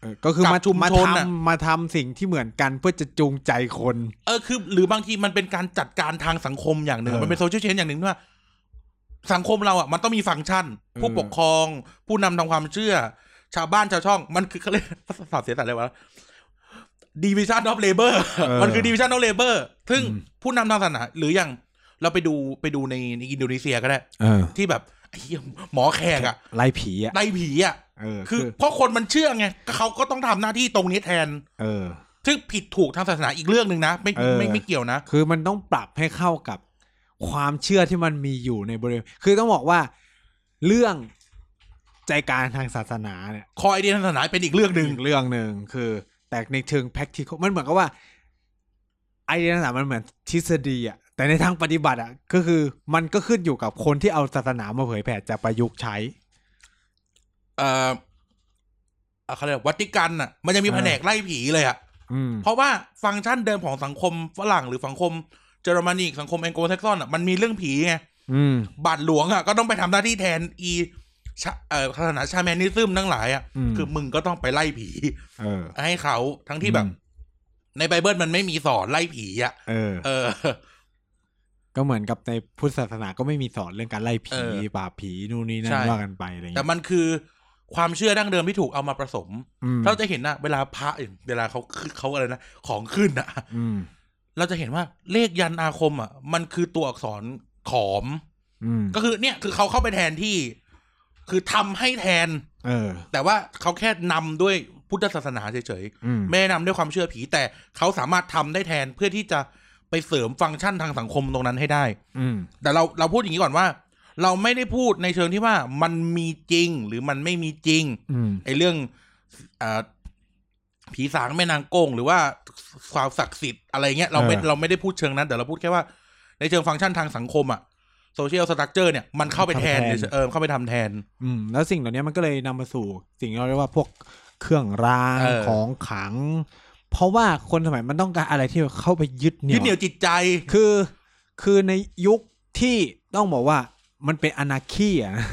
เออ ก็คือ กับ มา ชุม มา ชนน่ะ ทำมาทำสิ่งที่เหมือนกันเพื่อจะจูงใจคน เออคือ หรือบางทีมันเป็นการจัดการทางสังคมอย่างหนึ่ง เออ มันเป็นโซเชียลเชนอย่างหนึ่งด้วยสังคมเราอ่ะมันต้องมีฟังก์ชัน เออ ผู้ปกครอง ผู้นำทางความเชื่อ ชาวบ้านชาวช่อง มันคือเขาเรียก สอบเสียสัตว์เลยวะดีวิชั่นออฟเลเบอร์ เออ มันคือดีวิชั่นออฟเลเบอร์ซึ่ง อืม ผู้นำทางศาสนาหรืออย่างเราไปดูไปดูในในอินโดนีเซียก็ได้ เออ ที่แบบไอ้เหี้ยหมอแขกอะ ไล่ผีอ่ะ ไล่ผีอะ เออ คือเพราะคนมันเชื่อไงก็เขาก็ต้องทำหน้าที่ตรงนี้แทน เออ ซึ่งผิดถูกทางศาสนาอีกเรื่องหนึ่งนะ ไม่ เออ ไม่ไม่เกี่ยวนะ คือมันต้องปรับให้เข้ากับความเชื่อที่มันมีอยู่ในบริเวณคือต้องบอกว่าเรื่องใจกลารทางศาสนาเนี่ย คอยเดียนทางศาสนาเป็นอีกเรื่องหนึ่ง อีกเรื่องหนึ่งคือ แต่ในเชิง practical มันเหมือนกับว่า ไอเดียศาสนามันเหมือนทฤษฎีอะแต่ในทางปฏิบัติอะก็คือมันก็ขึ้นอยู่กับคนที่เอาศาสนามาเผยแผ่จะประยุกต์ใช้ เอ่ออ่ะเขาเรียกว่าวัติกันอ่ะ มันจะมี เออ แผนกไล่ผีเลยอ่ะ อืม เพราะว่าฟังก์ชันเดิมของสังคมฝรั่งหรือสังคมเยอรมนีสังคมแองโกลแซกซอนอ่ะมันมีเรื่องผีไง อืม บาทหลวงอ่ะก็ต้องไปทำหน้าที่แทนอีชะเอ่อศาสนาชาแมนนิซึมทั้งหลายอ่ะ ม คือมึงก็ต้องไปไล่ผี เออ ให้เขาทั้งที่แบบ อืม ในไบเบิลมันไม่มีสอนไล่ผีอ่ะ เออ เออ ก็เหมือนกับในพุทธศาสนาก็ไม่มีสอนเรื่องการไล่ เอ ผี อ ปราบผีนู่นนี่นั่ ใช่ นว่ากันไปอะไรอย่าง แต่ เงี้ย มันคือความเชื่อดั้งเดิมที่ถูกเอามาผสม อืม เราจะเห็นนะเวลาพระเวลาเขาเขาอะไรนะของขึ้นอ่ะ อืม เราจะเห็นว่าเลขยันอาคมอ่ะ มันคือตัวอักษรขอม อืม ก็คือเนี่ยคือเขาเข้าไปแทนที่ คือทำให้แทน เออ แต่ว่าเขาแค่นำด้วยพุทธศาสนาเฉย อืม ๆไม่ได้นำด้วยความเชื่อผี แต่เขาสามารถทำได้แทนเพื่อที่จะไปเสริมฟังก์ชันทางสังคมตรงนั้นให้ได้ อืม แต่เราเราพูดอย่างนี้ก่อนว่า เราไม่ได้พูดในเชิงที่ว่ามันมีจริงหรือมันไม่มีจริง อืม ไอ้เรื่องอาผีสางแม่นางโกงหรือว่าความศักดิ์สิทธิ์อะไรเงี้ยเราไม่ เออ เราไม่ได้พูดเชิงนั้น แต่เราพูดแค่ว่า ในเชิงฟังก์ชันทางสังคมอะโซเชียลสตรัคเจอร์เนี่ยมันเข้าไปแทนเฉยๆเออเข้าไปทำแทน อืม แล้วสิ่งเหล่านี้มันก็เลยนำมาสู่ สิ่งที่เราเรียกว่าพวกเครื่องราง เออ ของขลัง เพราะว่าคนสมัยมันต้องการอะไรที่เข้าไปยึดเหนี่ ยึ ย ดเหนี่ยว ว จิตใจ คือ คือในยุคที่ต้องบอกว่ามันเป็นอนาคีอะ นะ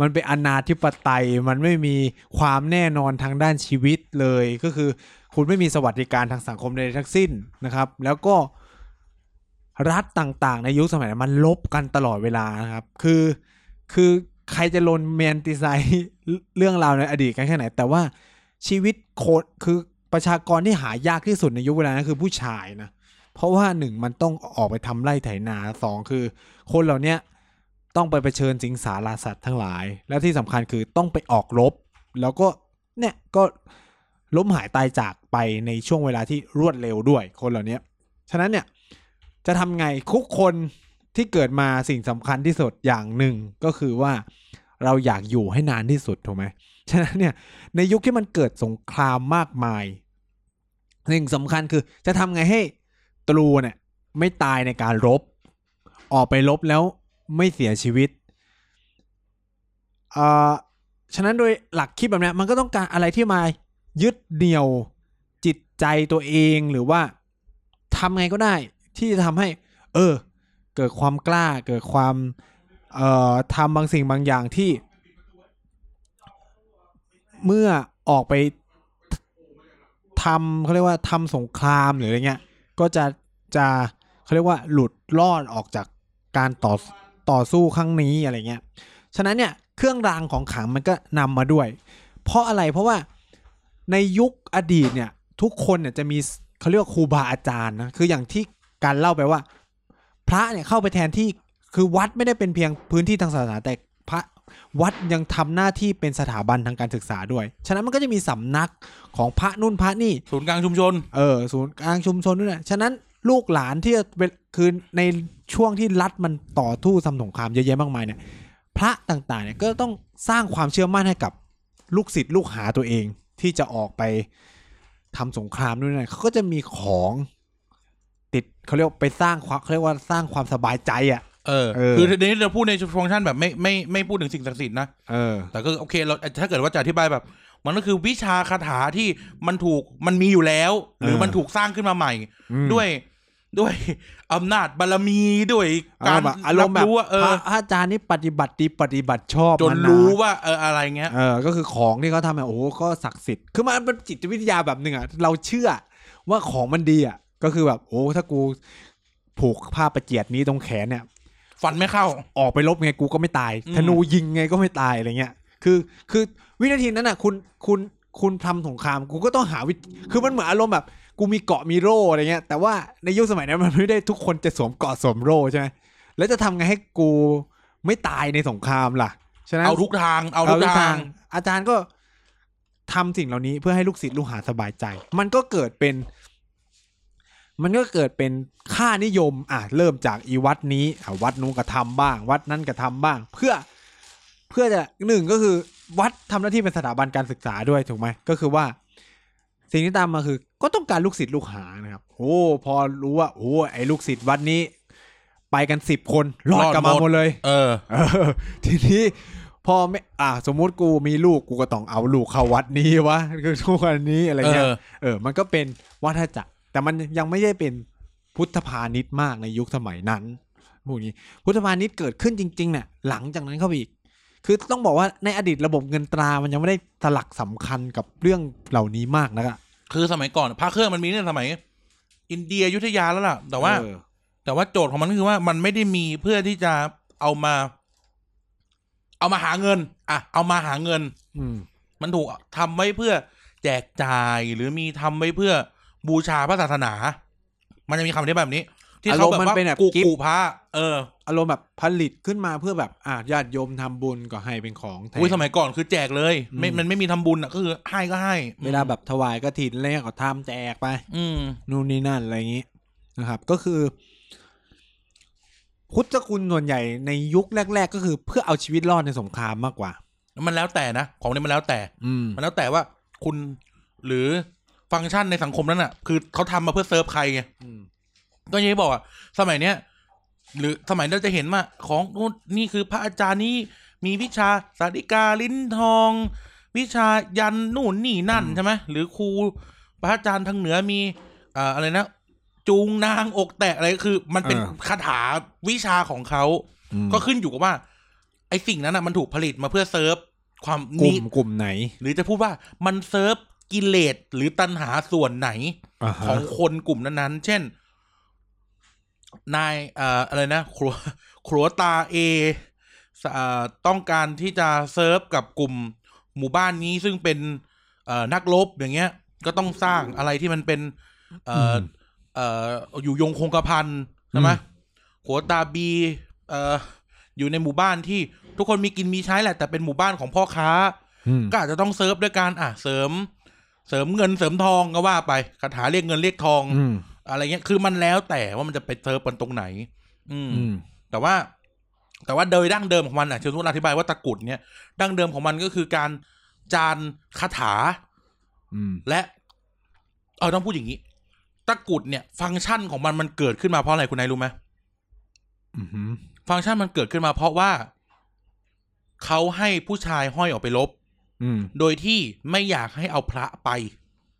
มันเป็นอนาธิปไตย มันไม่มีความแน่นอนทางด้านชีวิตเลย ก็คือ คุณไม่มีสวัสดิการทางสังคมใดๆทั้งสิ้นนะครับ แล้วก็รัฐต่างๆ ในยุคสมัยนั้นมันลบกันตลอดเวลานะครับ คือ คือใครจะลนเมนติไซน์ เรื่องราวในอดีตกันแค่ไหน แต่ว่าชีวิตโคตรคือประชากรที่หายากที่สุดในยุคเวลานั้นคือผู้ชายนะ เพราะว่าหนึ่งมันต้องออกไปทำไร่ไถนาสองคือ คนเหล่าเนี้ยต้องไปเผชิญสิงสาราสัตว์ทั้งหลาย แล้วที่สำคัญคือต้องไปออกรบ แล้วก็เนี่ยก็ล้มหายตายจากไปในช่วงเวลาที่รวดเร็วด้วยคนเหล่าเนี้ยฉะนั้นเนี่ยจะทำไงทุกคนที่เกิดมาสิ่งสำคัญที่สุดอย่างหนึ่งก็คือว่าเราอยากอยู่ให้นานที่สุดถูกไหมฉะนั้นเนี่ยในยุคที่มันเกิดสงครามมากมาย สิ่งสำคัญคือจะทำไงให้ตรูเนี่ยไม่ตายในการรบ ออกไปรบแล้วไม่เสียชีวิตเอ่อฉะนั้นโดยหลักคิดแบบเนี้ยมันก็ต้องการอะไรที่มายึดเหนี่ยวจิตใจตัวเองหรือว่าทำไงก็ได้ ที่จะทำให้ เออ เกิดความกล้าเกิดความเอ่อทำบางสิ่งบางอย่างที่ เมื่อออกไปทำเขาเรียกว่าทำสงครามหรืออะไรเงี้ย ก็จะจะเขาเรียกว่าหลุดรอดออกจากการต่อต่อสู้ครั้งนี้อะไรเงี้ย ฉะนั้นเนี่ยเครื่องรางของขลังมันก็นำมาด้วย เพราะอะไรเพราะว่าในยุคอดีตเนี่ยทุกคนเนี่ยจะมีเขาเรียกว่าครูบาอาจารย์นะคืออย่างที่การเล่าไปว่า พระเนี่ยเข้าไปแทนที่คือวัดไม่ได้เป็นเพียงพื้นที่ทางศาสนาแต่พระวัดยังทำหน้าที่เป็นสถาบันทางการศึกษาด้วย ฉะนั้นมันก็จะมีสำนักของพระนุ่นพระนี่ ศูนย์กลางชุมชน เออศูนย์กลางชุมชนด้วยนะฉะนั้นลูกหลานที่จะเป็นคือในช่วงที่รัฐมันต่อทู่ทำสงครามเยอะแยะมากมายเนี่ย พระต่างๆเนี่ยก็ต้องสร้างความเชื่อมั่นให้กับลูกศิษย์ลูกหาตัวเองที่จะออกไปทำสงครามด้วยนะเขาก็จะมีของติดเขาเรียกว่าไปสร้างความเขาเรียกว่าสร้างความสบายใจอ่ะ เออ เออ คือทีนี้เราพูดในฟังก์ชันแบบไม่ไม่ไม่พูดถึงสิ่งศักดิ์สิทธิ์นะ เออ แต่ก็โอเคเราถ้าเกิดว่าจะอธิบายแบบ มันก็คือวิชาคาถาที่มันถูกมันมีอยู่แล้ว หรือ เออ มันถูกสร้างขึ้นมาใหม่ อืม ด้วยด้วยอำนาจบารมีด้วย เอ การ อแบบอารมณ์แบบ ว่าเอ พ อ ระอาจารย์นี่ปฏิบัติดีปฏิบัติชอบ จน มาา รู้ว่าเอออะไรเงี้ย เออ ก็คือของที่เขาทำอะโอ้โห ก็ศักดิ์สิทธิ์ คือมันเป็นจิตวิทยาแบบหนึ่งอะเราเชื่อว่าของมันดีอะก็คือแบบ โอ้ ถ้ากูผูกผ้าประเจียดนี้ตรงแขนเนี่ย ฟันไม่เข้า ออกไปลบไงกูก็ไม่ตาย อืม ธนูยิงไงก็ไม่ตายอะไรเงี้ย คือคือวินาทีนั้นน่ะ คุณคุณคุณทำสงครามกูก็ต้องหาวิธีคือมันเหมือนอารมณ์แบบ กูมีเกาะมีโร่อะไรเงี้ย แต่ว่าในยุคสมัยนั้นมันไม่ได้ทุกคนจะสวมเกาะสวมโร่ใช่ไหมแล้วจะทำไงให้กูไม่ตายในสงครามล่ะฉะนั้น เอาทุกทางเอาทุกทาง อาจารย์ก็ทำสิ่งเหล่านี้เพื่อให้ลูกศิษย์ลูกหาสบายใจ มันก็เกิดเป็น มันก็เกิดเป็นค่านิยม อ่ะเริ่มจากอีวัดนี้อ่ะวัดนู้นกระทำบ้าง วัดนั้นกระทำบ้าง เพื่อเพื่อจะหนึ่งก็คือวัดทำหน้าที่เป็นสถาบันการศึกษาด้วยถูกไหมก็คือว่า สิ่งที่ตามมาคือ ก็ต้องการลูกศิษย์ลูกหานะครับโอ้พอรู้ว่าโอ้ไอ้ลูกศิษย์วัดนี้ ไปกันสิบคนรอด รอด กลับมา หมด หมดเลย เออ เออ ทีนี้พอไม่อ่าสมมุติกูมีลูกกูก็ต้องเอาลูกเข้าวัดนี้วะ คือทุกวันนี้อะไร เอ เงี้ย อ เออ มันก็เป็นวัฏจักรแต่มันยังไม่ได้เป็นพุทธพาณิชย์มากในยุคสมัยนั้นพวกนี้ พุทธพาณิชย์เกิดขึ้นจริงๆเนี่ยหลังจากนั้นเข้าไปอีก คือต้องบอกว่าในอดีตระบบเงินตรามันยังไม่ได้สลักสำคัญกับเรื่องเหล่านี้มากนะครับ คือสมัยก่อนพระเครื่องมันมีตั้งแต่สมัย อินเดียยุทธยาแล้วล่ะ แต่ว่า เออ แต่ว่าโจทย์ของมันก็คือว่ามันไม่ได้มีเพื่อที่จะเอามา เอามาหาเงิน อ่ะ เอามาหาเงิน อืม มันถูกทำไว้เพื่อแจกจ่ายหรือมีทำไว้เพื่อบูชาพระศาสนา มันจะมีคำอธิบายแบบนี้ ที่เขาแบอาบรมณ์มัน ว่า เป็นแบบ กู กิฟต์ กูพระเออ อารมณ์แบบผลิตขึ้นมาเพื่อแบบอ่าญาติโยมทำบุญก็ให้เป็นของแถ อุ้ยสมัยก่อนคือแจกเลย ไม่ อืม มันไม่มีทำบุญอ่ะก็คือให้ก็ให้ เวลาแบบถวายกระถินอะไรเงี้ยก็ทำแจกไป อืม นู่นนี่นั่นอะไรอย่างนี้นะครับ ก็คือ พุทธคุณส่วนใหญ่ในยุคแรก ๆ ก็คือเพื่อเอาชีวิตรอดในสงครามมากกว่า มันแล้วแต่นะของนี้มันแล้วแต่ อืม มันแล้วแต่ว่าคุณหรือฟังก์ชันในสังคมนั้นอ่ะ คือเขาทำมาเพื่อเซิร์ฟใครไง อืม ก็อยังที่บอกอ่ะสมัยเนี้ยหรือสมัยเราจะเห็นว่าของนู่นนี่คือพระอาจารย์นี่มีวิชาสาธิกาลิ้นทอง วิชายันนู่นนี่นั่น อืม ใช่ไหมหรือครูพระอาจารย์ทางเหนือมีเอ่ออะไรนะจูงนางอกแตกอะไรคือ มันเป็นคาถาวิชาของเขา ก็ขึ้นอยู่กับว่า ไอ้สิ่งนั้นอ่ะมันถูกผลิตมาเพื่อเซิร์ฟความ กลุ่ นิ มกลุ่มไหน หรือจะพูดว่ามันเซิร์ฟกิเลสหรือตัณหาส่วนไหน อาฮะ ของคนกลุ่มนั้นๆ เช่น นายเอ่ออะไรนะครัว ครัวตาเอสเอ่อต้องการที่จะเซิร์ฟกับกลุ่มหมู่บ้านนี้ซึ่งเป็นเอ่อนักลบอย่างเงี้ย ก็ต้องสร้างอะไรที่มันเป็น เอ่อเอ่ออยู่ยงคงกระพันใช่ไหมครัวตาบีเอ่ออยู่ในหมู่บ้านที่ทุกคนมีกินมีใช้แหละ แต่เป็นหมู่บ้านของพ่อค้า อืม ก็อาจจะต้องเซิร์ฟด้วยการอ่ะเสริม เสริมเงินเสริมทองก็ว่าไปคาถาเรียกเงินเรียกทอง อืม อะไรเงี้ยคือมันแล้วแต่ว่ามันจะไปเซิร์ฟมันตรงไหน อืม อืม แต่ว่า แต่ว่าโดยดั้งเดิมของมันอ่ะเชิญทุนอธิบายว่าตะกรุดเนี่ยดั้งเดิมของมันก็คือการจานคาถา อืม และ เออต้องพูดอย่างนี้ ตะกรุดเนี่ย ฟังก์ชันของมันมันเกิดขึ้นมาเพราะอะไรคุณนายรู้ไหม อืม ฟังก์ชันมันเกิดขึ้นมา เพราะว่าเขาให้ผู้ชายห้อยออกไปลบ อืม โดยที่ไม่อยากให้เอาพระไป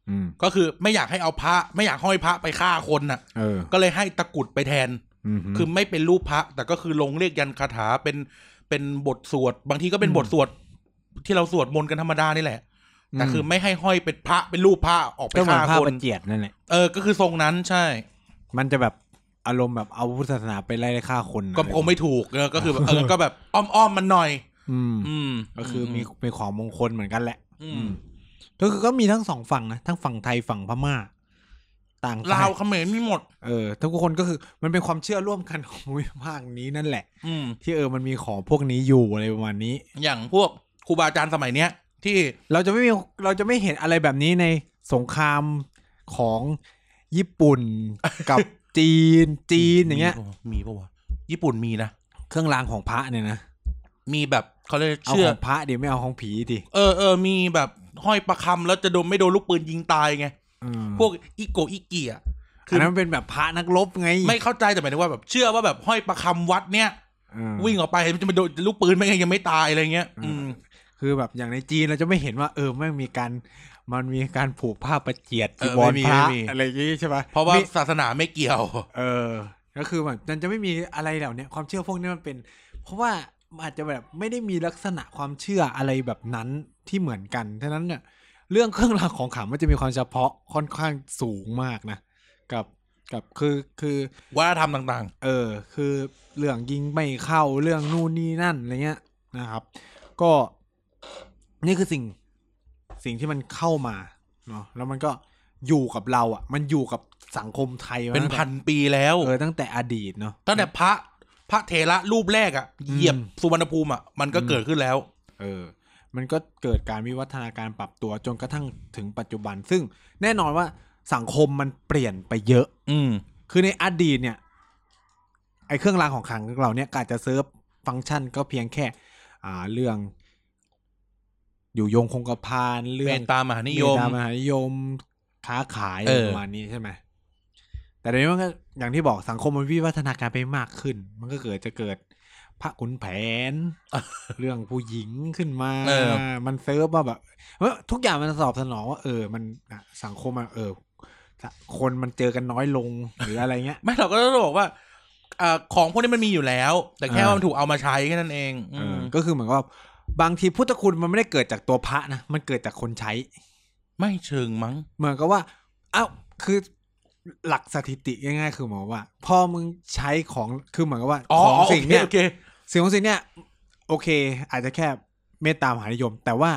อืม ก็คือไม่อยากให้เอาพระ ไม่อยากห้อยพระไปฆ่าคนน่ะ เออ ก็เลยให้ตะกรุดไปแทน อืม คือไม่เป็นรูปพระ แต่ก็คือลงเรียกยันคาถาเป็นเป็นบทสวด บางทีก็เป็นบทสวด ที่เราสวดมนต์กันธรรมดานี่แหละ แต่คือไม่ให้ห้อยเป็นพระเป็นรูปพระออกไป ก็เหมือ ฆ่าน ผ้า ค ป น ระเจียดนั่นแหละ เออ ก็คือทรงนั้นใช่ มันจะแบบอารมณ์แบบเอาพุทธศาสนาไปไล่ฆ่าคน ก็คงไม่ถูกเออก็คือแบบเออก็แบบอ้อมอ้อมๆมันหน่อย อืม อืม ก็คือมีมีของมงคลเหมือนกันแหละ อื อื ม มก็คือก็มีทั้งสองฝั่งนะ ทั้งฝั่งไทยฝั่งพม่า ต่าง ลาว ชติ เขมรมีหมด เออทุกคนก็คือมันเป็นความเชื่อร่วมกันของภูมิภาคนี้นั่นแหละ อืม ที่เออมันมีของพวกนี้อยู่อะไรประมาณนี้ อย่างพวกครูบาอาจารย์สมัยเนี้ย ที่ เราจะไม่มีเราจะไม่เห็นอะไรแบบนี้ในสงครามของญี่ปุ่นกับ จี นจีนอย่างเงี้ย มีปะวะมีปะวะญี่ปุ่นมีนะ เครื่องรางของพระเนี่ยนะ มีแบบเขาเลยก เอา เชื่ ข อ องพระดิไม่เอาของผีดิ เออเออมีแบบห้อยประคำแล้วจะโดนไม่โดนลูกปืนยิงตายไง เออ พวกอีโกอีเกียอะ อันนั้นมันเป็นแบบพระนักรบไง ไม่เข้าใจแต่หมายถึงว่าแบบเชื่อว่าแบบห้อยประคำวัดเนี่ย เออ วิ่งออกไปมันจะไปโดนลูกปืนไม่ไงยังไม่ตายอะไรเงี้ย อืม คือแบบอย่างในจีนเราจะไม่เห็นว่า เออไม่งมีการมันมีการผูกผ้าประเจียดจีวร เออไม่มี พระ ไม่มี อะไรอย่างงี้ใช่ปะ เพราะว่า มี ศาสนาไม่เกี่ยว เออ ก็คือแบบมันจะไม่มีอะไรเหล่าเนี้ยความเชื่อพวกนี้มันเป็น เพราะว่ามันอาจจะแบบไม่ได้มีลักษณะความเชื่ออะไรแบบนั้นที่เหมือนกันฉะนั้นเนี่ยเรื่องเครื่องรางของขลังมันจะมีความเฉพาะค่อนข้างสูงมากนะกับกับคือคือ วัฒนธรรมต่าง เออ คือเรื่องยิงไม่เข้าเรื่องนู่นนี่นั่นอะไรเงี้ยนะครับ ก็ นี่คือสิ่งสิ่งที่มันเข้ามาเนาะแล้วมันก็อยู่กับเราอ่ะ มันอยู่กับสังคมไทยมา เป็นพันปีแล้ว เออตั้งแต่อดีตเนาะ ตั้งแต่พระพระเทระรูปแรกอะ่ะ อืม เหยียบสุวรรณภูมิอะ่ะมันก็เกิดขึ้นแล้ว เออ มันก็เกิดการวิวัฒนาการปรับตัวจนกระทั่งถึงปัจจุบัน ซึ่งแน่นอนว่าสังคมมันเปลี่ยนไปเยอะ อืม คือในอดีตเนี่ย ไอ้เครื่องรางของขลังเราเนี่ยก็อาจจะเซิร์ฟฟังก์ชันก็เพียงแค่ อ่าเรื่อง อยู่ยงคงกระพานเรื่ เม อง ตตามหานิยม เตตามหานิยมค้าขาย เออ ประมาณนี้ใช่ไหม แต่เดี๋ยวนี้มันก็อย่างที่บอกสังคมมันวิวัฒนาการไปมากขึ้น มันก็เกิดจะเกิดพระขุนแผ น เรื่องผู้หญิงขึ้นมา เออ มันเซิร์ฟว่าแบบเออทุกอย่างมันสอบสนองว่าเออ มันอ่ะสังคมมันเออ คนมันเจอกันน้อยลงหรืออะไรเงี้ย ไม่เราก็ต้องบอกว่าอ่าของพวกนี้มันมีอยู่แล้ว แต่แค่ อ่า ว่ามันถูกเอามาใช้แค่นั้นเอง เอ อื อ ม ก็คือเหมือนกับบางทีพุทธคุณมันไม่ได้เกิดจากตัวพระนะ มันเกิดจากคนใช้ ไม่เชิงมั้ง เหมือนกับว่า เอ้าว คือหลักสถิติง่ายๆ คือเหมือนว่า พอมึงใช้ของ คือเหมือนกับว่า อ๋อ ของ อ๋อ สิ่งเนี้ย โอเคโอเค สิ่งของสิ่งเนี้ย โอเค อาจจะแค่เมตตามหานิยม แต่ว่า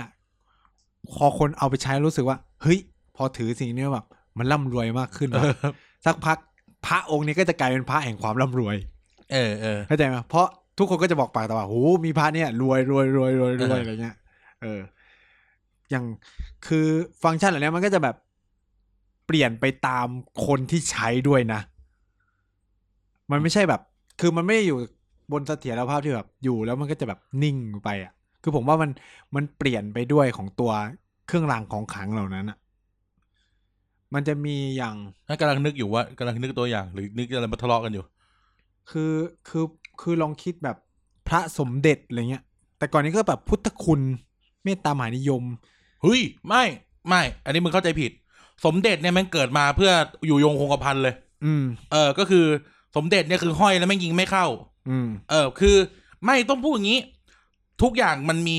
พอคนเอาไปใช้รู้สึกว่า เฮ้ย พอถือสิ่งเนี้ยแบบ มันร่ำรวยมากขึ้นว่ะสักพักพระองค์นี้ก็จะกลายเป็นพระแห่งความร่ำรวย เออเออ เข้าใจไหมเพราะทุกคนก็จะบอกปากต่อปากโหมีพระเนี่ย รวยรวยรวยรวยร เอ วย ออ อะไรเงี้ย เออ อย่างคือฟังก์ชันเหล่านี้มันก็จะแบบเปลี่ยนไปตามคนที่ใช้ด้วยนะ มันไม่ใช่แบบ คือมันไม่ได้อยู่บนเสถียรภาพที่แบบอยู่แล้วมันก็จะแบบนิ่งไปอ่ะ คือผมว่ามันมันเปลี่ยนไปด้วยของตัวเครื่องรางของขลังเหล่านั้นอ่ะ มันจะมีอย่าง กำลังนึกอยู่ว่ากำลังนึกตัวอย่าง หรือนึกอะไรมาทะเลาะกันอยู่ คือคือคือลองคิดแบบพระสมเด็จอะไรเงี้ย แต่ก่อนนี้ก็แบบพุทธคุณเมตตามหานิยม เฮ้ย ไม่ไม่ อันนี้มึงเข้าใจผิด สมเด็จเนี่ยแมันเกิดมาเพื่ออยู่ยงคงกระพันเลย อืม เออ ก็คือสมเด็จเนี่ยคือห้อยแล้วแม่งยิงไม่เข้า อืม เออ คือไม่ต้องพูดอย่างนี้ ทุกอย่างมันมี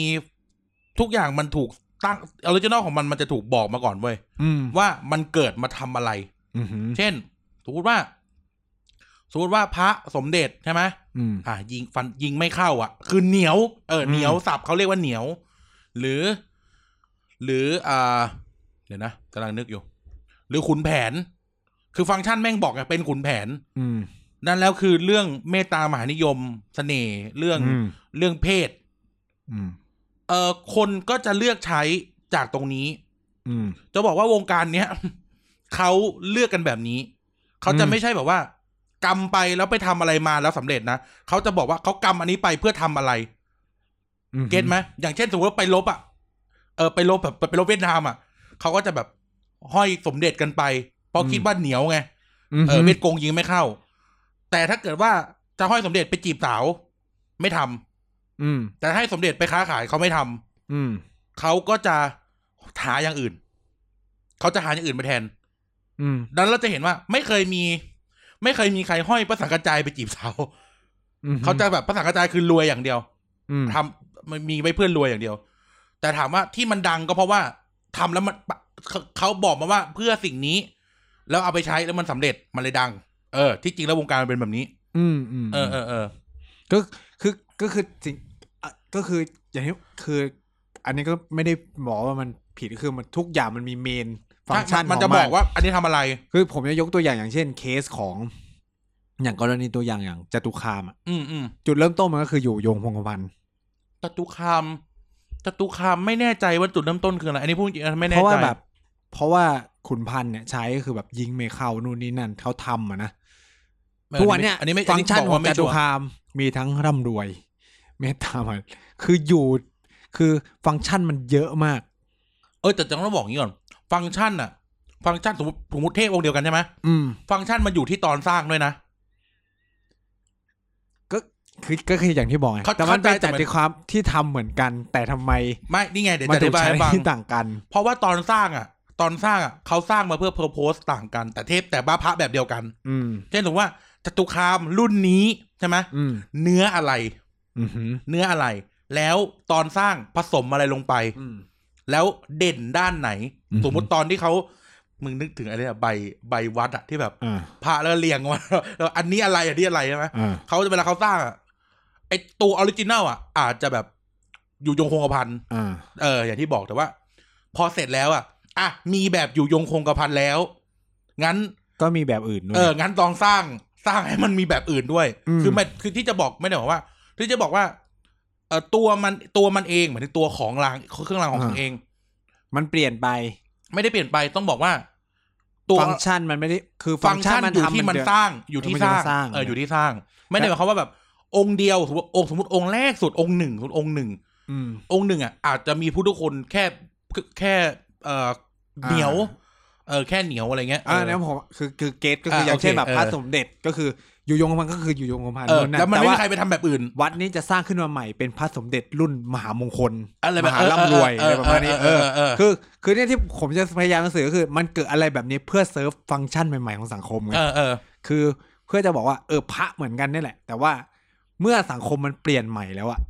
ทุกอย่างมันถูกตั้งออริจินอลของมันมันจะถูกบอกมาก่อนเว้ย อืม ว่ามันเกิดมาทำอะไร อืม เช่น สมมติว่าสมมติว่าพระสมเด็จใช่ไหม อืม อ่ะยิงฟันยิงไม่เข้า อ่ะ คือเหนียวเออเหนียวสับเขาเรียกว่าเหนียว หรือ หรืออ่าเดี๋ยวนะกำลังนึกอยู่ หรือขุนแผน คือฟังก์ชันแม่งบอกไงเป็นขุนแผน อืม นั่นแล้วคือเรื่องเมตตามหานิยมเสน่ห์เรื่อง อืม เรื่องเพศ อืม เอ่อคนก็จะเลือกใช้จากตรงนี้ อืม จะบอกว่าวงการเนี้ย เขาเลือกกันแบบนี้ เขาจะ อืม ไม่ใช่แบบว่า กำไปแล้วไปทำอะไรมาแล้วสำเร็จนะเขาจะบอกว่าเขากำอันนี้ไปเพื่อทำอะไร อื เก็ตไหมอย่างเช่นสมมติว่าไปลบอ่ะเออไปลบแบบไปลบเวียดนามอ่ะเขาก็จะแบบห้อยสมเด็จกันไปเพราะคิดว่าเหนียวไง ม เออเวทกงยิงไม่เข้า แต่ถ้าเกิดว่าจะห้อยสมเด็จไปจีบสาว ไม่ทำ อืม แต่ให้สมเด็จไปค้าขายเขาไม่ทำ อืม เขาก็จะหาอย่างอื่น เขาจะหาอย่างอื่นมาแทน อืม ดังนั้นเราจะเห็นว่า ไม่เคยมี ไม่เคยมีใครห้อยพระสังกัจจายไปจีบสาว อืม เขาจะแบบพระสังกัจจายคือรวยอย่างเดียว อืม ทำมันมีไว้เพื่อนรวยอย่างเดียว แต่ถามว่าที่มันดังก็เพราะว่าทำแล้วมันเขาเขาบอกมาว่าเพื่อสิ่งนี้ แล้วเอาไปใช้แล้วมันสำเร็จมันเลยดัง เออ ที่จริงแล้ววงการมันเป็นแบบนี้ อืมอืม เออเออเออ ก็คือก็คือสิ่งอ่ะก็คืออย่างที่คือ อันนี้ก็ไม่ได้บอกว่ามันผิดคือมันทุกอย่างมันมีเมนฟังก์ชัน มั ข น ง จะบอกว่า อันนี้ทำอะไร คือผมจะยกตัวอย่างอย่างเช่นเคสของ อย่างกรณีตัวอย่างอย่างจตุคามอะ อืมอืม จุดเริ่มต้นมันก็คืออยู่โยงพงกพันธ์ ตะตุคามตะตุคามไม่แน่ใจว่าจุดเริ่มต้นคืออะไร อันนี้พูดจริงๆไม่แน่ เพราะ ใจ ว่าแบบ เพราะว่าขุนพันธ์เนี่ยใช้ก็คือแบบยิงไม่เข้านู่นนี่นั่นเขาทำอะนะ เออ ทุกวันเนี่ย อันนี้ไม่ ฟังก์ชัน บก ของ ว่าจไม่ชั ตุ วร์ คามมีทั้งร่ำรวย เมตตามันคืออยู่คือฟังก์ชันมันเยอะมาก เออแต่จะต้องบอกอย่างนี้ก่อน ฟังก์ชันอะฟังก์ชันสมมติสมมติเทพองค์เดียวกันใช่ไหม อืม ฟังก์ชันมันอยู่ที่ตอนสร้างด้วยนะ ก็คือก็คืออย่างที่บอกไง เข้า แต่มันเป็น เข้าใจแต่ จ มัน ตุคามที่ทำเหมือนกัน แต่ทำไม ไม่ นี่ไงเดี๋ยว มัน จะถูอธิ ก บาย ใช้ ให้ฟัง ที่ต่างกัน เพราะว่าตอนสร้างอะตอนสร้างอะเขาสร้างมาเพื่อเพอร์โพสต่างกัน แต่เทพแต่บ้าพระแบบเดียวกัน อืม เช่นสมมติว่าจตุคามรุ่นนี้ใช่ไหม อืม เนื้ออะไร อือหือ เนื้ออะไร แล้วตอนสร้างผสมอะไรลงไป อืม แล้วเด่นด้านไหน อือฮึ สมมติตอนที่เขามึงนึกถึงอะไรอะใบใบวัดอะที่แบบ อ่า พระแล้วเรียงว่า แล้วอันนี้อะไรอันนี้อะไรใช่ไหม อ่า เขาจะเวลาเขาสร้างอะไอตัวออริจินัลอะอาจจะแบบ อยู่ยงคงกระพัน อ่า เอออย่างที่บอกแต่ว่า พอเสร็จแล้วอ่ะอ่ะมีแบบอยู่ยงคงกระพันแล้ว งั้น ก็มีแบบอื่นด้ว เอย อ งั้นลองสร้าง สร้างให้มันมีแบบอื่นด้วย อืม คือมันคือที่จะบอกไม่ได้บอกว่า ที่จะบอกว่า เออตัวมัน ตัวมันเองเหมือนตัวของราง เครื่องรางของตัวเอง มันเปลี่ยนไป ไม่ได้เปลี่ยนไป ต้องบอกว่า ตัว ฟังก์ชันมันไม่ได้ คือ ฟั ฟั ง ง ก์ ก์ ชั ชั น น มั มัน น อยู่ ทำ ที่มัน เดิ สร้างอยู่ที่ มัน ส จะ ร้าง มาสร้าง เอออยู่ที่สร้าง ไม่ได้หมายความว่าแบบ องค์เดียวสมมติองค์สมมติองค์แรกสุดองค์หนึ่งสมมติองค์หนึ่ง อืม องค์หนึ่งอ่ะอาจจะมีผู้ทุกคนแค่แค่เอ่อเหนียว เออแค่เหนียวอะไรเงี้ย อ่า เออ แล้วผมคือคือเกตก็คือ อ่า อย่างเช่น โอเค แบบพระ เออ สมเด็จก็คืออยู่ยงคงพันก็คืออยู่ยงคงพัน เออ นู่นนั่น แล้วมันไม่ ต่ มี ว่า ใครไปทำแบบอื่น วัดนี้จะสร้างขึ้นมาใหม่เป็นพระสมเด็จรุ่นมหามงคล อะไร ม แบบ หาร่ำรวยอะไรประมาณนี้ เอ เอออเออเออ คือคือเนี่ยที่ผมจะพยายามจะสื่อก็คือ มันเกิดอะไรแบบนี้เพื่อเซิร์ฟฟังก์ชันใหม่ๆของสังคมไง เออเออ คือเพื่อจะบอกว่าเออพระเหมือนกันนี่แหละ แต่ว่าเมื่อสังคมมันเปลี่ยนใหม่แล้วอะ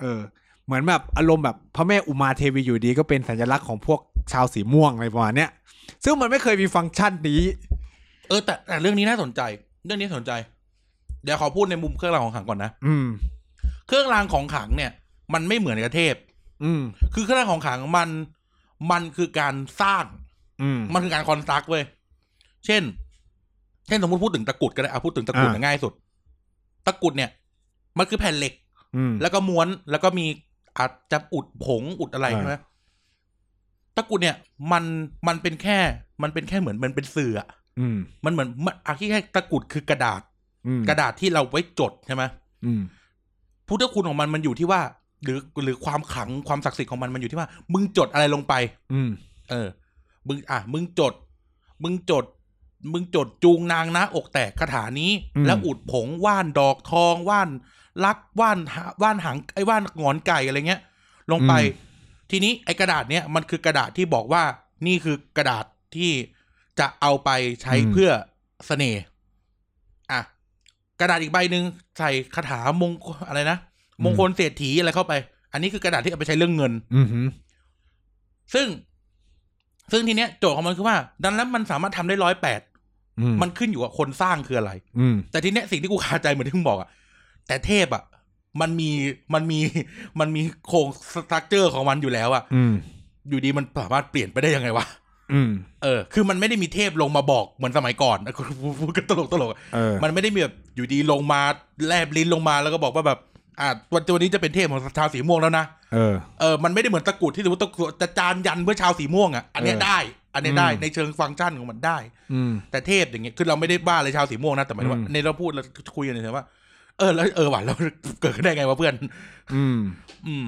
เออ เหมือนแบบอารมณ์แบบพระแม่อุมาเทวีอยู่ดีก็เป็นสัญลักษณ์ของพวกชาวสีม่วงอะไรประมาณเนี้ยซึ่งมันไม่เคยมีฟังก์ชันนี้ เออแต่แต่เรื่องนี้น่าสนใจ เรื่องนี้สนใจ เดี๋ยวขอพูดในมุมเครื่องรางของขลังก่อนนะ อืม เครื่องรางของขลังเนี่ย มันไม่เหมือนกับเทพ อืม คือเครื่องรางของขลังมัน มันคือการสร้าง อืม มันคือการคอนสตรักเว้ย เช่น เช่นสมมติพูดถึงตะกรุดก็ได้เอาพูดถึงตะกรุด อ่า เนี่ยง่ายสุด ตะกรุดเนี่ย มันคือแผ่นเหล็ก อืม แล้วก็ม้วนแล้วก็มีอาจจะอุดผงอุดอะไร อ่า ใช่ไหมตะกรุดเนี่ย มันมันเป็นแค่ มันเป็นแค่เหมือนมันเป็นสื่ออะ อืม มันเหมือนมันอาที่แค่ตะกรุดคือกระดาษ อืม กระดาษที่เราไว้จดใช่ไหม อืม พุทธคุณของมันมันอยู่ที่ว่า หรือหรือความขลังความศักดิ์สิทธิ์ของมันมันอยู่ที่ว่า มึงจดอะไรลงไป อืม เออ มึงอ่ะ มึงจด มึงจด มึงจดจูงนางนะอกแตกคาถานี้ อืม แล้วอุดผงว่านดอกทองว่านลักว่านหาว่านหางไอ้ว่านงอนไก่อะไรเงี้ย ลงไป ทีนี้ไอ้กระดาษเนี้ยมันคือกระดาษที่บอกว่านี่คือกระดาษที่จะเอาไปใช้เพื่อเสน่ห์อ่ะกระดาษอีกใบหนึ่งใส่คาถามงคลอะไรนะมงคลเศรษฐีอะไรเข้าไป อันนี้คือกระดาษที่เอาไปใช้เรื่องเงิน อืม ซึ่ง ซึ่งทีเนี้ยโจทย์ของมันคือว่า ดังนั้นมันสามารถทำได้ร้อยแปด อืม มันขึ้นอยู่กับคนสร้างคืออะไร อืม แต่ทีเนี้ยสิ่งที่กูคาใจเหมือนที่มึงบอกอะแต่เทพอะมันมีมันมีมันมีโครงสตรัคเจอร์ของมันอยู่แล้วอะ อืม อยู่ดีมันสามารถเปลี่ยนไปได้ยังไงวะ อืม เออคือมันไม่ได้มีเทพลงมาบอกเหมือนสมัยก่อน กูกูพูดกันตลกตลกอะ เออ มันไม่ได้มีแบบอยู่ดีลงมาแลบลิ้นลงมาแล้วก็บอกว่าแบบอ่ะวันวันนี้จะเป็นเทพของชาวสีม่วงแล้วนะ เออ เออ มันไม่ได้เหมือนตะกรุดที่สมมติตะกรุดจะจานยันเพื่อชาวสีม่วงอ่ะ อันเนี้ย เออ ได้ อันเนี้ยได้ อืม ในเชิงฟังก์ชันของมันได้ อืม แต่เทพอย่างเงี้ย คือเราไม่ได้บ้าเลยชาวสีม่วงนะ แต่หมายถึงว่า อืม ในเราพูดเราคุยกันเลยๆว่า เออแล้วเออหวานเรา เกิดขึ้นได้ไงวะเพื่อน อืม อืม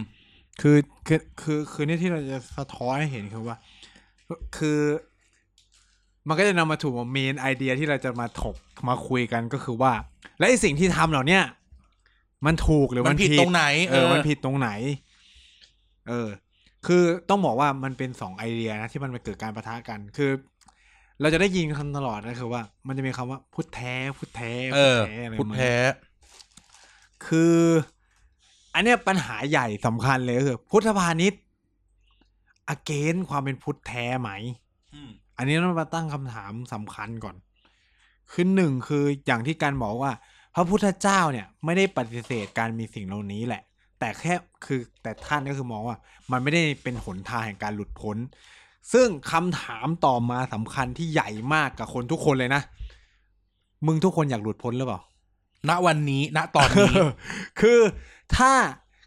คือคือคือคือเนี่ยที่เราจะสะท้อนให้เห็นคือว่า คือ มันก็จะนำมาถูกเมนไอเดียที่เราจะมาถกมาคุยกันก็คือว่า และไอสิ่งที่ทำเหล่าเนี้ยมันถูกหรือ มั มัน น ผิด ผิ ต ด รงไหน เออ มันผิดตรงไหน เออ คือต้องบอกว่ามันเป็นสองไอเดียนะที่มันมาเกิดการประทะกัน คือ เราจะได้ยินคำตลอดนะคือว่า มันจะมีคำว่าพุทธแท้พุทธแท้ เออ พุทธแท้อะไร พุทธ ประมาณ แท้ นี้คือ อันเนี้ยปัญหาใหญ่สำคัญเลยก็คือ พุทธพาณิชย์อเกนความเป็นพุทธแท้ไหม อืม อันนี้ต้องมาตั้งคำถามสำคัญก่อน คือหนึ่งคืออย่างที่การบอกว่า พระพุทธเจ้าเนี่ยไม่ได้ปฏิเสธการมีสิ่งเหล่านี้แหละ แต่แค่คือแต่ท่านก็คือมองว่า มันไม่ได้เป็นหนทางแห่งการหลุดพ้น ซึ่งคำถามต่อมาสำคัญที่ใหญ่มากกับคนทุกคนเลยนะ มึงทุกคนอยากหลุดพ้นหรือเปล่า ณวันนี้ ณตอนนี้ คือถ้า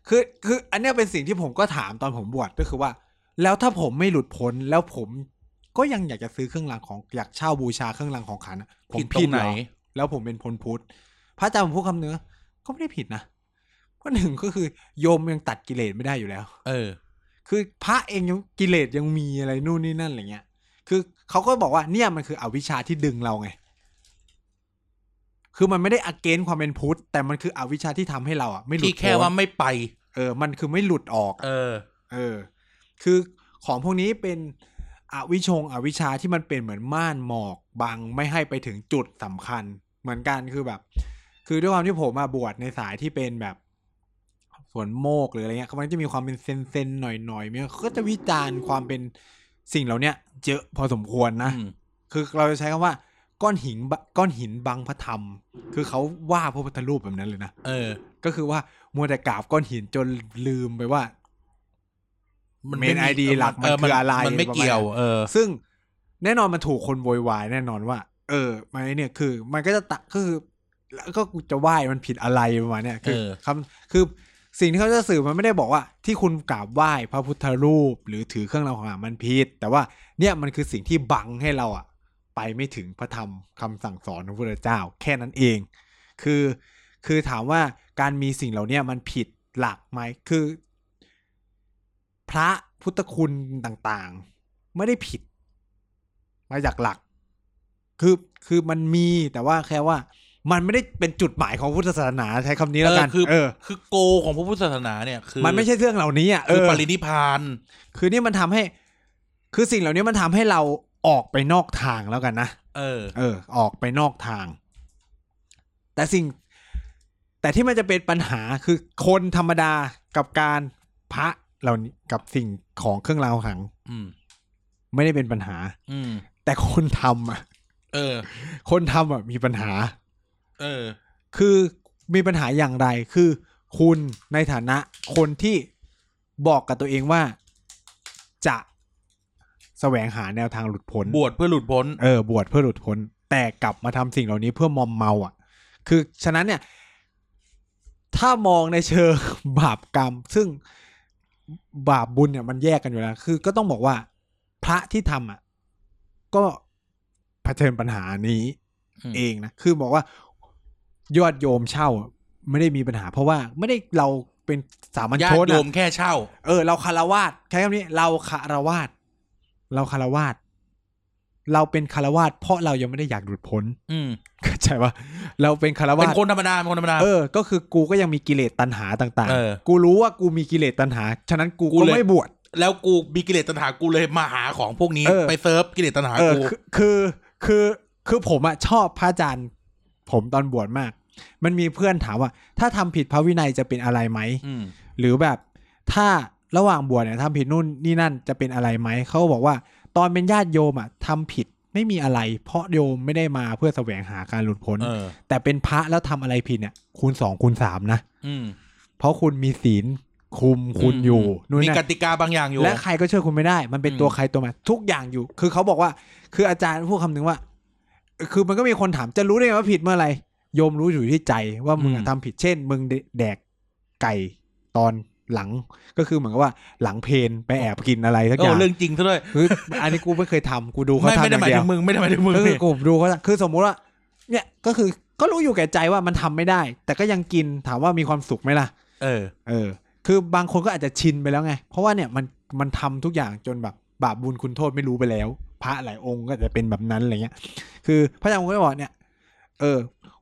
คือคืออันเนี้ยเป็นสิ่งที่ผมก็ถามตอนผมบวชก็คือว่า แล้วถ้าผมไม่หลุดพ้นแล้วผมก็ยังอยากจะซื้อเครื่องรางของอยากเช่าบูชาเครื่องรางของขลังอะผม ผิดตร ผิด ง เห ไหน รอแล้วผมเป็นพลพุทธพระอาจารย์ผมพูดคำเนื้อก็ไม่ได้ผิดนะเพราะหนึ่งก็คือโยมยังตัดกิเลสไม่ได้อยู่แล้ว เออ คือพระเองยังกิเลสยังมีอะไรนู่นนี่นั่นอะไรเงี้ย คือเขาก็บอกว่าเนี่ยมันคืออวิชชาที่ดึงเราไง คือมันไม่ได้อเกนความเป็นพุทธ แต่มันคืออวิชชาที่ทำให้เราอ่ะไม่หลุด ที่แค่ พ้น ว่าไม่ไป เออ มันคือไม่หลุดออก เออ เออ คือของพวกนี้เป็นอวิชงอวิชชาที่มันเป็นเหมือนม่านหมอกบังไม่ให้ไปถึงจุดสำคัญ เหมือนกันคือแบบ คือด้วยความที่ผมมาบวชในสายที่เป็นแบบสวนโมกหรืออะไรเงี้ยมันจะมีความเป็นเซนเซนๆหน่อยหน่อยๆมีก็จะวิจารณ์ความเป็นสิ่งเหล่าเนี้ยเยอะพอสมควรนะ อืม คือเราจะใช้คำว่า ก้อนหินบะก้อนหินบังพระธรรม คือเขาว่าพระพุทธรูปแบบนั้นเลยนะ เออ ก็คือว่ามัวแต่กราบก้อนหินจนลืมไปว่า มัน เมน ID หลักมัน เ คืออะไร มันไม่ ประมาณ เกี่ยว เออ ซึ่งแน่นอนมันถูกคนโวยวายแน่นอนว่า เออมันไอ้เนี่ยคือ มันก็จะตะก็คือแล้วก็กูจะไหว้มันผิดอะไรประมาณเนี่ยคือ เออ คำคือสิ่งที่เขาจะสื่อมันไม่ได้บอกว่า ที่คุณกราบไหว้พระพุทธรูป หรือถือเครื่องรางของขลังมันผิดแต่ว่าเนี่ยมันคือสิ่งที่บังให้เราอะไปไม่ถึงพระธรรมคำสั่งสอนของพระเจ้า แค่นั้นเอง คือคือถามว่าการมีสิ่งเหล่าเนี้ยมันผิดหลักไหมคือ พระพุทธคุณต่างๆ ไม่ได้ผิด มาจากหลัก คือคือมันมีแต่ว่าแค่ว่า มันไม่ได้เป็นจุดหมายของพุทธศาสนาใช้คำนี้แล้วกัน เออคือ เออ คือโกของพระพุทธศาสนาเนี่ยคือ มันไม่ใช่เรื่องเหล่านี้อ่ะเอ คือ อ ปรินิพพาน คือนี่มันทำให้ คือสิ่งเหล่านี้มันทำให้เราออกไปนอกทางแล้วกันนะ เออ เออ ออกไปนอกทาง แต่สิ่ง แต่ที่มันจะเป็นปัญหาคือคนธรรมดากับการพระเหล่านี้กับสิ่งของเครื่องรางของขลัง อืม ไม่ได้เป็นปัญหา อืม แต่คนทำอ่ะ เออ คนทำอ่ะมีปัญหา เออ คือมีปัญหาอย่างไรคือ คุณในฐานะคนที่บอกกับตัวเองว่าจะแสวงหาแนวทางหลุดพ้น บวชเพื่อหลุดพ้น เออบวชเพื่อหลุดพ้น แต่กลับมาทำสิ่งเหล่านี้เพื่อมอมเมาอ่ะ คือฉะนั้นเนี่ย ถ้ามองในเชิง บาปกรรม ซึ่งบาปบุญเนี่ยมันแยกกันอยู่แล้ว คือก็ต้องบอกว่า พระที่ทำอ่ะ ก็เผชิญปัญหานี้ อืม เองนะ คือบอกว่ายอดโยมเช่าอะไม่ได้มีปัญหา เพราะว่าไม่ได้เราเป็นสามัญ ญา ช ติ น โย อะ มแค่เช่า เออ เราคารวาสใช้คำนี้ เราคารวาสเราคารวาสเราเป็นคารวาสเพราะเรายังไม่ได้อยากหลุดพ้น อืม เข้าใจปะเราเป็นคารวา เป็ ส นคนธรรมดาเป็นคนธรรมดา เออ ก็คือกูก็ยังมีกิเลสตัณหาต่าง เออ ๆ กูรู้ว่ากูมีกิเลสตัณหา ฉะนั้นกู กู ก็ เลย ไม่บวช แล้วกูมีกิเลสตัณหากูเลยมาหาของพวกนี้ เออ ไปเซิร์ฟกิเลสตัณหา เออ กู คือคือคือคือผมอะชอบพระอาจารย์ ผมตอนบวชมาก มันมีเพื่อนถามว่า ถ้าทำผิดพระวินัยจะเป็นอะไรไหม อืม หรือแบบถ้าระหว่างบวชเนี่ยทำผิดนู่นนี่นั่นจะเป็นอะไรไหม เขาก็บอกว่า ตอนเป็นญาติโยมอะทำผิดไม่มีอะไร เพราะโยมไม่ได้มาเพื่อแสวงหาการหลุดพ้น เออ แต่เป็นพระแล้วทำอะไรผิดเนี่ย คูณสองคูณสามนะ อืม เพราะคุณมีศีลคุมคุณอยู่ ม นู่น มี นั่น กติกาบางอย่างอยู่ และใครก็ช่วยคุณไม่ได้ มันเป็น อืม ตัวใครตัวมันทุกอย่างอยู่ คือเขาบอกว่า คืออาจารย์พูดคำหนึ่งว่า คือมันก็มีคนถามจะรู้ได้ไงว่าผิดเมื่อไหร่โยมรู้อยู่ที่ใจว่ามึงอะทำผิดเช่น มึงแดกไก่ตอนหลัง ก็คือเหมือนกับว่าหลังเพนไปแอบกินอะไรสัก เอ อย่า อง เรื่องจริงซะด้วย คืออันนี้กูไม่เคยทำกูดูเขา ไม่ ทำ ไม่ อ ได้ ย่างเดียวหมายถึงมึงไม่ได้หมายถึงมึง ก็คือ นี่ กูดูเขาคือสมมุติว่า เนี่ยก็คือก็รู้อยู่แก่ใจว่ามันทำไม่ได้ แต่ก็ยังกินถามว่ามีความสุขไหมล่ะ เออ เออ คือบางคนก็อาจจะชินไปแล้วไง เพราะว่าเนี่ยมันมันทำทุกอย่างจนแบบบาปบุญคุณโทษไม่รู้ไปแล้ว พระหลายองค์ก็อาจจะเป็นแบบนั้นอะไรเงี้ย คือพระอาจารย์ก็บอกเนี่ย เออ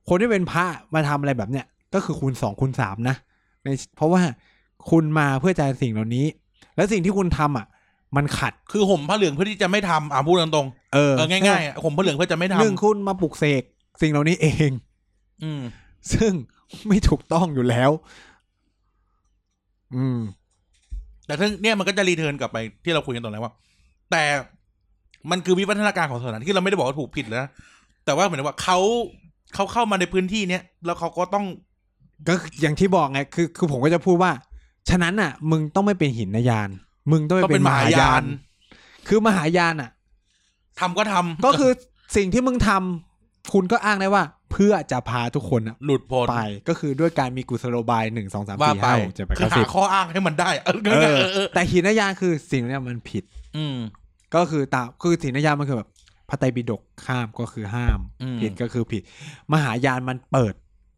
คนที่เป็นพระมาทำอะไรแบบเนี้ยก็คือคูณสองคูณสามนะในเพราะว่าคุณมาเพื่อจะสิ่งเหล่านี้ แล้วสิ่งที่คุณทำอ่ะ มันขัด คือห่มผ้าเหลืองเพื่อที่จะไม่ทำอ่ะพูดตรง เอ ๆ อ เออง่ายๆอ่ะห่มผ้าเหลืองเพื่อจะไม่ หนึ่ง ทำ คุณมาปลุกเสกสิ่งเหล่านี้เอง อืม ซึ่งไม่ถูกต้องอยู่แล้ว อืม แต่ทั้งเนี่ยมันก็จะรีเทิร์นกลับไปที่เราคุยกันตอนแรกว่า แต่มันคือวิวัฒนาการของสถานที่เราไม่ได้บอกว่าถูกผิดแล้วนะแต่ว่าเหมือนว่าเขาเขาเข้ามาในพื้นที่เนี้ยแล้วเขาก็ต้อง ก็อย่างที่บอกไงคือคือผมก็จะพูดว่า ฉะนั้นน่ะ มึงต้องไม่เป็นหินนยาน มึงต้องไม่ ต้องเป็ เป็น น มหายาน มหาย คือมหายานอ่ะ ทำก็ทำ ก็คือสิ่งที่มึงทำคุณก็อ้างได้ว่า เพื่อจะพาทุกคนน่ะ หลุดพ้น ไปก็คือด้วยการมีกุศโลบายหนึ่งสองสาม ว่า สี่ ไป ห้าหกเจ็ดแปด คือ เก้า หา สิบ ข้ออ้างให้มันได้เออ เอ เอ อ อเออ แต่หินนยานคือสิ่งเนี้ยมันผิด อืม ก็คือตามคือหินนยานมันคือแบบพระไตรปิฎกข้ามก็คือห้าม อืม ผิดก็คือผิด มหายานมันเปิด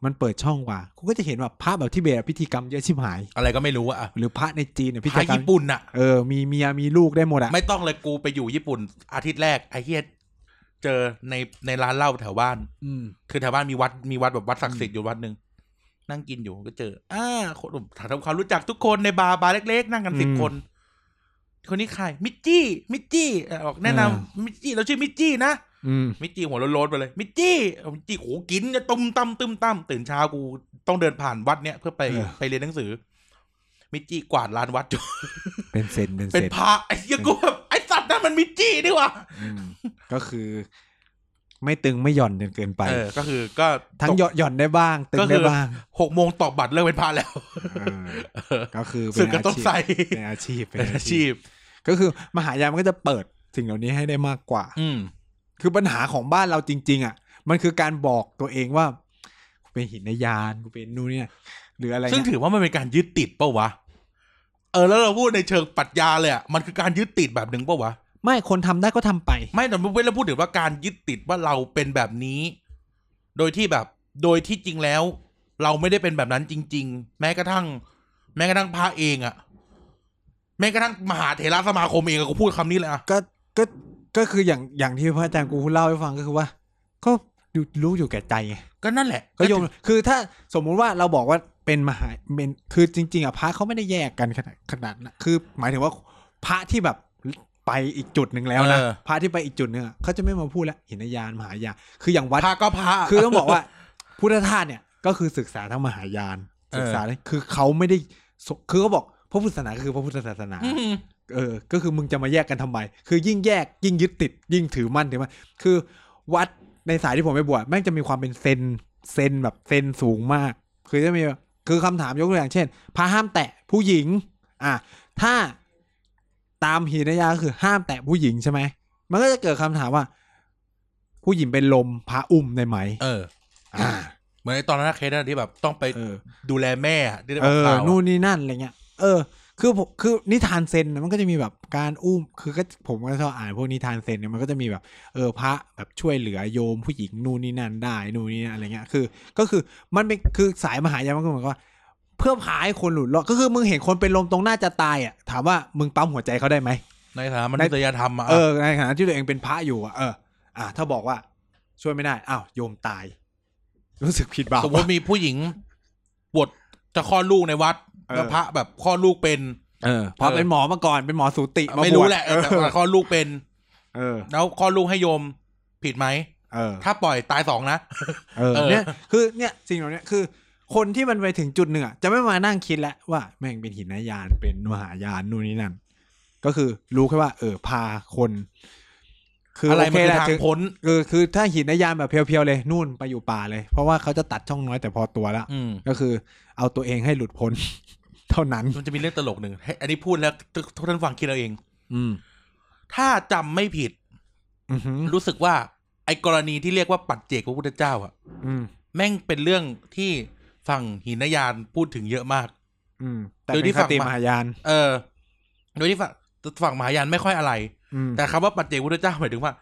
มันเปิดช่องกว่าคุณก็จะเห็นว่าพระแบบที่เบสอะพิธีกรรมเยอะชิบหาย อะไรก็ไม่รู้อะ หรือพระในจีนเนี่ยพิ พา ธี ย กรรม ญี่ปุ่นอะ เออ มีเมีย มีลูกได้หมดอะ ไม่ต้องเลยกูไปอยู่ญี่ปุ่น อาทิตย์แรกไอ้เฮียเจอในในร้านเหล้าแถวบ้าน อืม คือแถวบ้านมีวัดมีวัดแบบวัดศักดิ์สิทธิ์อยู่วัดหนึ่งนั่งกินอยู่ก็เจอ อ่าคนผมทำความรู้จักทุกคนในบาร์บาร์เล็ก ๆ นั่งกันสิบ อืม คน คนนี้ใครมิจจี้มิจจี้เอ่อบอกแนะนำ อ่า มิจจี้เราชื่อมิจจี้นะ อืม มิจจี้หัวโล้นๆไปเลยมิจจี้เอามิจจี้โหกินจะตุมตั้มตึมตั้มตื่นเช้ากูต้องเดินผ่านวัดเนี้ยเพื่อไป เออ ไปเรียนหนังสือ มิจจี้กวาดลานวัด อยู่ เป็นเซน เป็นเซ เป็น น พระไอ้เหี้ยกูแบบไอ้สัตว์นั่นมันมิจจี้นี่หว่า อืมก็คือ ไม่ตึงไม่หย่อนจนเกินไป เออ ก็คือก็ ทั้งหย่อนหย่อนได้บ้าง ตึงได้บ้าง หกโมงตอกบัตรเลิกเป็นพระแล้ว เออก็คือเป็ สึ น กก็ อา ต้อง ชีพ ใส่ เป็นอาชีพ เป็นอาชีพ ก็คือมหายานมันก็จะเปิดสิ่งเหล่านี้ให้ได้มากกว่า อืม คือปัญหาของบ้านเราจริง ๆ อ่ะ มันคือการบอกตัวเองว่ากูเป็นหินยานกูเป็นนู่นเนี่ย หรืออะไร ซึ่ง เนี่ย ถือว่ามันเป็นการยึดติดเปะวะ เออ แล้วเราพูดในเชิงปรัชญาเลยอ่ะ มันคือการยึดติดแบบหนึ่งเปะวะ ไม่คนทำได้ก็ทำไป ไม่แต่เว้นเราพูดถึงว่าการยึดติดว่าเราเป็นแบบนี้ โดยที่แบบ โดยที่จริงแล้ว เราไม่ได้เป็นแบบนั้นจริง ๆ แม้กระทั่ง แม้กระทั่งพระเองอะแม้กระทั่งมหาเถรสมาคมเองอะกูพูดคำนี้เลยอะ ก็ก็ก็คืออย่างอย่างที่พระอาจารย์กูเล่าให้ฟังก็คือว่า ก็อยู่รู้อยู่แก่ใจไง ก็นั่นแหละ ก็โยมคือถ้าสมมุติว่าเราบอกว่าเป็นมหาเป็นคือจริง ๆอ่ะพระเขาไม่ได้แยกกันขนาดขนาดนะคือ หมายถึงว่าพระที่แบบไปอีกจุดหนึ่งแล้วนะ เออ พระที่ไปอีกจุดหนึ่งอ่ะเขาจะไม่มาพูดละหินยานมหายานคืออย่างวัด พระก็พระ คือต้องบอกว่า พุทธทาสเนี่ยก็คือศึกษาทั้งมหายาน เออ ศึกษาคือเขาไม่ได้สคือเขาบอกพระพุทธศาสนาคือพระพุทธศาสนา อืม เออ ก็คือมึงจะมาแยกกันทำไม คือยิ่งแยกยิ่งยึดติด ยิ่งถือมั่นถือมั่นคือวัดในสายที่ผมไปบวชแม่งจะมีความเป็นเซน เซนแบบเซนสูงมาก คือจะมีแบบคือคำถามยกตัวอย่างเช่นพระห้ามแตะผู้หญิง อ่ะ ถ้าตามหีนยาก็คือห้ามแตะผู้หญิงใช่ไหม มันก็จะเกิดคำถามว่า ผู้หญิงเป็นลมพระอุ้มได้ไหม เออ อ่า เหมือนในตอนนั้นเคสนั้นที่แบบต้องไป เออ ดูแลแม่อะที่ได้ เอ แบบ อ ข่าว นู่ อะ นนี่นั่นอะไรเงี้ย เออ คือผมคือนิทานเซนนะมันก็จะมีแบบการอุ้ม คือก็ผมก็ชอบอ่านพวกนิทานเซนเนี่ยมันก็จะมีแบบ เออพระแบบช่วยเหลือโยมผู้หญิงนู่นนี่นั่นได้นู่นนี่นั่นอะไรเงี้ย คือ ก็คือมันเป็นคือสายมหายานมันก็เหมือนกับว่า เพื่อพาให้คนหลุดรอด ก็คือมึงเห็นคนเป็นลมตรงหน้าจะตายอ่ะ ถามว่ามึงปั๊มหัวใจเขาได้ไหม ในฐานะมนุษยธรรมอะ เออ ในขณะที่ตัวเองเป็นพระอยู่อ่ะ เออ อ่ะถ้าบอกว่าช่วยไม่ได้ อ้าวโยมตาย รู้สึกผิดบาป สมมติ วะ มีผู้หญิงปวดจะคลอดลูกในวัด เออ แล้วพระแบบคลอดลูกเป็น เออเพราะเป็นหมอมาก่อน เป็นหมอสูติาบวช ไม่รู้แหละ เออ แต่ว่าคลอดลูกเป็น เออ แล้วคลอดลูกให้โยมผิดไหม เออ ถ้าปล่อยตายสองนะ เออ เออ เนี่ยคือเนี่ยสิ่งเหล่าเนี้ยคือ คนที่มันไปถึงจุดหนึ่งอะจะไม่มานั่งคิดแล้วว่าแม่งเป็นหินยานเป็นมหายานนู่นนี่นั่น ก็คือรู้แค่ว่า เออพาคน อะไรมัโนคือทาง ถึ พ้น คือคือถ้าหินยานแบบเพียวๆเลยนู่นไปอยู่ป่าเลย เพราะว่าเขาจะตัดช่องน้อยแต่พอตัวละ อืม ก็คือเอาตัวเองให้หลุดพ้น เท่านั้น มันจะมีเรื่องตลกหนึ่งให้อันนี้พูดแล้วทุกทุกท่านฟังคิดเอาเอง อืม ถ้าจำไม่ผิด อือหือ รู้สึกว่า ไอ้กรณีที่เรียกว่าปัจเจกพระพุทธเจ้าอะ อืม แม่งเป็นเรื่องที่ฝั่งหินยานพูดถึงเยอะมาก อืมแต่ โดยที่ เป็นค ฝั่ง ติ มาม มหายาน เออ โดยที่ฝั่งฝั่งมหายานไม่ค่อยอะไร อืม แต่คำว่าปัจเจกพระพุทธเจ้าหมายถึงว่า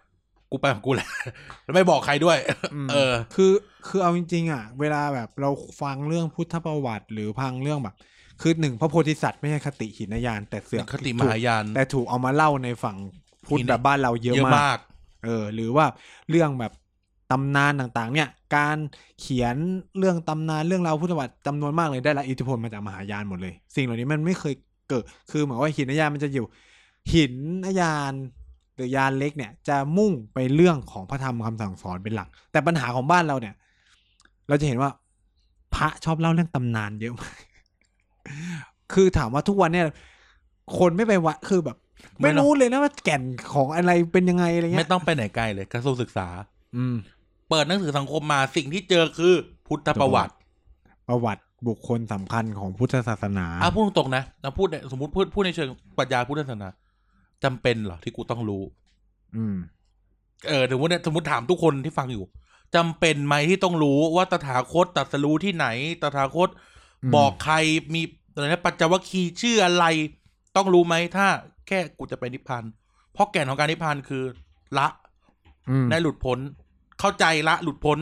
กูไปของกูแหละ แล้วไม่บอกใครด้วย อืม เออ คือคือเอาจริงๆอ่ะ เวลาแบบเราฟังเรื่องพุทธประวัติหรือพังเรื่องแบบ คือหนึ่งพระโพธิสัตว์ไม่ใช่คติหินยานแต่เสือก คติมหายาน ถูกแต่ถูกเอามาเล่าในฝั่งพุทธ หิน แบบบ้านเราเยอะ เยอะ มาก มาก เออ หรือว่าเรื่องแบบตำนานต่างๆ เนี่ย การเขียนเรื่องตำนานเรื่องราวพุทธประวัติจำนวนมากเลยได้รับอิทธิพลมาจากมหายานหมดเลย สิ่งเหล่านี้มันไม่เคยเกิด คือเหมือนว่าหินยานมันจะอยู่ หินยานหรือยานเล็กเนี่ย จะมุ่งไปเรื่องของพระธรรมคำสั่งสอนเป็นหลัก แต่ปัญหาของบ้านเราเนี่ย เราจะเห็นว่า พระชอบเล่าเรื่องตำนานเยอะมาก คือถามว่าทุกวันเนี่ย คนไม่ไปวัดคือแบบ ไม่ ไม่หรอก รู้เลยนะว่าแก่นของอะไรเป็นยังไงอะไรเงี้ย ไม่ต้องไปไหนไกลเลยกระทรวงศึกษา อืม เปิดหนังสือสังคมมาสิ่งที่เจอคือพุทธประวัติ ประวัติบุคคลสำคัญของพุทธศาสนา อ่ะพูดตรงๆนะเราพูดในสมมติพูดพูดในเชิงปรัชญาพุทธศาสนาจำเป็นเหรอที่กูต้องรู้ อืม เออสมมติเนี่ยสมมติถามทุกคนที่ฟังอยู่จำเป็นไหมที่ต้องรู้ว่าตถาคตตรัสรู้ที่ไหน ตถาคต อืม บอกใครมีอะไรนะปัจจวัคคีย์ชื่ออะไร ต้องรู้ไหมถ้าแค่กูจะไปนิพพานเพราะแก่นของการนิพพานคือ ละ อืม ได้หลุดพ้น เข้าใจละหลุดพ้น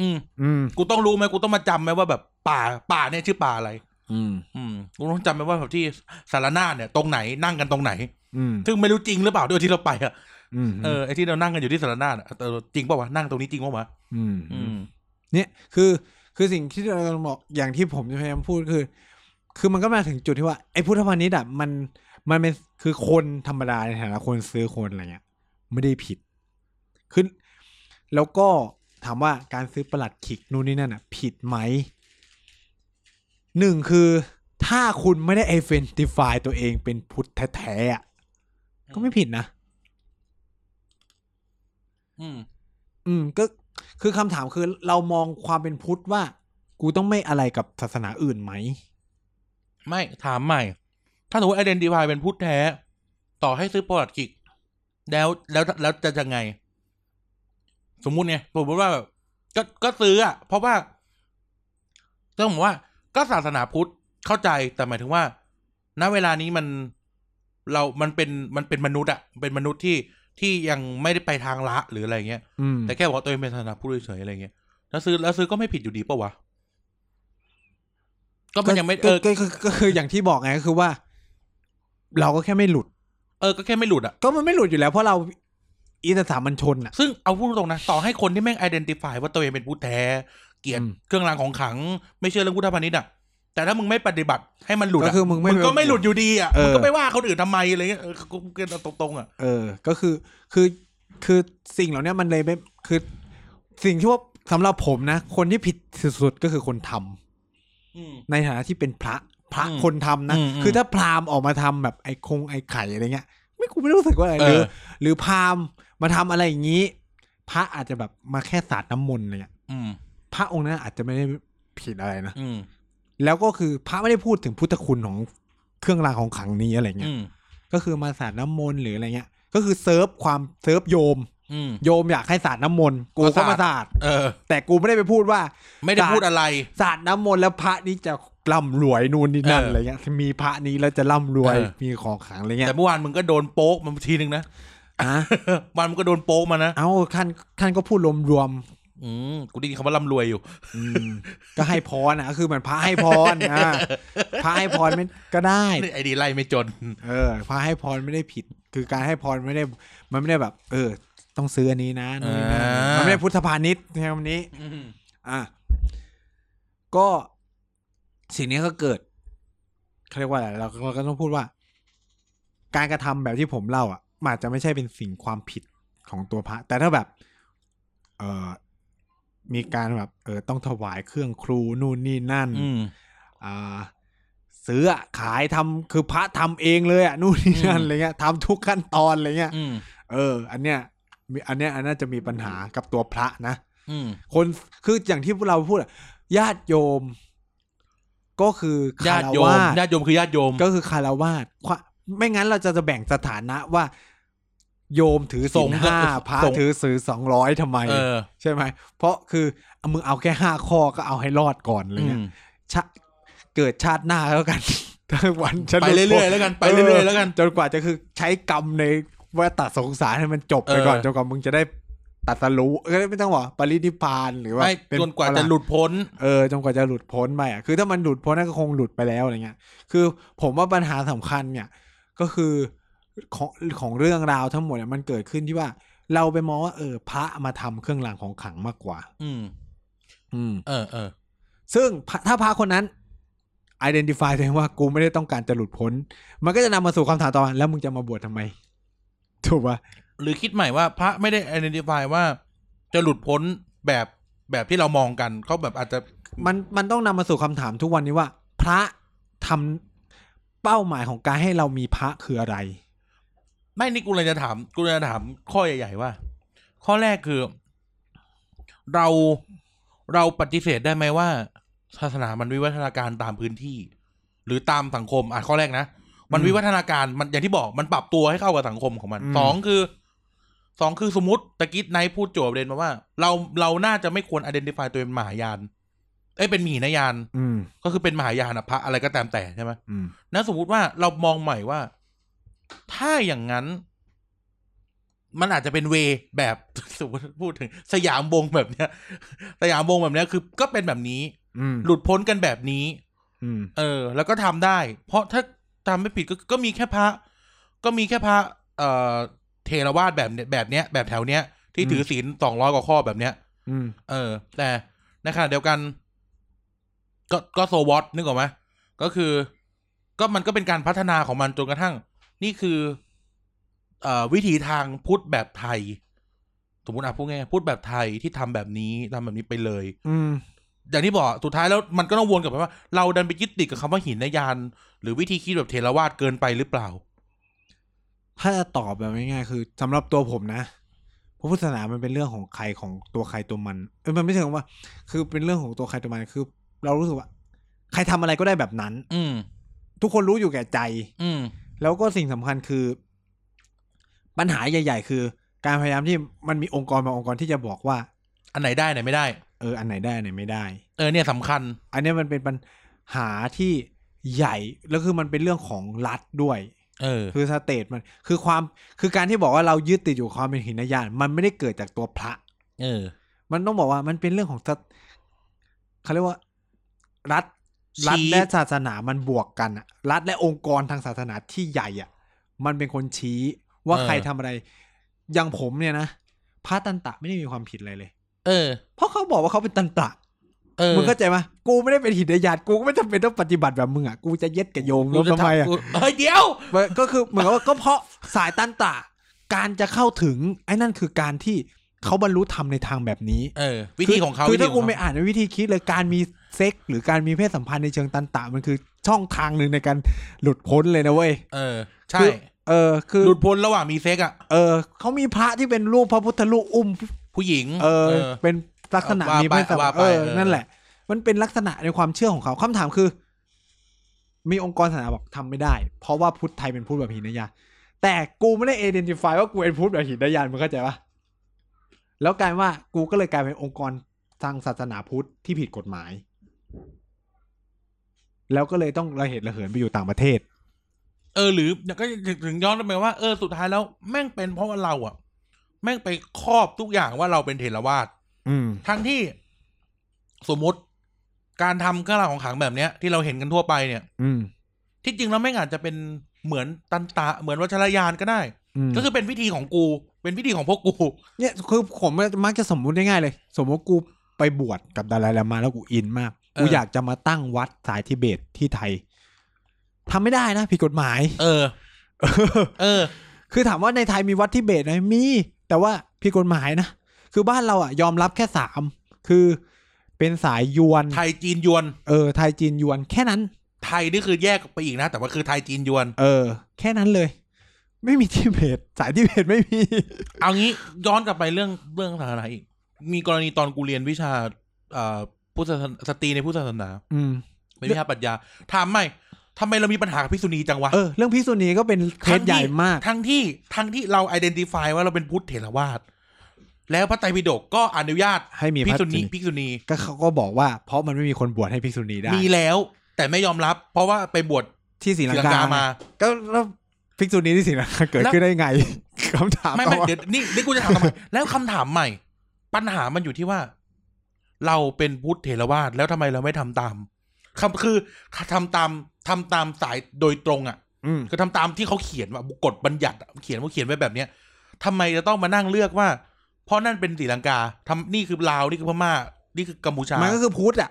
อืม อืม กูต้องรู้ไหมกูต้องมาจำไหมว่าแบบป่าป่าเนี่ยชื่อป่าอะไร อืม อืมกูต้องจำไหมว่าแบบที่สารนาถเนี่ย ตรงไหนนั่งกันตรงไหน อืม ซึ่งไม่รู้จริงหรือเปล่าด้วยที่เราไปอะ อืม เออไอที่เรานั่งกันอยู่ที่สารนาถอะแต่จริงเปล่าวะนั่งตรงนี้จริงเปล่าวะ อืม อืม เนี่ยคือคือสิ่งที่เรากำลังบอกอย่างที่ผมจะพยายามพูดคือ คือมันก็มาถึงจุดที่ว่าไอ้พุทธพานิชย์อ่ะมันมันเป็นคือคนธรรมดาในฐานะคนซื้อคนอะไรเงี้ยไม่ได้ผิดคือแล้วก็ถามว่าการซื้อประหลัดขิกนู่นนี่นั่นอ่ะ ผิดไหมหนึ่งคือถ้าคุณไม่ได้ identify ตัวเองเป็นพุทธแท้ๆอ่ะก็ไม่ผิดนะ อืม อืมก็คือคำถามคือเรามองความเป็นพุทธว่า กูต้องไม่อะไรกับศาสนาอื่นไหม ไม่ถามใหม่ ถ้าสมมติไอดีน i ิฟายเป็นพุทธแท้ ต่อให้ซื้อประวัติกิกแล้วแล้วแล้วจะยังไง สมมุติเนี่ยสมมติว่าแบบก็ก็ซื้ออ่ะ เพราะว่าต้องบอกว่า ก็ศาสนาพุทธเข้าใจแต่หมายถึงว่า ณเวลานี้มันเรามันเป็นมันเป็นมนุษย์อ่ะเป็นมนุษย์ที่ที่ยังไม่ได้ไปทางละหรืออะไรเงี้ย อืม แต่แค่บอกว่าตัวเองเป็นศาสนาพุทธเฉยๆอะไรเงี้ย แล้วซื้อแล้วซื้อก็ไม่ผิดอยู่ดีปะวะ ก็มันยังไม่เอ ก็ อ ก็ก็ก็ก็คืออย่างที่บอกไงก็คือว่า เราก็แค่ไม่หลุด เออ ก็แค่ไม่หลุดอะ ก็มันไม่หลุดอยู่แล้วเพราะเราอิสสามัญชนอ่ะ ซึ่งเอาพูดตรงๆนะ ต่อให้คนที่แม่ง identify ว่าตัวเองเป็นผู้แท้ เกลียร อืม เครื่องรางของขลัง ไม่เชื่อเรื่องพุทธพาณิชย์อะแต่ถ้ามึงไม่ปฏิบัติให้มันหลุดะ ก็คือมึงไม่ ก็ไม่หลุดอยู่ดีอะ เออ มึงก็ไม่ว่าคนอื่นทำไมอะไรเงี้ยเออก็ก็ตรงๆอะ เออ ก็คือ คือ คือสิ่งเหล่าเนี้ยมันเลยไม่ คือ สิ่งที่ว่าสำหรับผมนะ คนที่ผิดสุดๆก็คือคนทำ อืม ในฐานะที่เป็นพระพระ อืม คนทำนะ อืมอืม คือถ้าพราหมณ์ออกมาทำแบบไอ้คงไอ้ไข่อะไรเงี้ย ไม่กูไม่รู้สึกว่าอะไร เอหอรือหรือพราหมณ์มาทำอะไรอย่างนี้ พระอาจจะแบบมาแค่สาดน้ำมนต์อะไรเนี่ย อืม พระองค์นั้นอาจจะไม่ได้ผิดอะไรนะ อืม แล้วก็คือพระไม่ได้พูดถึงพุทธคุณของเครื่องรางของขลังนี้อะไรเงี้ อื ย ม ก็คือมาสาดน้ำมนต์หรืออะไรเงี้ย ก็คือเซิร์ฟความเซิร์ฟโยม อืม โยมอยากให้สาดน้ำมนต์กู ก็ ก็ สาด มาสาด เออ แต่กูไม่ได้ไปพูดว่า ไม่ได้ สาด พูดอะไร ศาสตร์น้ำมนต์แล้วพระนี้จะร่ำรวยนู่นนี่นั่น เอออ อะไรเงี้ยมีพระนี้แล้วจะร่ำรวย เออ มีของขลังอะไรเงี้ย แต่เมื่อวานมึงก็โดนโป๊กมันทีนึงนะ อ่ะ วันมึงก็โดนโป๊กมานะ เอ้าท่านท่านก็พูดรวม อืมกูได้ยินคำว่าร่ำรวยอยู่ ๆอืมก็ให้พรนะคือเหมือนพระให้พรอ่ะ พระให้พรไม่ก็ได้ ไอ้ดีไล่ไม่จน เออ พระให้พรไม่ได้ผิด คือการให้พรไม่ได้ มันไม่ได้แบบ เออ ต้องซื้ออันนี้นะนู่นนี่นั่น อ่ามั มันไม่ได้พุทธพาณิชย์ในคำนี้ อืม อ่ะก็สิ่งนี้ก็เกิดเขาเรียกว่าอะไรเราเราก็ต้องพูดว่า การกระทำแบบที่ผมเล่าอ่ะมันอาจจะไม่ใช่เป็นสิ่งความผิดของตัวพระ แต่ถ้าแบบ เออมีการแบบ เออ ต้องถวายเครื่องครูนู่นนี่นั่น อืม อ่า ซื้ออะขายทำคือพระทำเองเลยอ่ะนู่นนี่นั่น อืม อะไรเงี้ยทำทุกขั้นตอนอะไรเงี้ย อืม เออ อันเนี้ยมีอันเนี้ยอันน่าจะมีปัญหากับตัวพระนะ อืม คนคืออย่างที่เราพูดอะญาติโยม ก็คือคาญาติ ร โยม วาส ญาติโยมคือญาติโยม ก็คือคารวาสความไม่งั้นเราจะจะแบ่งสถานะว่า โยมถือศีส่ง ลห้า ส่ง พระถือสือสองร้อยทำไม เออ ใช่ไหม เพราะคือเอามึงเอาแค่ห้าข้อก็เอาให้รอดก่อนเลย อื เนี่ย ม ชะเกิดชาติหน้าแล้วกัน ทั้งวันฉัน ไปเรื่อยๆแล้วกันไปเรื่อยๆแล้วกัน จนกว่าจะคือใช้กรรมในว่าตัดสงสารให้มันจบไปก่อน เออ จนกว่ามึงจะได้ตัดสรู้เอ้ยไม่ต้องหรอกปรินิพพานหรือว่า ไม่ เป็ จนกว่าจะหลุดพ้น เออจนกว่าจะหลุดพ้นไปอ่ะคือถ้ามันหลุดพ้นน่าก็คงหลุดไปแล้วอะไรเงี้ย คือผมว่าปัญหาสำคัญเนี่ย ก็คือของของเรื่องราวทั้งหมดเนี่ยมันเกิดขึ้นที่ว่า เราไปมองว่าเออ พระมาทำเครื่องรางของขลังมากกว่า อืม อืม เออเออ ซึ่งพระถ้าพระคนนั้น identify ตัวเองว่ากูไม่ได้ต้องการจะหลุดพ้น มันก็จะนำมาสู่คำถามต่อมาแล้วมึงจะมาบวชทำไม ถูกปะ หรือคิดใหม่ว่าพระไม่ได้ identify ว่า จะหลุดพ้นแบบแบบที่เรามองกันเขาแบบอาจจะ มันมันต้องนำมาสู่คำถามทุกวันนี้ว่า พระทำเป้าหมายของการให้เรามีพระคืออะไร ไม่นี่กูเลยจะถามกูเลยจะถามข้อใหญ่ๆว่า ข้อแรกคือ เราเราปฏิเสธได้ไหมว่าศาสนามันวิวัฒนาการตามพื้นที่ หรือตามสังคมอ่ะข้อแรกนะมัน อืม วิวัฒนาการมันอย่างที่บอกมันปรับตัวให้เข้ากับสังคมของมัน อืม สองคือสองคือสมมติตะกี้ไนท์พูดโจทย์ประเด็นมาว่า เราเราน่าจะไม่ควร identify ตัวเป็นมหายาน เอ้ยเป็นมหีนายาน อืม ก็คือเป็นมหายานอะพระอะไรก็ตามแต่ใช่ไหม อืม นะสมมติว่าเรามองใหม่ว่า ถ้าอย่างนั้น มันอาจจะเป็นเวแบบ สมมติพูดถึง สยามวงแบบเนี้ย สยามวงแบบเนี้ยคือ ก็เป็นแบบนี้ อืม หลุดพ้นกันแบบนี้ อืม เออ แล้วก็ทำได้ เพราะถ้าทำไม่ผิดก็ก็มีแค่พระ ก็มีแค่พระ เอ่อเทรวาสแบบเนี้ยแบบเนี้ยแบบแถวเนี้ยที่ อืม ถือศีลสองร้อยกว่าข้อแบบเนี้ย อืม เออ แต่ในขณะเดียวกัน ก็ก็โซวอตนึกออกไหมก็คือ ก็มันก็เป็นการพัฒนาของมันจนกระทั่ง นี่คือเอ่อวิถีทางพุทธแบบไทย สมมติอ่ะพูดง่ายๆพุทธแบบไทยที่ทำแบบนี้ทำแบบนี้ไปเลย อืม อย่างที่บอกสุดท้ายแล้วมันก็ต้องวนกลับไปว่า เราดันไปยึดติดกับคำว่าหินนยาน หรือวิธีคิดแบบเทรวาสเกินไปหรือเปล่า ถ้าจะตอบแบบง่ายๆคือสำหรับตัวผมนะ เพราะพุทธศาสนามันเป็นเรื่องของใครของตัวใครตัวมันเอ้ยมันไม่ใช่คำว่า คือเป็นเรื่องของตัวใครตัวมันคือ เรารู้สึกว่า ใครทำอะไรก็ได้แบบนั้น อืม ทุกคนรู้อยู่แก่ใจ อืม แล้วก็สิ่งสำคัญคือ ปัญหาใหญ่ ๆ คือ การพยายามที่มันมีองค์กรบางองค์กรที่จะบอกว่า อันไหนได้อันไหนไม่ได้ เอออันไหนได้อันไหนไม่ได้ เออเนี่ยสำคัญ อันเนี้ยมันเป็นปัญหาที่ใหญ่แล้วคือมันเป็นเรื่องของรัฐด้วย เออ คือสเตทมันคือความคือการที่บอกว่าเรายึดติดอยู่ความเป็นหินยาน มันไม่ได้เกิดจากตัวพระ เออ มันต้องบอกว่ามันเป็นเรื่องของสตเขาเรียกว่า รัฐ ชี้ รัฐและศาสนามันบวกกันอะรัฐและองค์กรทางศาสนาที่ใหญ่อะมันเป็นคนชี้ว่าใครทำอะไร อย่างผมเนี่ยนะพระตันตะไม่ได้มีความผิดอะไรเลย เออ เพราะเขาบอกว่าเขาเป็นตันตะ เออ มึงเข้าใจปะกูไม่ได้เป็นหินยานกูก็ไม่จำเป็นต้องปฏิบัติแบบมึงอ่ะ กูจะเย็ดกับโยมแล้ว กูจะ ทำไมอ่ะ กูเฮ้ยเดี๋ยว มันก็คือเหมือนกับว่าก็เพราะสายตันตะการจะเข้าถึง ไอ้นั่นคือการที่เขาบรรลุธรรมในทางแบบนี้ เออ วิธีของเขา คือคือ วิธี ถ้า ข กู อง ไม่ เขา อ่านวิธีคิดเลยการมีเซ็ก หรือการมีเพศสัมพันธ์ในเชิงตันตะมันคือช่องทางหนึ่งในการหลุดพ้นเลยนะเว้ย เออ ใช่ คือเออคือ หลุดพ้นระหว่างมีเซ็กอ่ะ เออเขามีพระที่เป็นรูปพระพุทธรูปอุ้ม ผู้หญิง เออเป็นลักษณะ ว่า มี ไป ไม่ส ว่า บา ไป เออ เออ นั่นแหละ มันเป็นลักษณะในความเชื่อของเขาคำถามคือ มีองค์กรศาสนาบอกทำไม่ได้ เพราะว่าพุทธไทยเป็นพุทธแบบหินนิยานแต่กูไม่ได้เอเดนติฟายว่ากูเป็นพุทธแบบหินนิยานมึงเข้าใจปะแล้วกลายว่ากูก็เลยกลายเป็นองค์กรทางศาสนาพุทธที่ผิดกฎหมาย แล้วก็เลยต้องระเหตุระเหินไปอยู่ต่างประเทศ เออ หรือก็ถึงย้อนไปว่าเออสุดท้ายแล้วแม่งเป็นเพราะว่าเราอ่ะ แม่งไปครอบทุกอย่างว่าเราเป็นเทรวาส อืม ทั้งที่สมมติการทำเครื่องรางของขลังแบบเนี้ย ที่เราเห็นกันทั่วไปเนี่ย อืม ที่จริงแล้วแม่งอาจจะเป็นเหมือนตันตะ เหมือนวัชรยานก็ได้ อืม ก็คือเป็นวิธีของกู เป็นวิธีของพวกกู เนี่ยคือผมมักจะสมมุติง่ายๆเลย สมมติกูไปบวชกับดาลายลามาแล้วกูอินมาก เออ กูอยากจะมาตั้งวัดสายทิเบตที่ไทยทำไม่ได้นะผิดกฎหมาย เออ เอ อ คือถามว่าในไทยมีวัดทิเบตไหมมี แต่ว่าผิดกฎหมายนะ คือบ้านเราอะยอมรับแค่สามคือเป็นสายยวน ไทยจีนยวน เออไทยจีนยวนแค่นั้น ไทยนี่คือแยกไปอีกนะ แต่ว่าคือไทยจีนยวน เออ แค่นั้นเลย ไม่มีทิเบต สายทิเบตไม่มี เอางี้ย้อนกลับไปเรื่องเรื่องศาสนาอีก มีกรณีตอนกูเรียนวิชาเอ่อพุทธศาสนาสตรีในพุทธศาสนา อืม เป็นวิชาปรัชญาถามใหม่ทำไมเรามีปัญหากับพิกษุณีจังวะ เออ เรื่องพิกษุณีก็เป็นเคสใหญ่มาก ทั้งที่ทั้งที่เรา i d ด n t i f y ว่าเราเป็นพุทธเถรวาทแล้วพระไตรปิฎกก็อนุญาต ให้มี พิ พ ก ระ ษุณี ณี พิกษุณี ก็เขาก็บอกว่า เพราะมันไม่มีคนบวชให้พิกษุณีได้ มีแล้ว แต่ไม่ยอมรับ เพราะว่าไปบวช ที่ศรี ศรี ลัง ลักากงา มา มา ก็แล้วฟิกซูนี้ที่ศรีลังกาเกิด แล้ว ขึ้นได้ไง คำถาม ไม่ไม่ ต่อ เดี๋ยวนี่นี่กูจะถามทำไม แล้วคำถามใหม่ ปัญหามันอยู่ที่ว่า เราเป็นพุทธเถรวาทแล้วทำไมเราไม่ทำตามคำคือทำตามทำตามสายโดยตรงอ่ะ อืม คือทำตามที่เขาเขียนว่ากฎบัญญัติอะเขียนว่าเขียนไว้แบบเนี้ยทำไมจะต้องมานั่งเลือกว่า เพราะนั่นเป็นศรีลังกาทำนี่คือลาวนี่คือพม่า นี่คือกัมพูชา มันก็คือพุทธอ่ะ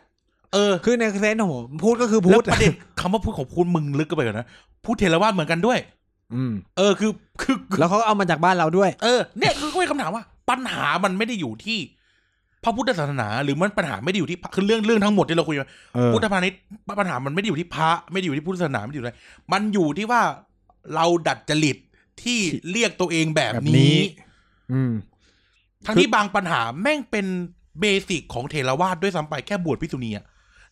เออ คือในเซนส์ของผมพุทธก็คือพุ แล้ว ทธ ประเด็นคำว่าพูดของคุณมึงลึกก็ไปกว่านะพูดเถรวาทเหมือนกันด้วย อืม เออคือคือ แล้วเขาก็เอามาจากบ้านเราด้วย เออเนี่ยคือก็เป็นคำถามว่า ปัญหามันไม่ได้อยู่ที่พระพุทธศาสนา หรือมันปัญหาไม่ได้อยู่ที่พระคือเรื่องเรื่องทั้งหมดที่เราคุยมา เออ พุทธพาณิชย์ปัญหามันไม่ได้อยู่ที่พระไม่ได้อยู่ที่พุทธศาสนาไม่ได้อยู่อะไรมันอยู่ที่ว่าเราดัดจริตที่เรียกตัวเองแบบ แบบ นี้ นี้ อืม ทั้งที่บางปัญหาแม่งเป็นเบสิกของเทรวาสด้วยซ้ำไปแค่บวชพิกษุณีอะ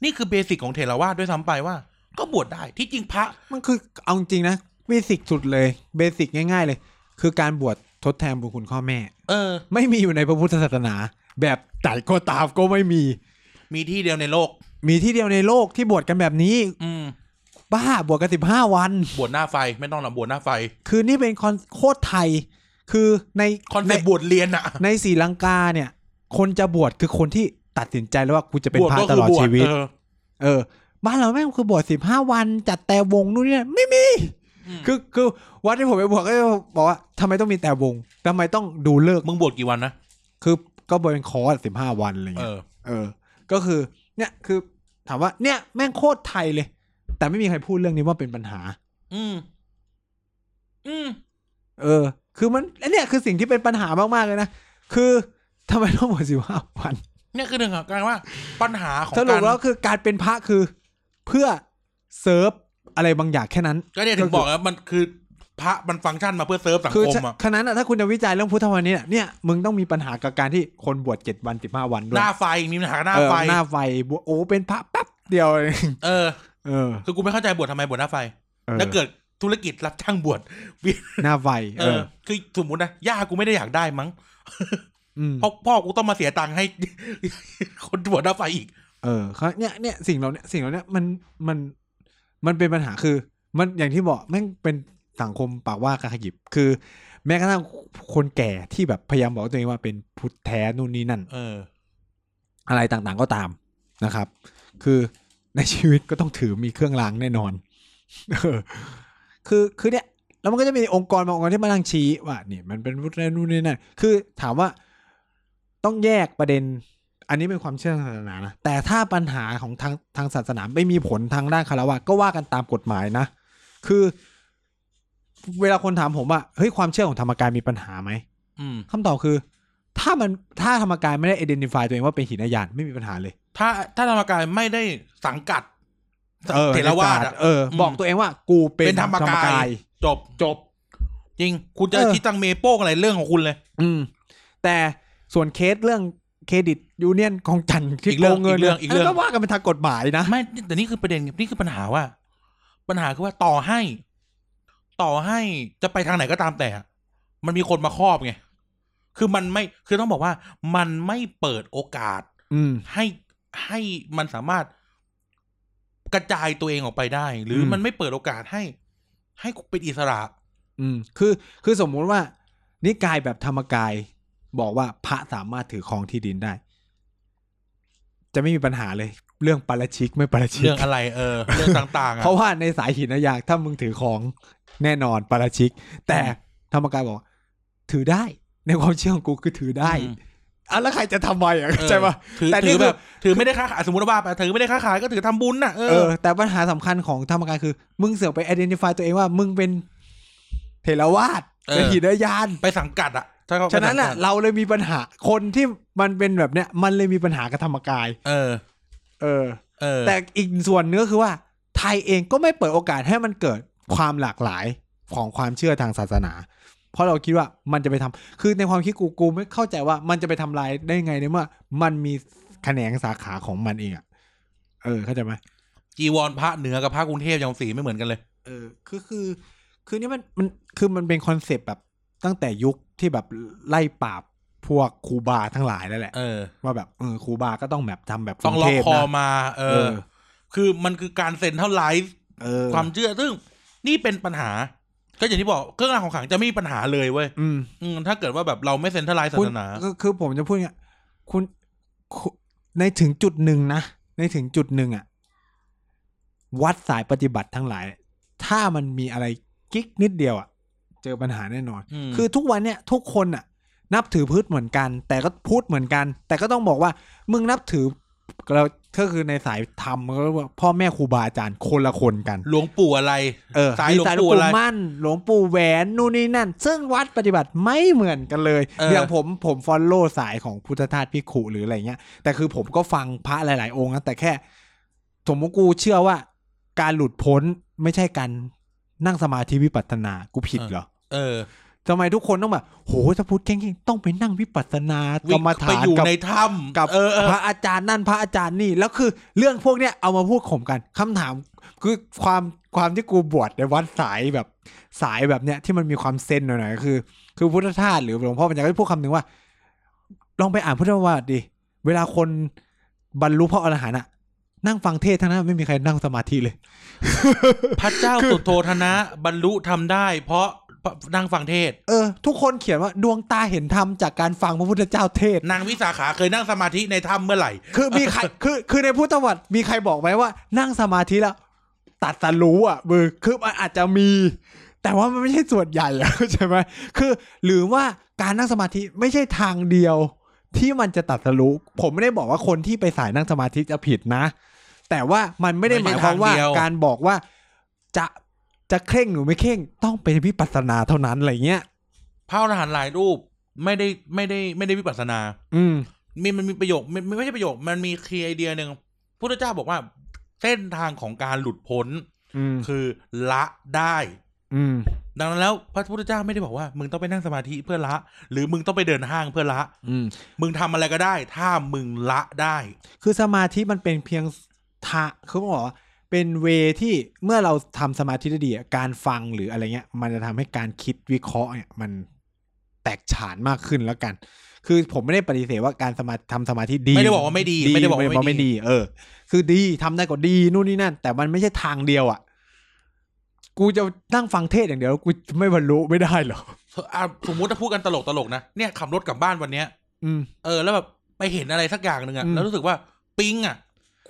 นี่คือเบสิกของเทรวาสด้วยซ้ำไปว่า ก็บวชได้ที่จริงพระ มันคือเอาจริงๆนะเบสิกสุดเลยเบสิกง่าย ๆ เลย คือการบวชทดแทนบุญคุณพ่อแม่ เออ ไม่มีอยู่ในพระพุทธศาสนา แบบไหนก็ตามก็ไม่มี มีที่เดียวในโลก มีที่เดียวในโลกที่บวชกันแบบนี้ อืม บ้าบวชกันสิบห้าวัน บวชหน้าไฟไม่ต้องหรอกบวชหน้าไฟ คือนี่เป็นคอนโคตรไทย คือใน คอนเซ็ปต์ ใน บวชเรียนอะ ในศรีลังกาเนี่ย คนจะบวชคือคนที่ตัดสินใจแล้วว่ากูจะเป็นพระ บช ต ก็คื ลอด บช ชีวิต เออ เออ บ้านเราแม่งคือบวชสิบห้าวัน จัดแต่วงนู่นนี่นั่นไม่มี คื คืออคือวัดที่ผมไปบวชก็จะบอกว่าทำไมต้องมีแต่วงทำไมต้องดูเลิกษ์ มึงบวชกี่วันนะ คือก็บวชเป็นคอร์สสิบห้าวันอะไร เอ เงี้ย อ เออ ก็คือเนี่ยคือถามว่าเนี่ยแม่งโคตรไทยเลย แต่ไม่มีใครพูดเรื่องนี้ว่าเป็นปัญหา อืม อืม เออ คือมันอันเนี้ยคือสิ่งที่เป็นปัญหามาก ๆ เลยนะ คือทำไมต้องหมดสิบห้าวัน เนี่ยคือหนึ่งครับการว่าปัญหาของ สรุ กา ป ร แล้วคือการเป็นพระคือ เพื่อเซิร์ฟอะไรบางอย่างแค่นั้น ก็เนี่ยถึงบอกแล้วมันคือ พระมันฟังก์ชันมาเพื่อเซิร์ฟสัง คือ คม ฉะ อะ ฉะนั้นอะถ้าคุณจะวิจัยเรื่องพุทธวันนี้เนี่ย มึงต้องมีปัญหากับการที่คนบวชเจ็ดวันสิบห้าวันด้ว ห ย น้าไฟมีปัญหาหน้า เออ ไฟ หน้าไฟบวชโอ้เป็นพระแป๊บเดียวเอง เออ เออ คือกูไม่เข้าใจบวชทำไมบวชหน้าไฟ ออ ถ้าเกิดธุรกิจรับจ้างบวช หน้าไฟ เอ เอ อ อ คือสมมตินะย่ากูไม่ได้อยากได้มั้ง ม เพราะพ่อกูต้องมาเสียตังค์ให้ คนบวชหน้าไฟอีก เออเขาเนี่ยเนี่ยสิ่งเหล่าเนี้ยสิ่งเหล่าเนี้ยมันมันมันเป็นปัญหาคือ มันอย่างที่บอกแม่งเป็นสังคมปากว่ากระขยิบ คือ แม้กระทั่งคนแก่ที่แบบพยายามบอกว่าตัวเองว่าเป็นพุทธแท้นู่นนี่นั่น เออ อะไรต่างๆก็ตามนะครับ คือ ในชีวิตก็ต้องถือมีเครื่องรางแน่นอน เออคือคือเนี่ยแล้วมันก็จะมีองค์กรบางองค์กรที่มานั่งชี้ว่านี่มันเป็นวุฒินู่นนี่นั่นคือถามว่าต้องแยกประเด็น อันนี้เป็นความเชื่อทางศาสนานะแต่ถ้าปัญหาของทางทางศาสนาไม่มีผลทางด้านคารวะก็ว่ากันตามกฎหมายนะ คือ เวลาคนถามผมว่าเฮ้ยความเชื่อของธรรมกายมีปัญหาไหม อืม คำตอบคือ ถ้ามันถ้าธรรมกายไม่ได้ identify ตัวเองว่าเป็นหินอาญานไม่มีปัญหาเลย ถ้าถ้าธรรมกายไม่ได้สังกัดเทรวาส ในศสต อะ ร์เอออ ม บอกตัวเองว่ากูเป็น เป็นธรรมกาย จบจบ จริง คุณจะคิดตังเมโป้งอะไรเรื่องของคุณเลย อืม แต่ส่วนเคสเรื่องเครดิตยูเนียนของจันทร์ที่ อีก โก เรื่อง งเงิน อีกเรื่องอีกเรื่อง นก็ว่ากันเป็นทางกฎหมายนะ ไม่แต่นี่คือประเด็นนี่คือปัญหาว่า ปัญหาคือว่าต่อให้ ต่อให้จะไปทางไหนก็ตามแต่อะมันมีคนมาครอบไงคือมันไม่คือต้องบอกว่า มันไม่เปิดโอกาส อืม ให้ให้มันสามารถกระจายตัวเองออกไปได้ หรืออ ม มันไม่เปิดโอกาสให้ ให้เป็นอิสระ อืมคือคือสมมุติว่า นิกายแบบธรรมกาย บอกว่าพระสามารถถือครองที่ดินได้ จะไม่มีปัญหาเลย เรื่องปาราชิกไม่ปาราชิก เรื่องอะไรเออ เรื่องต่างๆอะ เพราะว่าในสายหินนะอยากถ้ามึงถือของแน่นอนปาราชิก แต่ธรรมกายบอกว่าถือได้ ในความเชื่อของกูคือถือได้ อืม อ่ะแล้วใครจะทำไมอ่ะ เออ ใช่ปะ ถือ แต่นี่คืถืออ แบบ ถือไม่ได้ค้าขายสมมติว่าไปถือไม่ได้ค้าขายก็ถือทำบุญน่ะเอ เอ อ อ แต่ปัญหาสำคัญของธรรมกายคือ มึงเสือกไป identify ตัวเองว่า มึงเป็นเทรวาส เออ เป็นหินยาน ไปสังกัดอ่ะถ้าเขาไป ฉะนั้นอ่ะ สังกัด เราเลยมีปัญหาคนที่มันเป็นแบบเนี้ย มันเลยมีปัญหากับธรรมกาย เออ เออ เออ แต่อีกส่วนเนื้อคือว่า ไทยเองก็ไม่เปิดโอกาสให้มันเกิดความหลากหลายของความเชื่อทางศาสนา เพราะเราคิดว่ามันจะไปทำคือในความคิดกูกูไม่เข้าใจว่ามันจะไปทำลายได้ไงในเมื่อมันมีแขนงสาขาของมันเองอะเออเข้าใจไหม จีวรพระเหนือกับพระกรุงเทพยังสีไม่เหมือนกันเลย เออคือคือ คือนี่มันมันคือมันเป็นคอนเซปต์แบบตั้งแต่ยุคที่แบบไล่ปราบพวกครูบาทั้งหลายนั่นแหละ เออ ว่าแบบเออครูบาก็ต้องแบบทำแบบ ต้องล็อก เทพ คอ นะ มา เอ เอ อ อ คือมันคือการเซ็นเท่าไลฟ์ เออ ความเชื่อซึ่งนี่เป็นปัญหา ก็อย่างที่บอกเครื่องรางของขลังจะไม่มีปัญหาเลยเว้ย อืม อืมถ้าเกิดว่าแบบเราไม่เซ็นเท่าไลฟ์ศา คุณ สนา คือคือผมจะพูดอย่างเงี้ยคุณคุณในถึงจุดหนึ่งนะ ในถึงจุดหนึ่งอะวัดสายปฏิบัติทั้งหลาย ถ้ามันมีอะไรกิ๊กนิดเดียวอะเจอปัญหาแน่นอน อืม คือทุกวันเนี่ยทุกคนอะนับถือพืชเหมือนกัน แต่ก็พูดเหมือนกัน แต่ก็ต้องบอกว่า มึงนับถือเราก็คือในสายธรรมก็เรียกว่าพ่อแม่ครูบาอาจารย์คนละคนกัน หลวงปู่อะไร เออ สาย มี หลวง สายหลวง ปู่ ปู่ อะไร มั่น หลวงปู่แหวนนู่นนี่นั่น ซึ่งวัดปฏิบัติไม่เหมือนกันเลย เอออ ย่างผมผมฟอลโล่สายของพุทธทาสพิขุหรืออะไรเงี้ย แต่คือผมก็ฟังพระหลาย ๆ องค์นะแต่แค่สมมติกูเชื่อว่า การหลุดพ้นไม่ใช่การนั่งสมาธิวิปัสสนากูผิดเหรอ เออ ทำไมทุกคนต้องแบบโหจะพูดเก่งๆต้องไปนั่งวิปัสสนากรรม ไป ฐาน อยู่ กับ ในถ้ำ กับ เออเออ พระอาจารย์นั่นพระอาจารย์นี่แล้วคือเรื่องพวกเนี้ยเอามาพูดข่มกันคำถามคือความความที่กูบวชในวัดสายแบบสายแบบเนี้ยที่มันมีความเซนหน่อยๆก็คือ คือพุทธทาสหรือหลวงพ่อปัญญาก็พูดคำหนึ่งว่า ลองไปอ่านพุทธประวัติดิเวลาคนบรรลุพระอรหันต์อะนั่งฟังเทศน์ทั้งนั้นไม่มีใครนั่งสมาธิเลย พระเจ้าสุโธธนะ บรรลุทำได้ เพราะเพราะนั่งฟังเทศน์ เออ ทุกคนเขียนว่าดวงตาเห็นธรรมจากการฟังพระพุทธเจ้าเทศน์ นางวิสาขาเคยนั่งสมาธิในถ้ำเมื่อไหร่ คือมีใคร คือคือในพุทธวัตรมีใครบอกไหมว่า นั่งสมาธิแล้วตัดสรู้อ่ะมือคือมันอาจจะมี แต่ว่ามันไม่ใช่ส่วนใหญ่อะ ใช่ไหมคือ หรือว่าการนั่งสมาธิไม่ใช่ทางเดียว ที่มันจะตัดสรู้ผมไม่ได้บอกว่าคนที่ไปสายนั่งสมาธิจะผิดนะ แต่ว่ามันไม่ได้ห ไม่ มาย ใช่ ความว่า ทางเดียว การบอกว่าจะจะเคร่งหรือไม่เคร่งต้องเป็นวิปัสสนาเท่านั้นอะไรเงี้ย พระอรหันต์หลายรูปไม่ได้ไม่ได้ไม่ได้วิปัสสนา อืม มีมันมีประโยคมันมันไม่ใช่ประโยค มันมีคีย์ไอเดียหนึ่งพุทธเจ้าบอกว่า เส้นทางของการหลุดพ้น อืม คือละได้ อืม ดังนั้นแล้วพระพุทธเจ้าไม่ได้บอกว่า มึงต้องไปนั่งสมาธิเพื่อละ หรือมึงต้องไปเดินห้างเพื่อละ อืม มึงทำอะไรก็ได้ ถ้ามึงละได้ คือสมาธิมันเป็นเพียงทะคือต้องบอกว่าเป็นเวที่เมื่อเราทำสมาธิได้ดีอะการฟังหรืออะไรเงี้ย มันจะทำให้การคิดวิเคราะห์เนี่ยมันแตกฉานมากขึ้นแล้วกัน คือผมไม่ได้ปฏิเสธว่าการสมาทำสมาธิดี ไม่ได้บอกว่าไม่ดีไม่ได้บอกว่าไม่ดี ไม่ดี เออ คือดีทำได้ก็ดีนู่นนี่นั่น แต่มันไม่ใช่ทางเดียวอ่ะ กูจะนั่งฟังเทศน์อย่างเดียวแล้วกูไม่บรรลุไม่ได้เหรอ อ่ะสมมติถ้าพูดกันตลกตลกๆนะเนี่ยขับรถกลับบ้านวันเนี้ย อืม เออแล้วแบบไปเห็นอะไรสักอย่างหนึ่งอะ อืม แล้วรู้สึกว่าปิ๊งอะ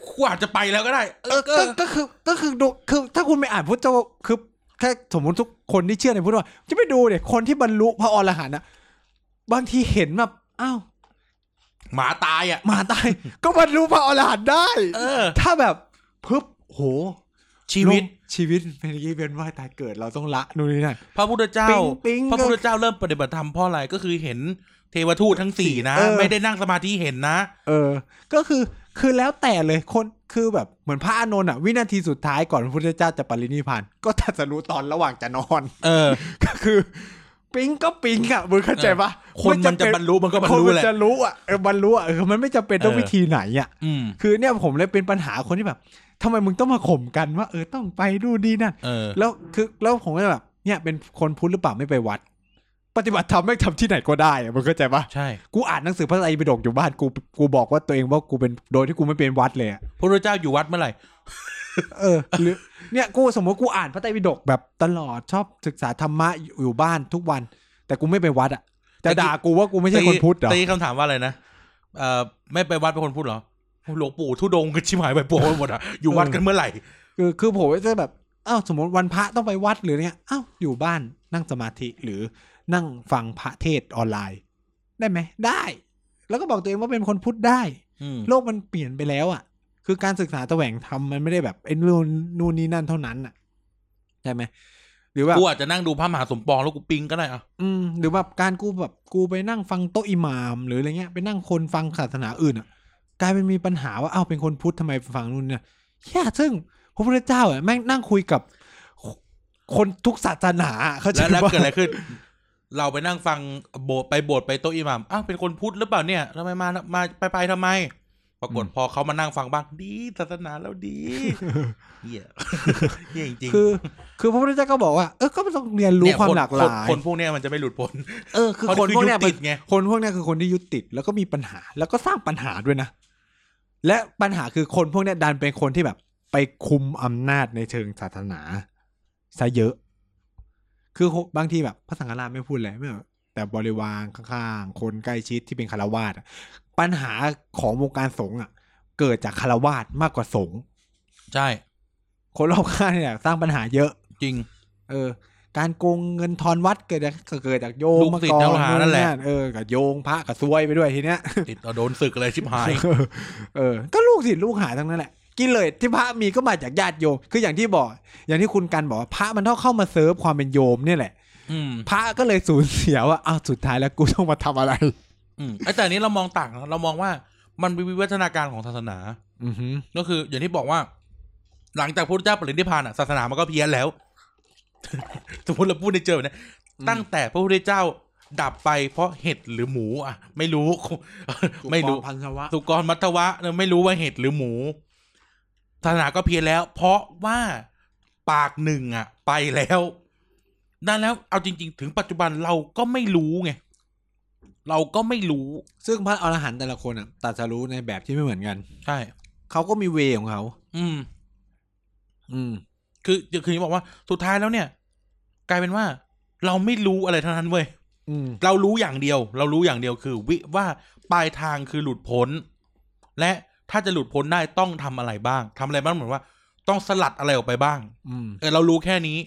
กูอาจจะไปแล้วก็ได้ เออเอ ก็ อ ก็คือก็คือดูคือถ้าคุณไม่อ่านพุทธเจ้าคือถ้าสมมติทุกคนที่เชื่อในพุทธว่าจะไปดูเนี่ยคนที่บรรลุพระอรหันต์อะบางทีเห็นแบบอ้าว หมาตายอะ หมาตาย ก็บรรลุพระอรหันต์ได้ เออ ถ้าแบบพึบโห ชีวิต ลงชีวิตเป็นอย่างนี้เป็นว่ายตายเกิดเราต้องละนู่นนี่นั่น พระพุทธเจ้า ปิ๊งปิ๊ง พระพุทธเจ้าเริ่มปฏิบัติธรรมเพราะอะไรก็คือเห็นเทวทูตทั้งสี่นะ เออ ไม่ได้นั่งสมาธิเห็นนะ เออ ก็คือคือแล้วแต่เลยคนคือแบบเหมือนพระอานนท์อะวินาทีสุดท้ายก่อนพระพุทธเจ้าจะปรินิพพาน ก็ตรัสรู้ตอนระหว่างจะนอน เออ ก็คือปิ๊งก็ปิ๊งอ่ะมึงเข้าใจปะ คนมันจะบรรลุมันก็บรรลุ คนมั แหละ จะรู้อ่ะเออบรรลุอ่ะเออมันไม่จำเป็นต้อง เออ วิธีไหนอ่ะ อืม คือเนี่ยผมเลยเป็นปัญหาคนที่แบบทำไมมึงต้องมาข่มกันว่าเออต้องไปดูนดีนั่น เออ แล้วคือแล้วผมก็แบบเนี่ยเป็นคนพุทธหรือเปล่าไม่ไปวัด ปฏิบัติธรรมไม่งทำที่ไหนก็ได้อ่ะมึงเข้าใจปะ ใช่ กูอ่านหนังสือพระไตรปิฎกอยู่บ้านกูกูบอกว่าตัวเองว่ากูเป็นโดยที่กูไม่เป็นวัดเลยอ่ะ พระพุทธเจ้าอยู่วัดเมื่อไหร่ เออหรือเนี่ยกูสมมติกูอ่านพระไตรปิฎกแบบตลอดชอบศึกษาธรรมะอยู่อยู่บ้านทุกวัน แต่กูไม่ไปวัดอ่ะ แต่ จะ กู ด่ากูว่ากูไม่ใช่คนพุทธเหรอ ตีคำถามว่าอะไรนะเอ่อไม่ไปวัดเป็นคนพุทธเหรอหลวงปู่ทุดงค์กันชิมหายไปปวดหมดอ่ะอยู่วัดกันเมื่อไหร่ คือคือผมก็จะแบบอ้าวสมมติวันพระต้องไปวัดหรืออะไรเงี้ยอ้าวอยู่บ้านนั่งสมาธิหรือนั่งฟังพระเทศน์ออนไลน์ ได้ไหมได้ แล้วก็บอกตัวเองว่าเป็นคนพุทธได้ อืม โลกมันเปลี่ยนไปแล้วอ่ะ คือการศึกษาแสวงธรรมมันไม่ได้แบบไอ้นู่นนู่นนี่นั่นเท่านั้นอ่ะใช่ไหมหรือว่า กูอาจจะนั่งดูพระมหาสมปองแล้วกูปิงก็ได้อ่ะ อืมหรือแบบการกูแบบกูไปนั่งฟังโต๊ะอิหมาม หรืออะไรเงี้ยไปนั่งคนฟังศาสนาอื่นอ่ะ กลายเป็นมีปัญหาว่าเอ้าเป็นคนพุทธทำไมฟังนู่นเนี่ยแค่ซึ่งพระพุทธเจ้าอ่ะแม่งนั่งคุยกับคคนทุกศาสนาอะเขาใจ แล้วแล้ว ปะ เกิดอะไรขึ้น เราไปนั่งฟังโบสถ์ไปโบสถ์ไปโต๊ะอิหมัมอ้าวเป็นคนพุทธหรือเปล่าเนี่ยทำไมมามาไปไปทำไม ปรากฏพอเขามานั่งฟังบ้างดีศาสนาแล้ว ดีเหี้ย เหี้ยจริงๆ คือ คือพระพุทธเจ้าก็บอกว่าเออก็ต้องเรียนรู้ เนี่ย ความ น หลากหลาย คนคนพวกเนี้ยมันจะไม่หลุดพ้น เออคือคนพวกเนี้ย ขา มั ติ น ดไง คนพวกเนี้ยคือคนที่ยึดติดแล้วก็มีปัญหาแล้วก็สร้างปัญหาด้วยนะ และปัญหาคือคนพวกเนี้ยดันเป็นคนที่แบบ ไปคุมอำนาจในเชิงศาสนาซะเยอะ คือบางทีแบบพระสังฆราชไม่พูดเลยไม่แบบแต่บริวารข้างๆ คนใกล้ชิดที่เป็นคารวาสอะปัญหาของวงการสงฆ์อ่ะ เกิดจากคารวาสมากกว่าสงฆ์ ใช่ คนรอบข้างเนี่ยสร้างปัญหาเยอะ จริง เออ การโกงเงินทอนวัดเกิดจากเกิดจากโยง ลูก มา ศิษย์ ก่อ ทั้ง น หลายนั่นแหละ เออกับโยงพระกับซวยไปด้วยทีเนี้ย ติดเอาโดนศึกเลยชิบ หาย เออ ก็ลูกศิษย์ลูกหาทั้งนั้นแหละ กิเลสที่พระมีก็มาจากญาติโยม คืออย่างที่บอก อย่างที่คุณกันบอกว่าพระมันต้องเข้ามาเซิร์ฟความเป็นโยมเนี่ยแหละ อืม พระก็เลยสูญเสียว่าอ้าวสุดท้ายแล้วกูต้องมาทำอะไร อืมแต่อันนี้เรามองต่างนะเรามองว่ามันเป็นวิวัฒนาการของศาสนา อือหือ ก็คือ อย่างที่บอกว่า หลังจากพระพุทธเจ้าปรินิพพานอ่ะศาสนามันก็เพี้ยนแล้ว สมมติเราพูดในเจอแบบเนี้ย อืม ตั้งแต่พระพุทธเจ้าดับไปเพราะเห็ดหรือหมูอ่ะ ไม่รู้ ไม่รู้ พันธวะ สุกรมัทวะเนี่ยไม่รู้ว่าเห็ดหรือหมู ศาสนาก็เพี้ยนแล้ว เพราะว่าปากหนึ่งอ่ะ ไปแล้วนั่นแล้ว เอาจริง ๆ ถึงปัจจุบันเราก็ไม่รู้ไงเราก็ไม่รู้ ซึ่งพระอรหันต์แต่ละคนอ่ะตรัสรู้ในแบบที่ไม่เหมือนกัน ใช่ เขาก็มีเวของเขา อืม อืม คือคืออย่างที่บอกว่าสุดท้ายแล้วเนี่ย กลายเป็นว่า เราไม่รู้อะไรทั้งนั้นเว้ย อืม เรารู้อย่างเดียว เรารู้อย่างเดียวคือ วิว่าปลายทางคือหลุดพ้น และถ้าจะหลุดพ้นได้ต้องทำอะไรบ้างทำอะไรบ้างเหมือนว่า ต้องสลัดอะไรออกไปบ้าง อืม เออเรารู้แค่นี้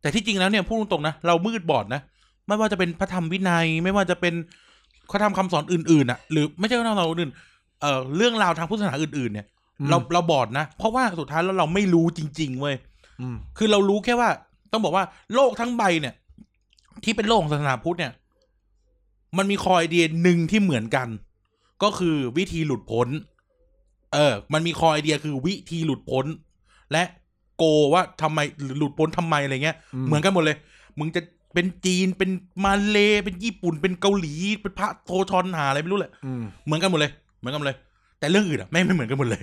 แต่ที่จริงแล้วเนี่ยพูดตรงๆนะเรามืดบอดนะไม่ว่าจะเป็นพระธรรมวินัย ไม่ว่าจะเป็นข้อธรรมคำสอนอื่นๆอ่ะ หรือไม่ใช่ข้อธรรมคำสอนอื่นเอ่อเรื่องราวทางพุทธศาสนาอื่นๆเนี่ย อืม เราเราบอดนะเพราะว่าสุดท้ายแล้วเราไม่รู้จริงๆเว้ย อืม คือเรารู้แค่ว่า ต้องบอกว่าโลกทั้งใบเนี่ย ที่เป็นโลกของศาสนาพุทธเนี่ย มันมีคอไอเดียหนึ่งที่เหมือนกัน ก็คือวิธีหลุดพ้น เออ มันมีคอไอเดียคือวิธีหลุดพ้น และโกว่าทำไมหรือหลุดพ้นทำไมอะไรเงี้ย อืม เหมือนกันหมดเลย มึงจะเป็นจีนเป็นมาเลเป็นญี่ปุ่นเป็นเกาหลีเป็นพระโทชอนหาอะไรไม่รู้แหละ อืม เหมือนกันหมดเลย เหมือนกันหมดเลย แต่เรื่องอื่นอะแม่งไม่เหมือนกันหมดเลย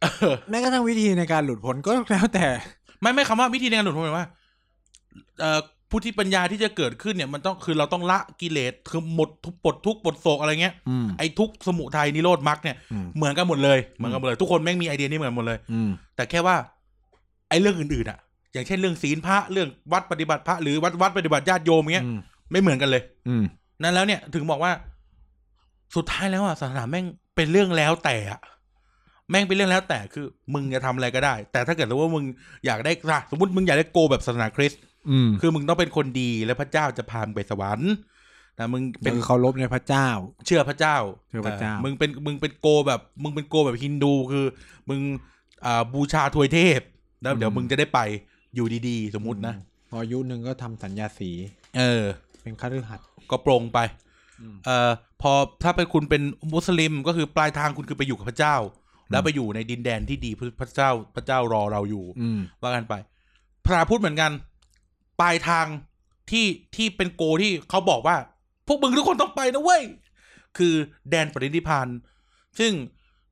เออ แม้กระทั่งวิธีในการหลุดพ้นก็แล้วแต่ ไม่ไม่คำว่าวิธีในการหลุดพ้นหมายว่าเอ่อผู้ที่ปัญญาที่จะเกิดขึ้นเนี่ยมันต้องคือเราต้องละกิเลสคือหมดทุกข์ปลดทุกข์ปลดโศกอะไรเงี้ย อืม ไอ้ทุกข์สมุทัยนิโรธมรรคเนี่ย อืม เหมือนกันหมดเลยเหมือนกันหมดเลยทุกคนแม่งมีไอเดียนี้เหมือนกันหมดเลย อืม แต่แค่ว่า ไอ้เรื่องอื่นๆอะอย่างเช่นเรื่องศีลพระเรื่องวัดปฏิบัติพระหรือวัดวัดปฏิบัติญาติโยมเงี้ย อืม ไม่เหมือนกันเลย อืม นั่นแล้วเนี่ยถึงบอกว่า สุดท้ายแล้วอะศาสนาแม่งเป็นเรื่องแล้วแต่อะแม่งเป็นเรื่องแล้วแต่คือ มึงจะทำอะไรก็ได้ แต่ถ้าเกิดสมมุติว่ามึงอยากได้อ่ะสมมติมึงอยากได้โกแบบศาสนาคริสต์ อืม คือมึงต้องเป็นคนดีและพระเจ้าจะพามึงไปสวรรค์นะมึง เป็ เป็น นเคารพในพระเจ้า เชื่อพระเจ้า เชื่อพระเจ้า มึงเป็นมึงเป็นโกแบบ มึงเป็นโกแบบฮินดูคือ มึงอ่าบูชาทวยเทพแล้วเดี๋ยวมึงจะได้ไปอยู่ดีๆ สมมุตินะ พออายุหนึ่งก็ทำสัญญาสี เออ เป็นคฤหัสถ์ ก็ปรงไป อืม เอ่อ พอถ้าเป็นคุณเป็นมุสลิมก็คือปลายทางคุณคือไปอยู่กับพระเจ้า แล้วไปอยู่ในดินแดนที่ดีพระเจ้าพระเจ้ารอเราอยู่ อืม ว่ากันไป พระพูดเหมือนกัน ปลายทางที่ที่เป็นโกที่เขาบอกว่า พวกมึงทุกคนต้องไปนะเว้ย คือแดนปรินิพพาน ซึ่ง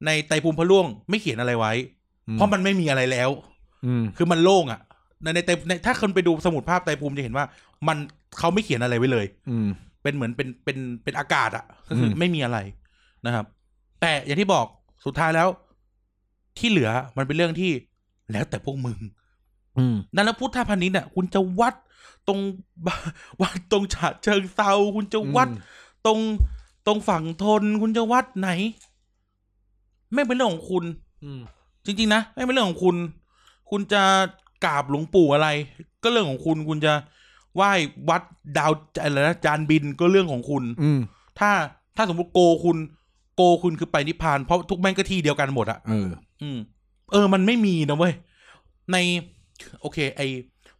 ในไตรภูมิพระล่วงไม่เขียนอะไรไว้ อืม เพราะมันไม่มีอะไรแล้ว อืม คือมันโล่งอะในในไตรในถ้าคนไปดูสมุดภาพไตรภูมิจะเห็นว่า มันเขาไม่เขียนอะไรไว้เลย อืม เป็นเหมือนเป็นเป็นเป็นอากาศอะก็คืออ ม ไม่มีอะไรนะครับ แต่อย่างที่บอกสุดท้ายแล้ว ที่เหลือมันเป็นเรื่องที่แล้วแต่พวกมึง อืม นั่นแล้วพุทธพานิชย์น่ะ คุณจะวัดตรง วัดตรงฉะเชิงเซาคุณจะวัด ตรงตรงฝั่งทน คุณจะวัดไหน ไม่เป็นเรื่องของคุณ อืม จริง ๆ นะไม่เป็นเรื่องของคุณ คุณจะกราบหลวงปู่อะไร ก็เรื่องของคุณคุณจะไหว้วัดดาวอะไรนะจานบินก็เรื่องของคุณ อืม ถ้าถ้าสมมติโกคุณโกคุณคือไปนิพพานเพราะทุกแม่งก็ที่เดียวกันหมดอะ เออ อืม เออ มันไม่มีนะเว้ย ในโอเค ไอ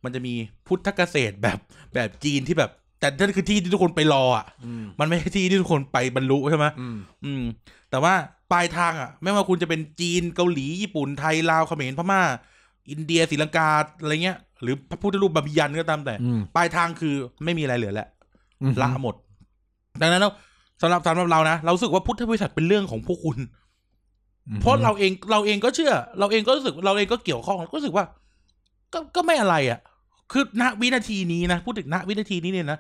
มันจะมีพุทธเกษตรแบบแบบจีนที่แบบ แต่นั่นคือที่ที่ทุกคนไปรออะ อืม มันไม่ใช่ที่ที่ทุกคนไปบรรลุใช่ไหม อืม อืม แต่ว่าปลายทางอะไม่ว่าคุณจะเป็นจีนเกาหลีญี่ปุ่นไทยลาวเขมรพม่า อินเดียศรีลังกาอะไรเงี้ย หรือพระพุทธรูปบาบิยันก็ตามแต่ อืม ปลายทางคือไม่มีอะไรเหลือแล้ว อืม ละหมด ดังนั้นแล้วสำหรับสำหรับเรานะ เรารู้สึกว่าพุทธบริษัทเป็นเรื่องของพวกคุณ อืม เพราะเราเองเราเองก็เชื่อ เราเองก็รู้สึกเราเองก็เกี่ยวข้องก็รู้สึกว่า ก็ก็ไม่อะไรอ่ะ คือณวินาทีนี้นะพูดถึงณวินาทีนี้เนี่ยนะ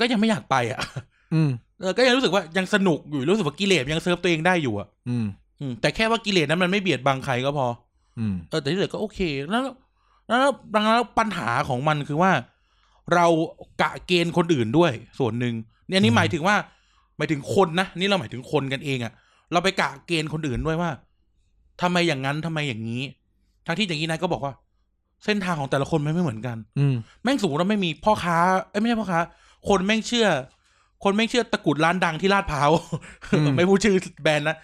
ก็ยังไม่อยากไปอ่ะ อืม เออก็ยังรู้สึกว่ายังสนุกอยู่รู้สึกว่ากิเลสยังเซิร์ฟตัวเองได้อยู่อ่ะ อืม อืมแต่แค่ว่ากิเลสนั้นมันไม่เบียดบังใครก็พอ อืม เออแต่ที่เหลือก็โอเค แล้วแล้วดังนั้นแล้วปัญหาของมันคือว่า เรากะเกณฑ์คนอื่นด้วยส่วนหนึ่งเนี่ยอันนี่หมายถึงว่า หมายถึงคนนะนี่เราหมายถึงคนกันเองอะเราไปกะเกณฑ์คนอื่นด้วยว่าทำไมอย่างนั้นทำไมอย่างนี้ทั้งที่อย่างนี้นายก็บอกว่า เส้นทางของแต่ละคนมันไม่เหมือนกัน อืม แม่งสูงเราไม่มีพ่อค้าเอ้ยไม่ใช่พ่อค้า คนแม่งเชื่อ คนแม่งเชื่อตะกรุดร้านดังที่ลาดพร้าว ไม่พูดชื่อแบรนด์นะ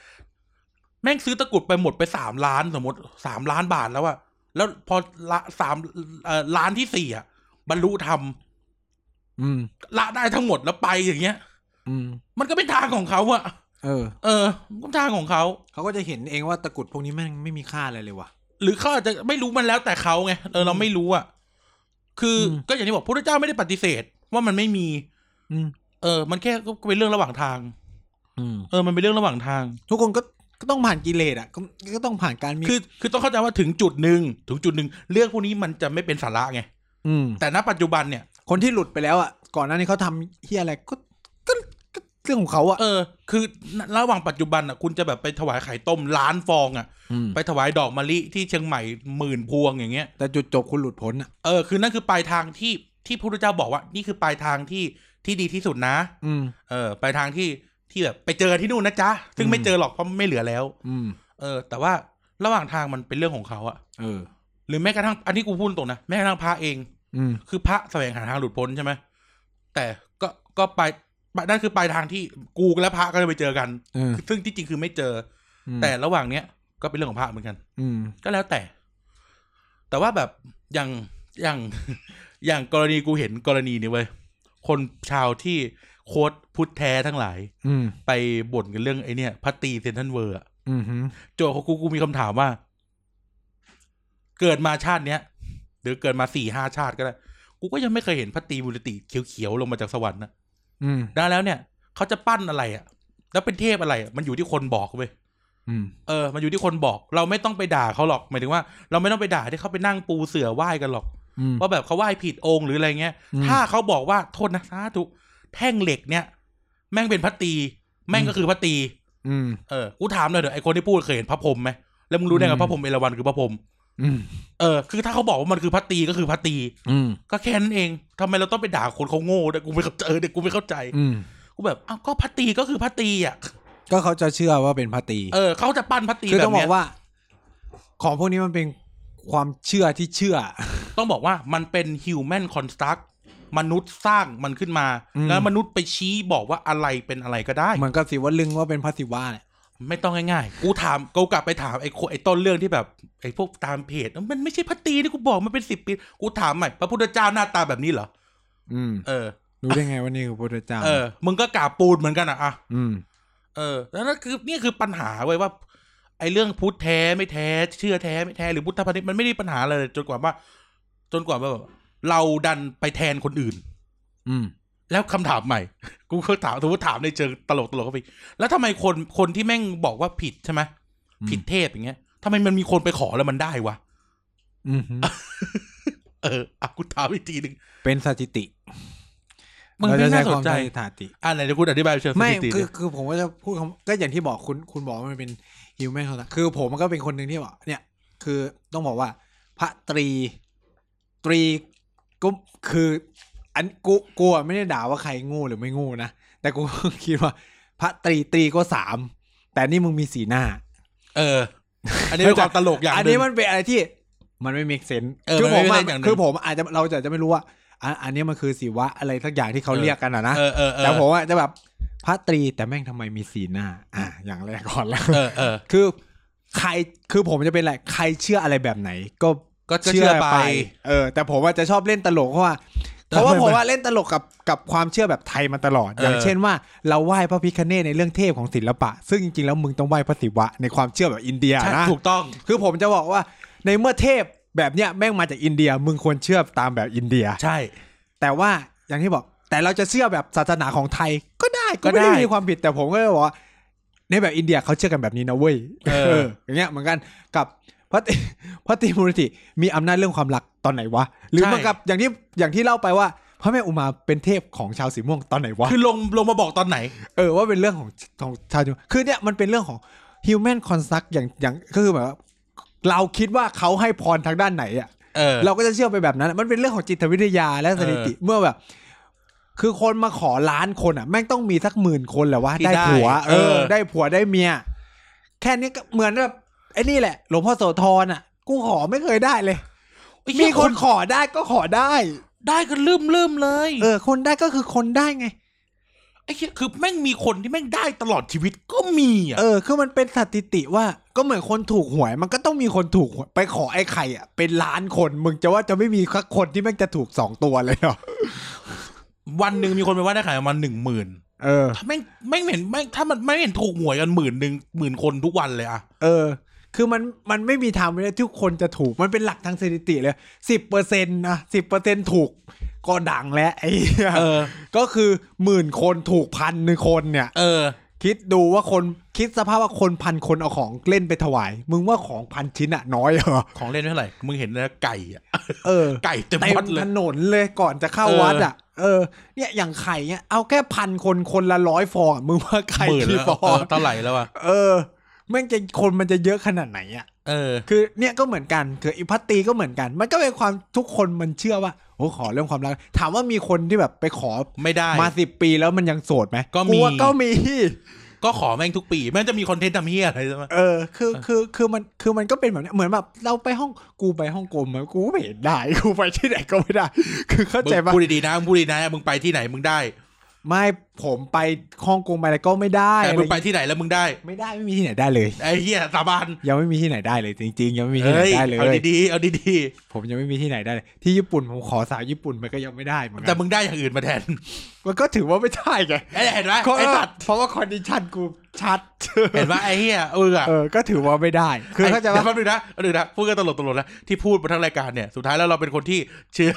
แม่งซื้อตะกรุดไปหมดไปสามล้านสมมติสามล้านบาทแล้วอะแล้วพอละสามเอ่อล้านที่สี่อะบรรลุธรรม อืม ละได้ทั้งหมดแล้วไปอย่างเงี้ย อืม มันก็เป็นทางของเขาอะ เออ เออมันก็เป็นทางของเขา เขาก็จะเห็นเองว่าตะกรุดพวกนี้แม่งไม่มีค่าอะไรเลยว่ะ หรือเขาอาจจะไม่รู้มันแล้วแต่เขาไงเออเราไม่รู้อะคืออ ม ก็อย่างที่บอกพระพุทธเจ้าไม่ได้ปฏิเสธ ว่ามันไม่มี อืม เออ มันแค่ก็เป็นเรื่องระหว่างทาง อืม เออ มันเป็นเรื่องระหว่างทาง ทุกคนก็ก็ต้องผ่านกิเลสอ่ะก็ก็ต้องผ่านการมี คือ คือต้องเข้าใจว่าถึงจุดหนึ่งถึงจุดหนึ่งเรื่องพวกนี้มันจะไม่เป็นสาระไง อืม แต่ณปัจจุบันเนี่ย คนที่หลุดไปแล้วอ่ะก่อนหน้านี้เขาทำเฮียอะไรก็ก็ก็เรื่องของเขาอ่ะ เออ คือระหว่างปัจจุบันอ่ะ คุณจะแบบไปถวายไข่ต้มล้านฟองอ่ะ ไปถวายดอกมะลิที่เชียงใหม่หมื่นพวงอย่างเงี้ย แต่จุดจบคุณหลุดพ้นอ่ะ เออ คือนั่นคือปลายทางที่ ที่พระพุทธเจ้าบอกว่า นี่คือปลายทางที่ที่ดีที่สุดนะ อืม เออ ปลายทางที่ ที่แบบไปเจอที่นู่นนะจ๊ะ ซึ่งไม่เจอหรอกเพราะไม่เหลือแล้ว อืม เออ แต่ว่าระหว่างทางมันเป็นเรื่องของเขาอะ เออ หรือแม้กระทั่ง อันนี้กูพูดตรงนะ แม้กระทั่งพระเอง อืม คือพระแสวงหาทางหลุดพ้นใช่ไหมแต่ก็ก็ไปไปนั่นคือปลายทางที่กูและพระก็จะไปเจอกัน เออ ซึ่งที่จริงคือไม่เจอ อืม แต่ระหว่างเนี้ยก็เป็นเรื่องของพระเหมือนกัน อืม ก็แล้วแต่ แต่ว่าแบบอย่างอย่าง อย่างกรณีกูเห็นกรณีนี้เว้ยคนชาวที่โค้ดพุทธแท้ทั้งหลาย อืม ไปบ่นกันเรื่องไอ้เนี่ยพระตรีเซนทรันเวอร์อะ อืมฮึ โจทย์ของกูกูมีคำถามว่า เกิดมาชาติเนี้ยหรือเกิดมาสี่ห้าชาติก็ได้ กูก็ยังไม่เคยเห็นพระตรีมุรติเขียวๆลงมาจากสวรรค์นะ อืม ดังแล้วเนี่ยเขาจะปั้นอะไรอะแล้วเป็นเทพอะไรอะมันอยู่ที่คนบอกเว้ย อืม เออ มันอยู่ที่คนบอก เราไม่ต้องไปด่าเขาหรอก หมายถึงว่า เราไม่ต้องไปด่าที่เขาไปนั่งปูเสือไหว้กันหรอก อืม ว่าแบบเขาไหว้ผิดองค์หรืออะไรเงี้ย อืม ถ้าเขาบอกว่าโทษนะสาธุแท่งเหล็กเนี่ย แม่งเป็นพระตรีแม่ง อืม ก็คือพระตรี อืม เออ กูถามหน่อยเถอะไอคนที่พูดเคยเห็นพระพรหมไหมแล้วมึงรู้ได้ไง อืม ว่าพระพรหมเอราวัณคือพระพรหม อืม เออ คือถ้าเขาบอกว่ามันคือพระตรีก็คือพระตรี อืม ก็แค่นั้นเองทำไมเราต้องไปด่าคนเขาโง่ด้วยกูไม่เข้าใจเออเด็กกูไม่เข้าใจ อืม กูแบบอ้าวก็พระตรีก็คือพระตรีอ่ะ ก็เขาจะเชื่อว่าเป็นพระตรี เออ เขาจะปั้นพระตรี คือ แบ ต้อบ งบอเนี้ย กว่า ของพวกนี้มันเป็นความเชื่อที่เชื่อ ต้องบอกว่ามันเป็น human construct มนุษย์สร้างมันขึ้นมา อืม แล้วมนุษย์ไปชี้บอกว่าอะไรเป็นอะไรก็ได้ เหมือนกับสิวลึงว่าเป็นพระศิวะเนี่ย ไม่ต้องง่ายๆ กูถามกูกลับไปถามไอ้โคไอ้ต้นเรื่องที่แบบไอ้พวกตามเพจมันไม่ใช่พระตรีนี่กูบอกมันเป็นสิบปี กูถามใหม่พระพุทธเจ้าหน้าตาแบบนี้เหรอ อืม เออ รู้ได้ไงว่านี่คือพระพุทธเจ้า เออ มึงก็กราบปูนเหมือนกันอ่ะอ่ะ อืม เออ แล้วนั่นคือนี่คือปัญหาเว้ยว่า ไอ้เรื่องพุทธแท้ไม่แท้ เชื่อแท้ไม่แท้หรือพุทธพันธุ์มันไม่ได้ปัญหาอะไรเลยจนกว่าว่า จนกว่าว่าแบบเราดันไปแทนคนอื่น อืม แล้วคำถามใหม่ กูก็ถามสมมติถามในเชิงตลกตลกเข้าไปอีกแล้วทำไมคนคนที่แม่งบอกว่าผิดใช่ไหม อืม ผิดเทพอย่างเงี้ยทำไมมันมีคนไปขอแล้วมันได้วะ อืมฮึ เอออ่ะกูถามอีกทีหนึ่ง เป็นสถิติ มันไม่น่าสนใจ เราะความสถิติ อ่ะไหนเดี๋ยวคุณอธิบายเชิงส ไม่ ถิติ คือ ดิ คือผมก็จะพูดคำก็อย่างที่บอกคุณคุณบอกว่ามันเป็นฮิวแมนเขาคือผมมันก็เป็นคนหนึ่งที่บอกเนี่ย คือต้องบอกว่า พระตรี ตรีก็คือ อันกูกลัวไม่ได้ด่าว่าใครโงูหรือไม่โงูนะ แต่กู คิดว่า พระตรีตรีก็สามแต่นี่มึงมีสีหน้า เออ อันนี้เป็นความตลกอย่างห อัน นึ นี้ ง มันเป็นอะไรที่มันไม่ make sense เออ คืผม มันไม่ อะ make sense อย่างหนึ่ง คือผมอาจจะเราจะจะไม่รู้ว่าอันอันนี้มันคือสีวะอะไรสักอย่างที่เขา เออ เรียกกันอะนะ เออเออเออ แต่ผมอะจะแบบพระตรีแต่แม่งทำไมมีสีหน้า อ่ะอย่างแรกก่อนแล้ว เออเออ คือใครคือผมจะเป็นแหละไรใครเชื่ออะไรแบบไหน ก็ ก็เชื่อไป เออ แต่ผมว่าจะชอบเล่นตลกเพราะว่าเพราะว่าผมว่าเล่นตลกกับกับความเชื่อแบบไทยมาตลอด เออ อ อ ย่างเช่นว่าเราไหว้พระพิคเนศในเรื่องเทพของศิลปะ ซึ่งจริงๆแล้วมึงต้องไหว้พระศิวะในความเชื่อแบบอินเดีย ใช่ นะ ถูกต้อง คือผมจะบอกว่าในเมื่อเทพแบบเนี้ยแม่งมาจากอินเดียมึงควรเชื่อตามแบบอินเดีย ใช่ แต่ว่าอย่างที่บอก แต่เราจะเชื่อแบบศาสนาของไทยก็ได้ก็ไม่ ก็ ได้ ได้ มีความผิดแต่ผมก็เลยบอกว่าในแบบอินเดียเขาเชื่อกันแบบนี้นะเว้ย เออ อย่างเงี้ยเหมือนกันกับพระ ติพระติมูรติมีอำนาจเรื่องความรักตอนไหนวะ หรือเหมือนกับอย่างที่อย่างที่เล่าไปว่า พระแม่อุมาเป็นเทพของชาวสีม่วงตอนไหนวะ คือลงลงมาบอกตอนไหน เออว่าเป็นเรื่องของของชาวจีนคือเนี่ยมันเป็นเรื่องของ human construct อย่างอย่างก็คือแบบว่าเราคิดว่าเขาให้พรทางด้านไหนอะ เออ เราก็จะเชื่อไปแบบนั้น มันเป็นเรื่องของจิตวิทยาและสถิติ เมื่อแบบ คือคนมาขอล้านคนอ่ะ แม่งต้องมีสักหมื่นคนแหละว่า ที่ ได้ ได้ ผัว เอ เอ อ อ ได้ผัวได้เมีย แค่นี้ก็เหมือนแบบไอ้นี่แหละ หลวงพ่อโสธรอ่ะ กูขอไม่เคยได้เลย ไอ้ มี เหี้ย คนขอได้ก็ขอได้ ได้กันลืมลืมเลย เออ คนได้ก็คือคนได้ไง ไอ้เหี้ยคือแม่งมีคนที่แม่งได้ตลอดชีวิตก็มีอ่ะ เออ คือมันเป็นสถิติว่า ก็เหมือนคนถูกหวย มันก็ต้องมีคนถูกหวยไปขอไอ้ไข่อ่ะ เป็นล้านคน มึงจะว่าจะไม่มีสักคนที่แม่งจะถูกสองตัวเลยเหรอ วันหนึ่งมีคนไปไหว้ได้ขายประมาณหนึ่งหมื่น เออ ถ้าแม่งไม่งเห็นแม่งถ้ามันไม่เห็นถูกหวยกันหมื่นหนึ่งหมื่นคนทุกวันเลยอะ เออ คือมัน มันไม่มีทางเลยทุกคนจะถูก มันเป็นหลักทางสถิติเลยสิบเปอร์เซ็นต์นะสิบเปอร์เซ็นต์ถูก ก็ดังแล้วไอ้เหี้ย เออ ก็คือหมื่นคนถูกพันหนึ่งคนเนี่ย เออ คิดดูว่าคน คิดสภาพว่าคนพันคนเอาของเล่นไปถวาย มึงว่าของพันชิ้นอะน้อยเหรอ ของเล่นเท่าไหร่ มึงเห็นนะไก่อะ เออ ไก่เต็ม เต็ม วัดเล ถ ย นนเลยก่อนจะเข้า เออ วัดอ่ะ เออ เนี่ยอย่างไข่เนี่ยเอาแค่พันคนคนละร้อยฟองอะมึงว่าไข่ หมื่น กี่ แล้ว ฟอ เอง อเท่าไหร่แล้วอะ เออแม่งจะคนมันจะเยอะขนาดไหนอ่ะ เออ คือเนี่ยก็เหมือนกันคืออีพัตตีก็เหมือนกัน มันก็เป็นความทุกคนมันเชื่อว่าโอ้ขอเรื่องความรัก ถามว่ามีคนที่แบบไปขอ ไม่ได้ มาสิบปีแล้วมันยังโสดไหม ก็มี ว่าก็มี ก็ขอแม่งทุกปี แม่งจะมีคอนเทนต์ทำเฮียอะไรใช่ไหม เออ คือคือคือมันคือมันก็เป็นแบบเนี้ยเหมือนแบบเราไปห้องกูไปห้องกลมมันกูไม่เห็นได้ กูไปที่ไหนก็ไม่ได้ คือเข้าใจ มึ ปะ งพูดดีๆนะมึงพูดดีๆนะมึงไปที่ไหนมึงได้ ไม่ผมไปฮ่องกงไปแล้วก็ไม่ได้ แต่ อะไร มึงไปที่ไหนแล้วมึงได้ ไม่ได้ไม่มีที่ไหนได้เลย ไอ้เหี้ยสาบาน ยังไม่มีที่ไหนได้เลย จริง ๆ ยังไม่มีที่ไหน เฮ้ย ได้เลย เอาดีๆเอาดี ผมยังไม่มีที่ไหนได้เลยที่ญี่ปุ่นผมขอสาวญี่ปุ่นไปก็ยังไม่ได้เหมือน ๆ กั แต่มึงได้อย่างอื่นมาแทน มันก็ถือว่าไม่ได้ไง เอ้ยเห็นไหม เพราะ ไอ้สัตว์ เพราะว่าคอนดิชันกูชัด เห็นไหมไอ้เหี้ยเอออะ เออก็ถือว่าไม่ได้คือเข้าใจ ไอ้ ว่า แป๊บนึงนะแป๊บนึงนะพูดกันตลกตลกนะที่พูดมาทั้งรายการเนี่ยสุดท้ายแล้วเราเป็นคนที่เชื่อ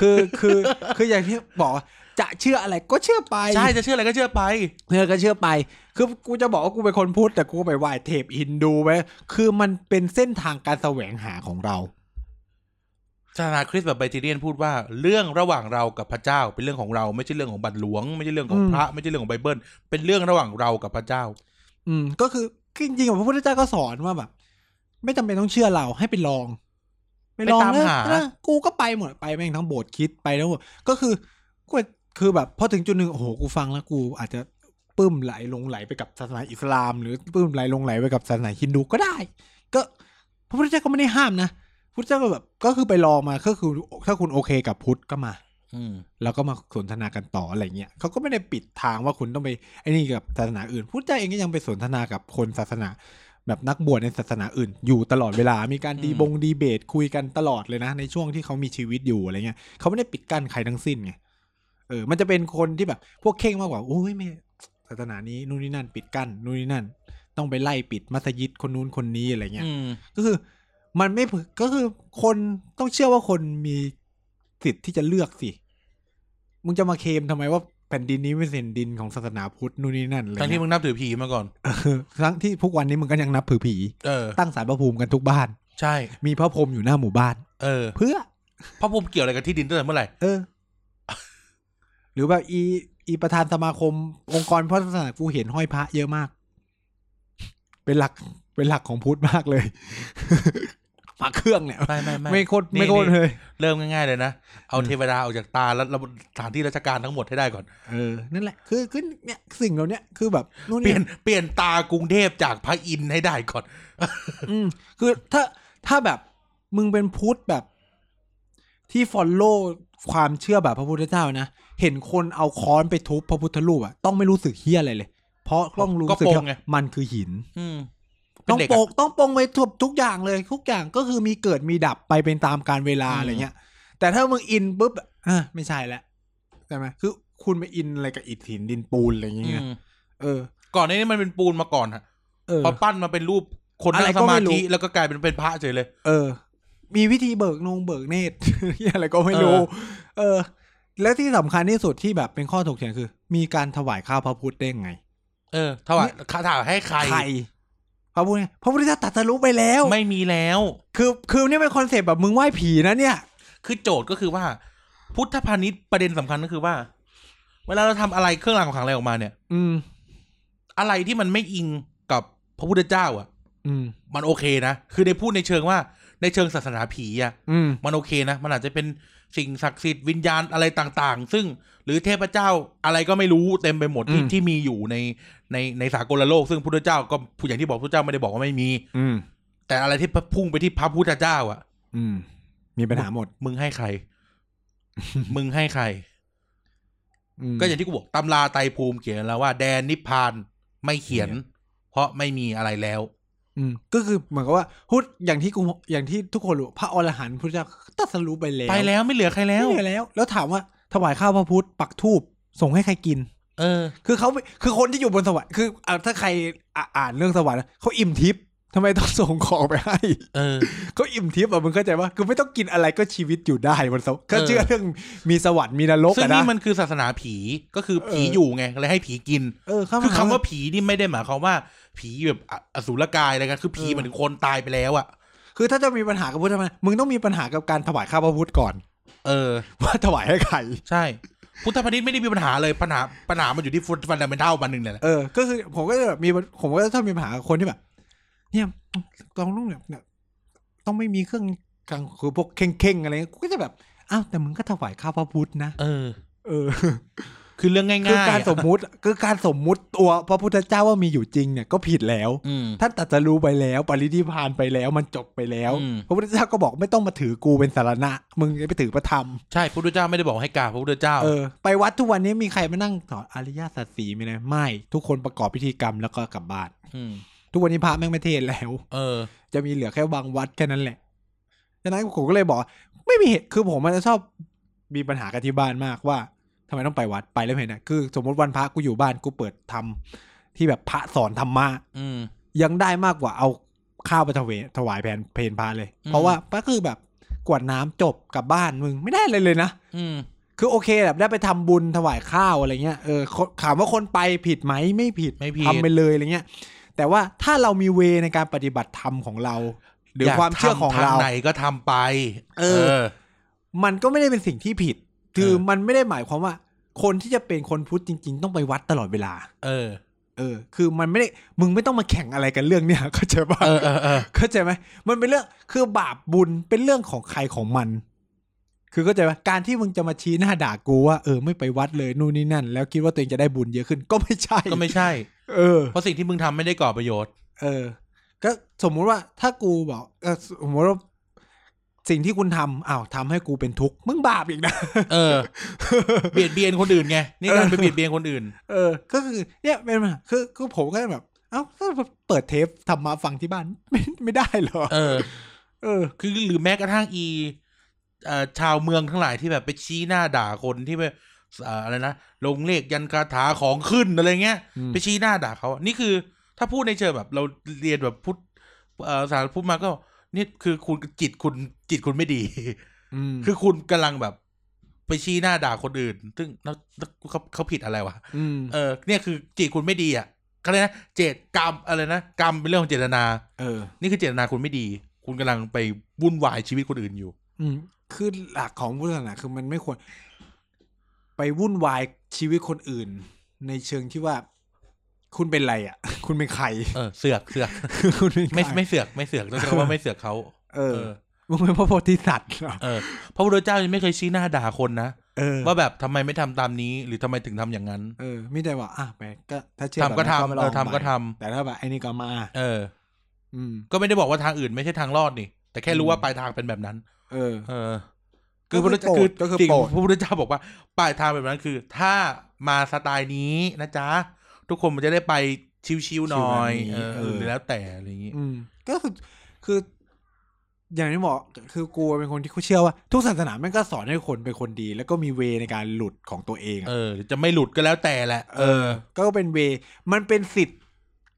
คือคือคืออย่างที่บอกว่าจะเชื่ออะไรก็เชื่อไป ใช่จะเชื่ออะไรก็เชื่อไป เธอก็เชื่อไป คือกูจะบอกว่ากูเป็นคนพุทธแต่กูไปไหว้เทพฮินดูไปคือมันเป็นเส้นทางการแสวงหาของเรา ศาสนาคริสต์แบบไบติเรียนพูดว่าเรื่องระหว่างเรากับพระเจ้า เป็นเรื่องของเราไม่ใช่เรื่องของบัตรหลวง ไม่ใช่เรื่องของ อืม พระไม่ใช่เรื่องของไบเบิลเป็นเรื่องระหว่างเรากับพระเจ้า อืม ก็คือคือจริงๆอะพระพุทธเจ้าก็สอนว่าแบบ ไม่จำเป็นต้องเชื่อเราให้ไปลองไปลอง ไปตาม นะ หา นะกูก็ไปหมดไปแม่งทั้งโบสถ์คริดไปทั้งหมดก็คือกูคือแบบพอถึงจุดหนึ่งโอ้โหกูฟังแล้วกูอาจจะปลื้มไหลหลงไหลไปกับศาสนาอิสลาม หรือปลื้มไหลหลงไหลไปกับศาสนาฮินดูก็ได้ ก็พระพุทธเจ้าก็ไม่ได้ห้ามนะพระพุทธเจ้าก็แบบก็คือไปลองมาก็คือถ้าคุณโอเคกับพุทธก็มา อืม แล้วก็มาสนทนากันต่ออะไรเงี้ยเขาก็ไม่ได้ปิดทางว่าคุณต้องไปไอ้นี่กับศาสนาอื่นพุทธเจ้าเองก็ยังไปสนทนากับคนศาสนา แบบนักบวชในศาสนาอื่น อยู่ตลอดเวลา มีการดีบงดีเบตคุยกันตลอดเลยนะ ในช่วงที่เขามีชีวิตอยู่อะไรเงี้ยเขาไม่ได้ปิดกั้นใครทั้งสิ้นไงเออ มันจะเป็นคนที่แบบพวกเข่งมากกว่าโอ้ยไม่ศาสนานี้นู่นนี่นั่น ปิดกั้นนู่นนี่นั่น ต้องไปไล่ปิดมัสยิดคนนู้นคนนี้อะไรเงี้ย อืม ก็คือมันไม่ก็คือคนต้องเชื่อว่าคนมีสิทธิ์ที่จะเลือกสิ มึงจะมาเคลมทำไมว่าแผ่นดินนี้เป็นแผ่นดินของศาสนาพุทธนู่นนี่นั่นอะไร ทั้งที่ เงี้ย มึงนับถือผีมาก่อน เออทั้งที่ทุกวันนี้มึงก็ยังนับถือผี เออ ตั้งสารพระภูมิกันทุกบ้าน ใช่ มีพระพรหมอยู่หน้าหมู่บ้าน เออ เพื่อ พระพรหมเกี่ยวอะไรกับที่ดินตั้งแต่เมื่อไหร่ เออ หรือแบบอีอีประธานสมาคม องค์กรพระศาสนากูเห็นห้อยพระเยอะมาก เป็นหลักเป็นหลักของพุทธมากเลย ฝากเครื่องเนี่ย ไม่ไม่ไม่ ไม่โคตร นี่ ไม่โคตร นี่ เลย เริ่มง่ายๆเลยนะ เอาเทวดาออกจากตาแล้วระบบสถานที่ราชการทั้งหมดให้ได้ก่อน เออ นั่นแหละ คือคือเนี่ย สิ่งเหล่าเนี้ย คือแบบนู่น เปลี่ยน นี่ เปลี่ยนตากรุงเทพจากพระอินทร์ให้ได้ก่อน อืม คือถ้า ถ้าแบบ มึงเป็นพุทธแบบ ที่ฟอลโล่ความเชื่อแบบพระพุทธเจ้านะ เห็นคนเอาค้อนไปทุบพระพุทธรูปอะต้องไม่รู้สึกเฮี้ยอะไรเลย เพราะต้องรู้สึก ก็ปลง ว่า ไง มันคือหิน อืมเป็ ต้อน ง เด็ก โป อะ กต้องปรงไปทุบทุกอย่างเลย ทุกอย่างก็คือมีเกิดมีดับไปเป็นตามการเวลา อืม อะไรเงี้ย แต่ถ้ามึงอินปุ๊บอะอ่ะไม่ใช่แล้วใช่ไหมคือคุณไปอินอะไรกับอิฐหินดินปูนอะไรอย่างเงี้ย อืม เออ ก่อนหนานี้มันเป็นปูนมาก่อนฮะ เออ พอปั้นมาเป็นรูปคนนั่ อะไร ง ก็ ส ไม่ มา รู้ ธิแล้วก็กลายเป็นเป็นพระเฉยเลย เออ มีวิธีเบิกนงเบิกเนตร อะไรก็ไม่รู้ เออ แล้วที่สำคัญที่สุดที่แบบเป็นข้อถกเถียงคือ มีการถวายข้าวพระพุทธได้ไง เออถวายคาถาให้ใคร ใคร พระพุทธเนี่ยพระพุทธเจ้าตรัดสรู้ไปแล้ว ไม่มีแล้ว คือ คือเนี่ยเป็นคอนเซปต์แบบมึงไหว้ผีนะเนี่ย คือโจทย์ก็คือว่า พุทธพาณิชย์ประเด็นสำคัญก็คือว่า เวลาเราทำอะไรเครื่องรางของขลังอะไรออกมาเนี่ย อืม อะไรที่มันไม่อิงกับพระพุทธเจ้า อ่ะ อืม มันโอเคนะ คือได้พูดในเชิงว่าในเชิงศาสนาผีอ่ะ อืม มันโอเคนะ มันอาจจะเป็นสิ่งศักดิ์สิทธิ์วิญญาณอะไรต่างๆ ซึ่งหรือเทพเจ้าอะไรก็ไม่รู้เต็มไปหมดที่ อืม ที่มีอยู่ในในในสากลโลก ซึ่งพุทธเจ้าก็ผู้อย่างที่บอกพุทธเจ้าไม่ได้บอกว่าไม่มี อืม แต่อะไรที่พุ่งไปที่พระพุทธเจ้าอ่ะ อืม มีปัญหาหมด มึงให้ ใคร มึงให้ใคร ม ก็อย่างที่กูบอกตำราไตรภูมิเขียนแล้วว่าแดนนิพพานไม่เขียน เนี่ย เพราะไม่มีอะไรแล้ว อืม ก็คือเหมือนกับว่าพุทธอย่างที่กูอย่างที่ทุกคนรู้พระอรหันต์พุทธเจ้าตรัดสรู้ไปแล้ว ไปแล้วไม่เหลือใครแล้ว ไม่เหลือแล้ว แล้วถามว่าถวายข้าวพระพุทธปักธูปส่งให้ใครกิน เออ คือเขาคือคนที่อยู่บนสวรรค์คืออ่ะถ้าใครอ่ะอ่านเรื่องสวรรค์นะเขาอิ่มทิพย์ทำไมต้องส่งของไปให้ เออ เขาอิ่มทิพย์อ่ะมึงเข้าใจปะคือไม่ต้องกินอะไรก็ชีวิตอยู่ได้บนสวรรค์เขาเชื่อเรื่องมีสวรรค์มีนรก ซึ่ง อะนะ นี่มันคือศาสนาผีก็คือผี เอออ อยู่ไงเลยให้ผีกิน เออเข้า คือ มา คำว่าผีนี่ไม่ได้หมายความว่า ผีแบบออสูรกายอะไรกันคือผีเหมือนคนตายไปแล้วอ่ะ คือถ้าจะมีปัญหากับพุทธทำไมมึงต้องมีปัญหากับการถวายข้าวพระพุทธก่อน เออ ว่าถวายให้ใคร ใช่ พุทธพนิชไม่ได้มีปัญหาเลยปัญหาปัญหามันอยู่ที่ฟุตฟันดัมเบลเท่าปันหนึ่งเลยแหละ เออ ก็คือผมก็จะแบบมีผมก็จะชอบมีปัญหากับคนที่แบบ เนี่ยต้องต้องแบบเนี่ยต้องไม่มีเครื่องกลางคือพวกเข่งๆอะไรเงี้ยกูก็จะแบบอ้าวแต่มึงก็ถวายข้าวพระพุทธนะ เออ เออ คือเรื่องง่ายๆ คือการ อะ สมมุติคือการสมมุติตัวพระพุทธเจ้าว่ามีอยู่จริงเนี่ยก็ผิดแล้ว อืม ท่านตรัดจะรู้ไปแล้ว ปรินิพพานไปแล้วมันจบไปแล้ว อืม พระพุทธเจ้าก็บอกไม่ต้องมาถือกูเป็นสารณะ มึงจะไปถือพระธรรม ใช่พระพุทธเจ้าไม่ได้บอกให้กราบพระพุทธเจ้า เออ ไปวัดทุกวันนี้มีใครมานั่งสอนอริยสัจสีไหมนะไม่ ทุกคนประกอบพิธีกรรมแล้วก็กลับบ้าน อืม ทุกวันนี้พระแม่งไม่เทศน์แล้ว เออ จะมีเหลือแค่บางวัดแค่นั้นแหละดังนั้นผมก็เลยบอก ไม่มีเหตุคือผมมันจะชอบมีปัญหากับที่บ้านมากว่าทำไมต้องไปวัดไปแล้วเห็นนะคือ สมมติวันพระกูอยู่บ้านกูเปิดทำที่แบบพระสอนธรรมะ อืม ยังได้มากกว่าเอาข้าวไปถวายถวายแผนเพนพาเลย อืม เพราะว่าก็คือแบบกวดน้ำจบกลับบ้านมึงไม่ได้เลยเลยนะ อืม คือโอเคแบบได้ไปทำบุญถวายข้าวอะไรเงี้ยเออคนถามว่าคนไปผิดไหมไม่ผิด ไม่ผิด ทำไปเลยอะไรเงี้ย แต่ว่าถ้าเรามีเวในการปฏิบัติธรรมของเรา หรือความเชื่อของเรา ยกทำทไหนก็ทำไป เออ มันก็ไม่ได้เป็นสิ่งที่ผิด คือมันไม่ได้หมายความว่า คนที่จะเป็นคนพุทธจริง ๆ ต้องไปวัดตลอดเวลา เออ เออ คือมันไม่ได้มึงไม่ต้องมาแข่งอะไรกันเรื่องเนี้ย เข้าใจปะ เออเออเออ เข้าใจไหมมันเป็นเรื่องคือบาปบุญเป็นเรื่องของใครของมัน คือเข้าใจไหมการที่มึงจะมาชี้หน้าด่ากูว่าเออไม่ไปวัดเลยนู่นนี่นั่น แล้วคิดว่าตัวเองจะได้บุญเยอะขึ้นก็ไม่ใช่ ก็ไม่ใช่ เออ เพราะสิ่งที่มึงทำไม่ได้ก่อประโยชน์ เออ ก็สมมุติว่าถ้ากูบอกเออสมมติว่าสิ่งที่คุณทำอ้าวทำให้กูเป็นทุกข์มึงบาปอีกนะ เออ เบียดเบียนคนอื่นไง นี่การไปเบียดเบียนคนอื่น เออ ก็คือเนี่ยเป็นปัญหาคือคือผมก็แบบ เอ้าถ้าเปิดเทปธรรมะฟังที่บ้านไม่ไม่ได้เหรอ เออ เออ คือหรือแม้กระทั่งอีเอ่อชาวเมืองทั้งหลายที่แบบไปชี้หน้าด่าคนที่ไปเอ่ออะไรนะลงเลขยันคาถาของขึ้นอะไรเงี้ย อืม ไปชี้หน้าด่าเขาอะนี่คือถ้าพูดในเชิงแบบ เราเรียนแบบพุทธเอ่อสารพุทธมาก็นี่คือคุณจิตคุณจิตคุณไม่ดี อืม คือคุณกำลังแบบ ไปชี้หน้าด่าคนอื่น ซึ่งแล้วแล้วเขาเขาผิดอะไรวะ อืม เออเนี่ยคือจิตคุณไม่ดีอ่ะเขาเรียกนะเจตกรรมอะไรนะกรรมเป็นเรื่องของเจตนา เออ นี่คือเจตนาคุณไม่ดี คุณกำลังไปวุ่นวายชีวิตคนอื่นอยู่ อืมคือหลักของพุทธศาสนาคือมันไม่ควร ไปวุ่นวายชีวิตคนอื่น ในเชิงที่ว่า คุณเป็นไรอะ่ะ คุณเป็นใคร เออเสือกเสือก คุณเป็น ไม่ ใคร ไม่เสือกไม่เสือกต้องใช้คำว่าไม่เสือกเขา เอ เอ อ อ มึงเป็นพระโพธิสัต ว์เหรอ เออพระพุทธเจ้ายังไม่เคยชี้หน้าด่าคนนะ เออ ว่าแบบทำไมไม่ทำตามนี้ หรือทำไมถึงทำอย่างนั้น เออไม่ได้ว่าอ่ะไปก็ถ้าเชื่อ ทำแบก็บนั้น ทำ มาลอง เออทำก็ ไป ทำ แต่ถ้าแบบไอ้นี่ก็มา เออ อืม ก็ไม่ได้บอกว่าทางอื่นไม่ใช่ทางรอดนี่ แต่แค่รู้ว่าปลายทางเป็นแบบนั้น เออ เออ ก็ คือพ คือ ระพุทธเจ้า โปร คื ด อ ก็คือ สิ่ง โปรด พระพุทธเจ้าบอกว่าปลายทางแบบนั้นคือ ถ้ามาสไตล์นี้นะจ๊ะ ทุกคนมันจะได้ไปชิวๆหน่อย ชิวๆแบบนี้ เออ เออ หรือแล้วแต่อะไรอย่างงี้ อืม ก็คือคือ อย่างที่บอกคือกูเป็นคนที่เขาเชื่อว่า ทุกศาสนาแม่งก็สอนให้คนเป็นคนดี แล้วก็มีเวในการหลุดของตัวเองอะ เออหรือจะไม่หลุดก็แล้วแต่แหละ เออ ก็เป็นเวย์มันเป็นสิทธิ์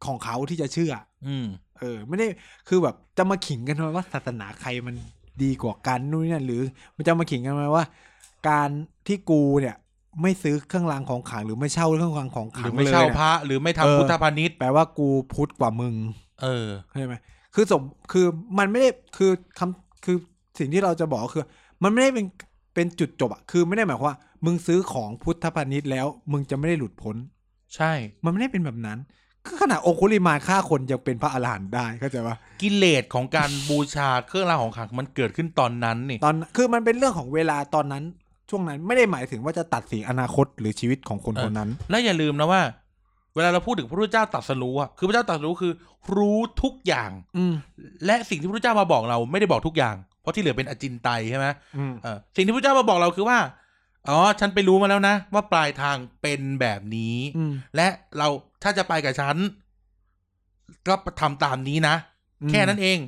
ของเขาที่จะเชื่อ อืม เออ ไม่ได้คือแบบจะมาขิงกันทำไมว่าศาสนาใครมันดีกว่ากันนู่นนนั่นหรือ มันจะมาขิงกันทำไมว่า การที่กูเนี่ยไม่ซื้อเครื่องรางของขลังหรือไม่เช่าเครื่องรางของข ห ลั รื งเลอย ไม่เช่าพ เนี่ย ระ หรือไม่ทำ เออ พุทธพาณิชย์ แปลว่ากูพุทธกว่ามึง เออ เข้าใจไหมคือสมคือมันไม่ได้คือคำคือสิ่งที่เราจะบอกก็คือ มันไม่ได้เป็นเป็นจุดจบอะคือไม่ได้หมายความว่า มึงซื้อของพุทธพาณิชย์แล้ว มึงจะไม่ได้หลุดพ้น ใช่ มันไม่ได้เป็นแบบนั้นคือขนาดองคุลิมานฆ่าคนยังเป็นพระอรหันต์ได้เข้าใจปะ กิเลสของการ บูชาเครื่องรางของขลังมันเกิดขึ้นตอนนั้นนี่ ตอนคือมันเป็นเรื่องของเวลาตอนนั้น ช่วงนั้นไม่ได้หมายถึงว่าจะตัดสินอนาคตหรือชีวิตของคน เออ คนนั้น และอย่าลืมนะว่า เวลาเราพูดถึงพระพุทธเจ้าตรัสรู้อะคือพระเจ้าตรัสรู้คือ รู้ทุกอย่าง อืม และสิ่งที่พระพุทธเจ้ามาบอกเราไม่ได้บอกทุกอย่าง เพราะที่เหลือเป็นอจินไตยใช่ไหม อืม เออสิ่งที่พระเจ้ามาบอกเราคือว่าอ๋อฉันไปรู้มาแล้วนะ ว่าปลายทางเป็นแบบนี้ อืม และเราถ้าจะไปกับฉันก็ทำตามนี้นะแค่นั้นเอง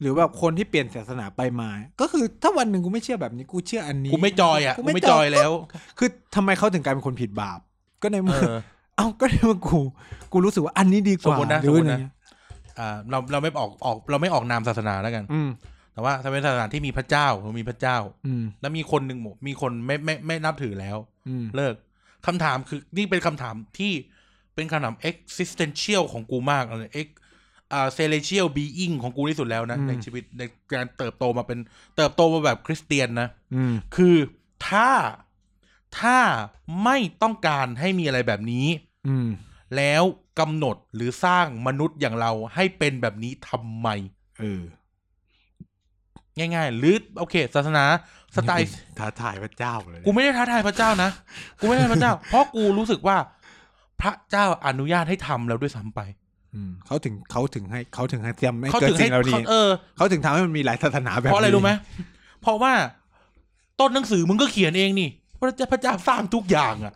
หรือแบบคนที่เปลี่ยนศาสนาไปมา ก็คือถ้าวันหนึ่งกูไม่เชื่อแบบนี้กูเชื่ออันนี้ กูไม่จอยอ่ะกูไม่จอยแล้ว คือทำไมเขาถึงกลายเป็นคนผิดบาป ก็ใน เอ เมื่อ อ เอ้าก็ในเมื่อกู กูรู้สึกว่าอันนี้ดีก สม ว่า มุตินะ หรือ สมมุติ อะไร นะ เงี้ย อ่าเราเราไม่ออกออก เราไม่ออกนามศาสนาแล้วกัน อืม แต่ว่าถ้าเป็นศาสนาที่มีพระเจ้าหรือมีพระเจ้า อืม แล้วมีคนหนึ่งหมู่มีคนไม่ไม่ไม่นับถือแล้ว อืม เลิกคำถามคือนี่เป็นคำถามที่เป็นคำถาม existential ของกูมากเลย ex อ่า celestial being ของกูที่สุดแล้วนะ อืม ในชีวิตในการเติบโตมาเป็นเติบโตมาแบบคริสเตียนนะ อืม คือถ้าถ้าไม่ต้องการให้มีอะไรแบบนี้ อืม แล้วกำหนดหรือสร้างมนุษย์อย่างเราให้เป็นแบบนี้ทำไม เออ ง่ายๆ หรือโอเค ศาสนา สไตล์ ท้าทายพระเจ้าเลยนะ กูไม่ได้ท้าทายพระเจ้านะ กูไม่ได้ท้าทายพระเจ้า เพราะกูรู้สึกว่า พระเจ้าอนุญาตให้ทำแล้วด้วยซ้ำไป อืมเขาถึงเขาถึงให้เขาถึงให้เตรียมให้ เขา เกิด ถึง สิ่งให้เหล่านี้ เขาเออ เขาถึงทำให้มันมีหลายศาสนาแบบ เพราะอะไร นี้ รู้ไหม เพราะว่าต้นหนังสือมึงก็เขียนเองนี่ พระเจ้าพระเจ้าสร้างทุกอย่างอะ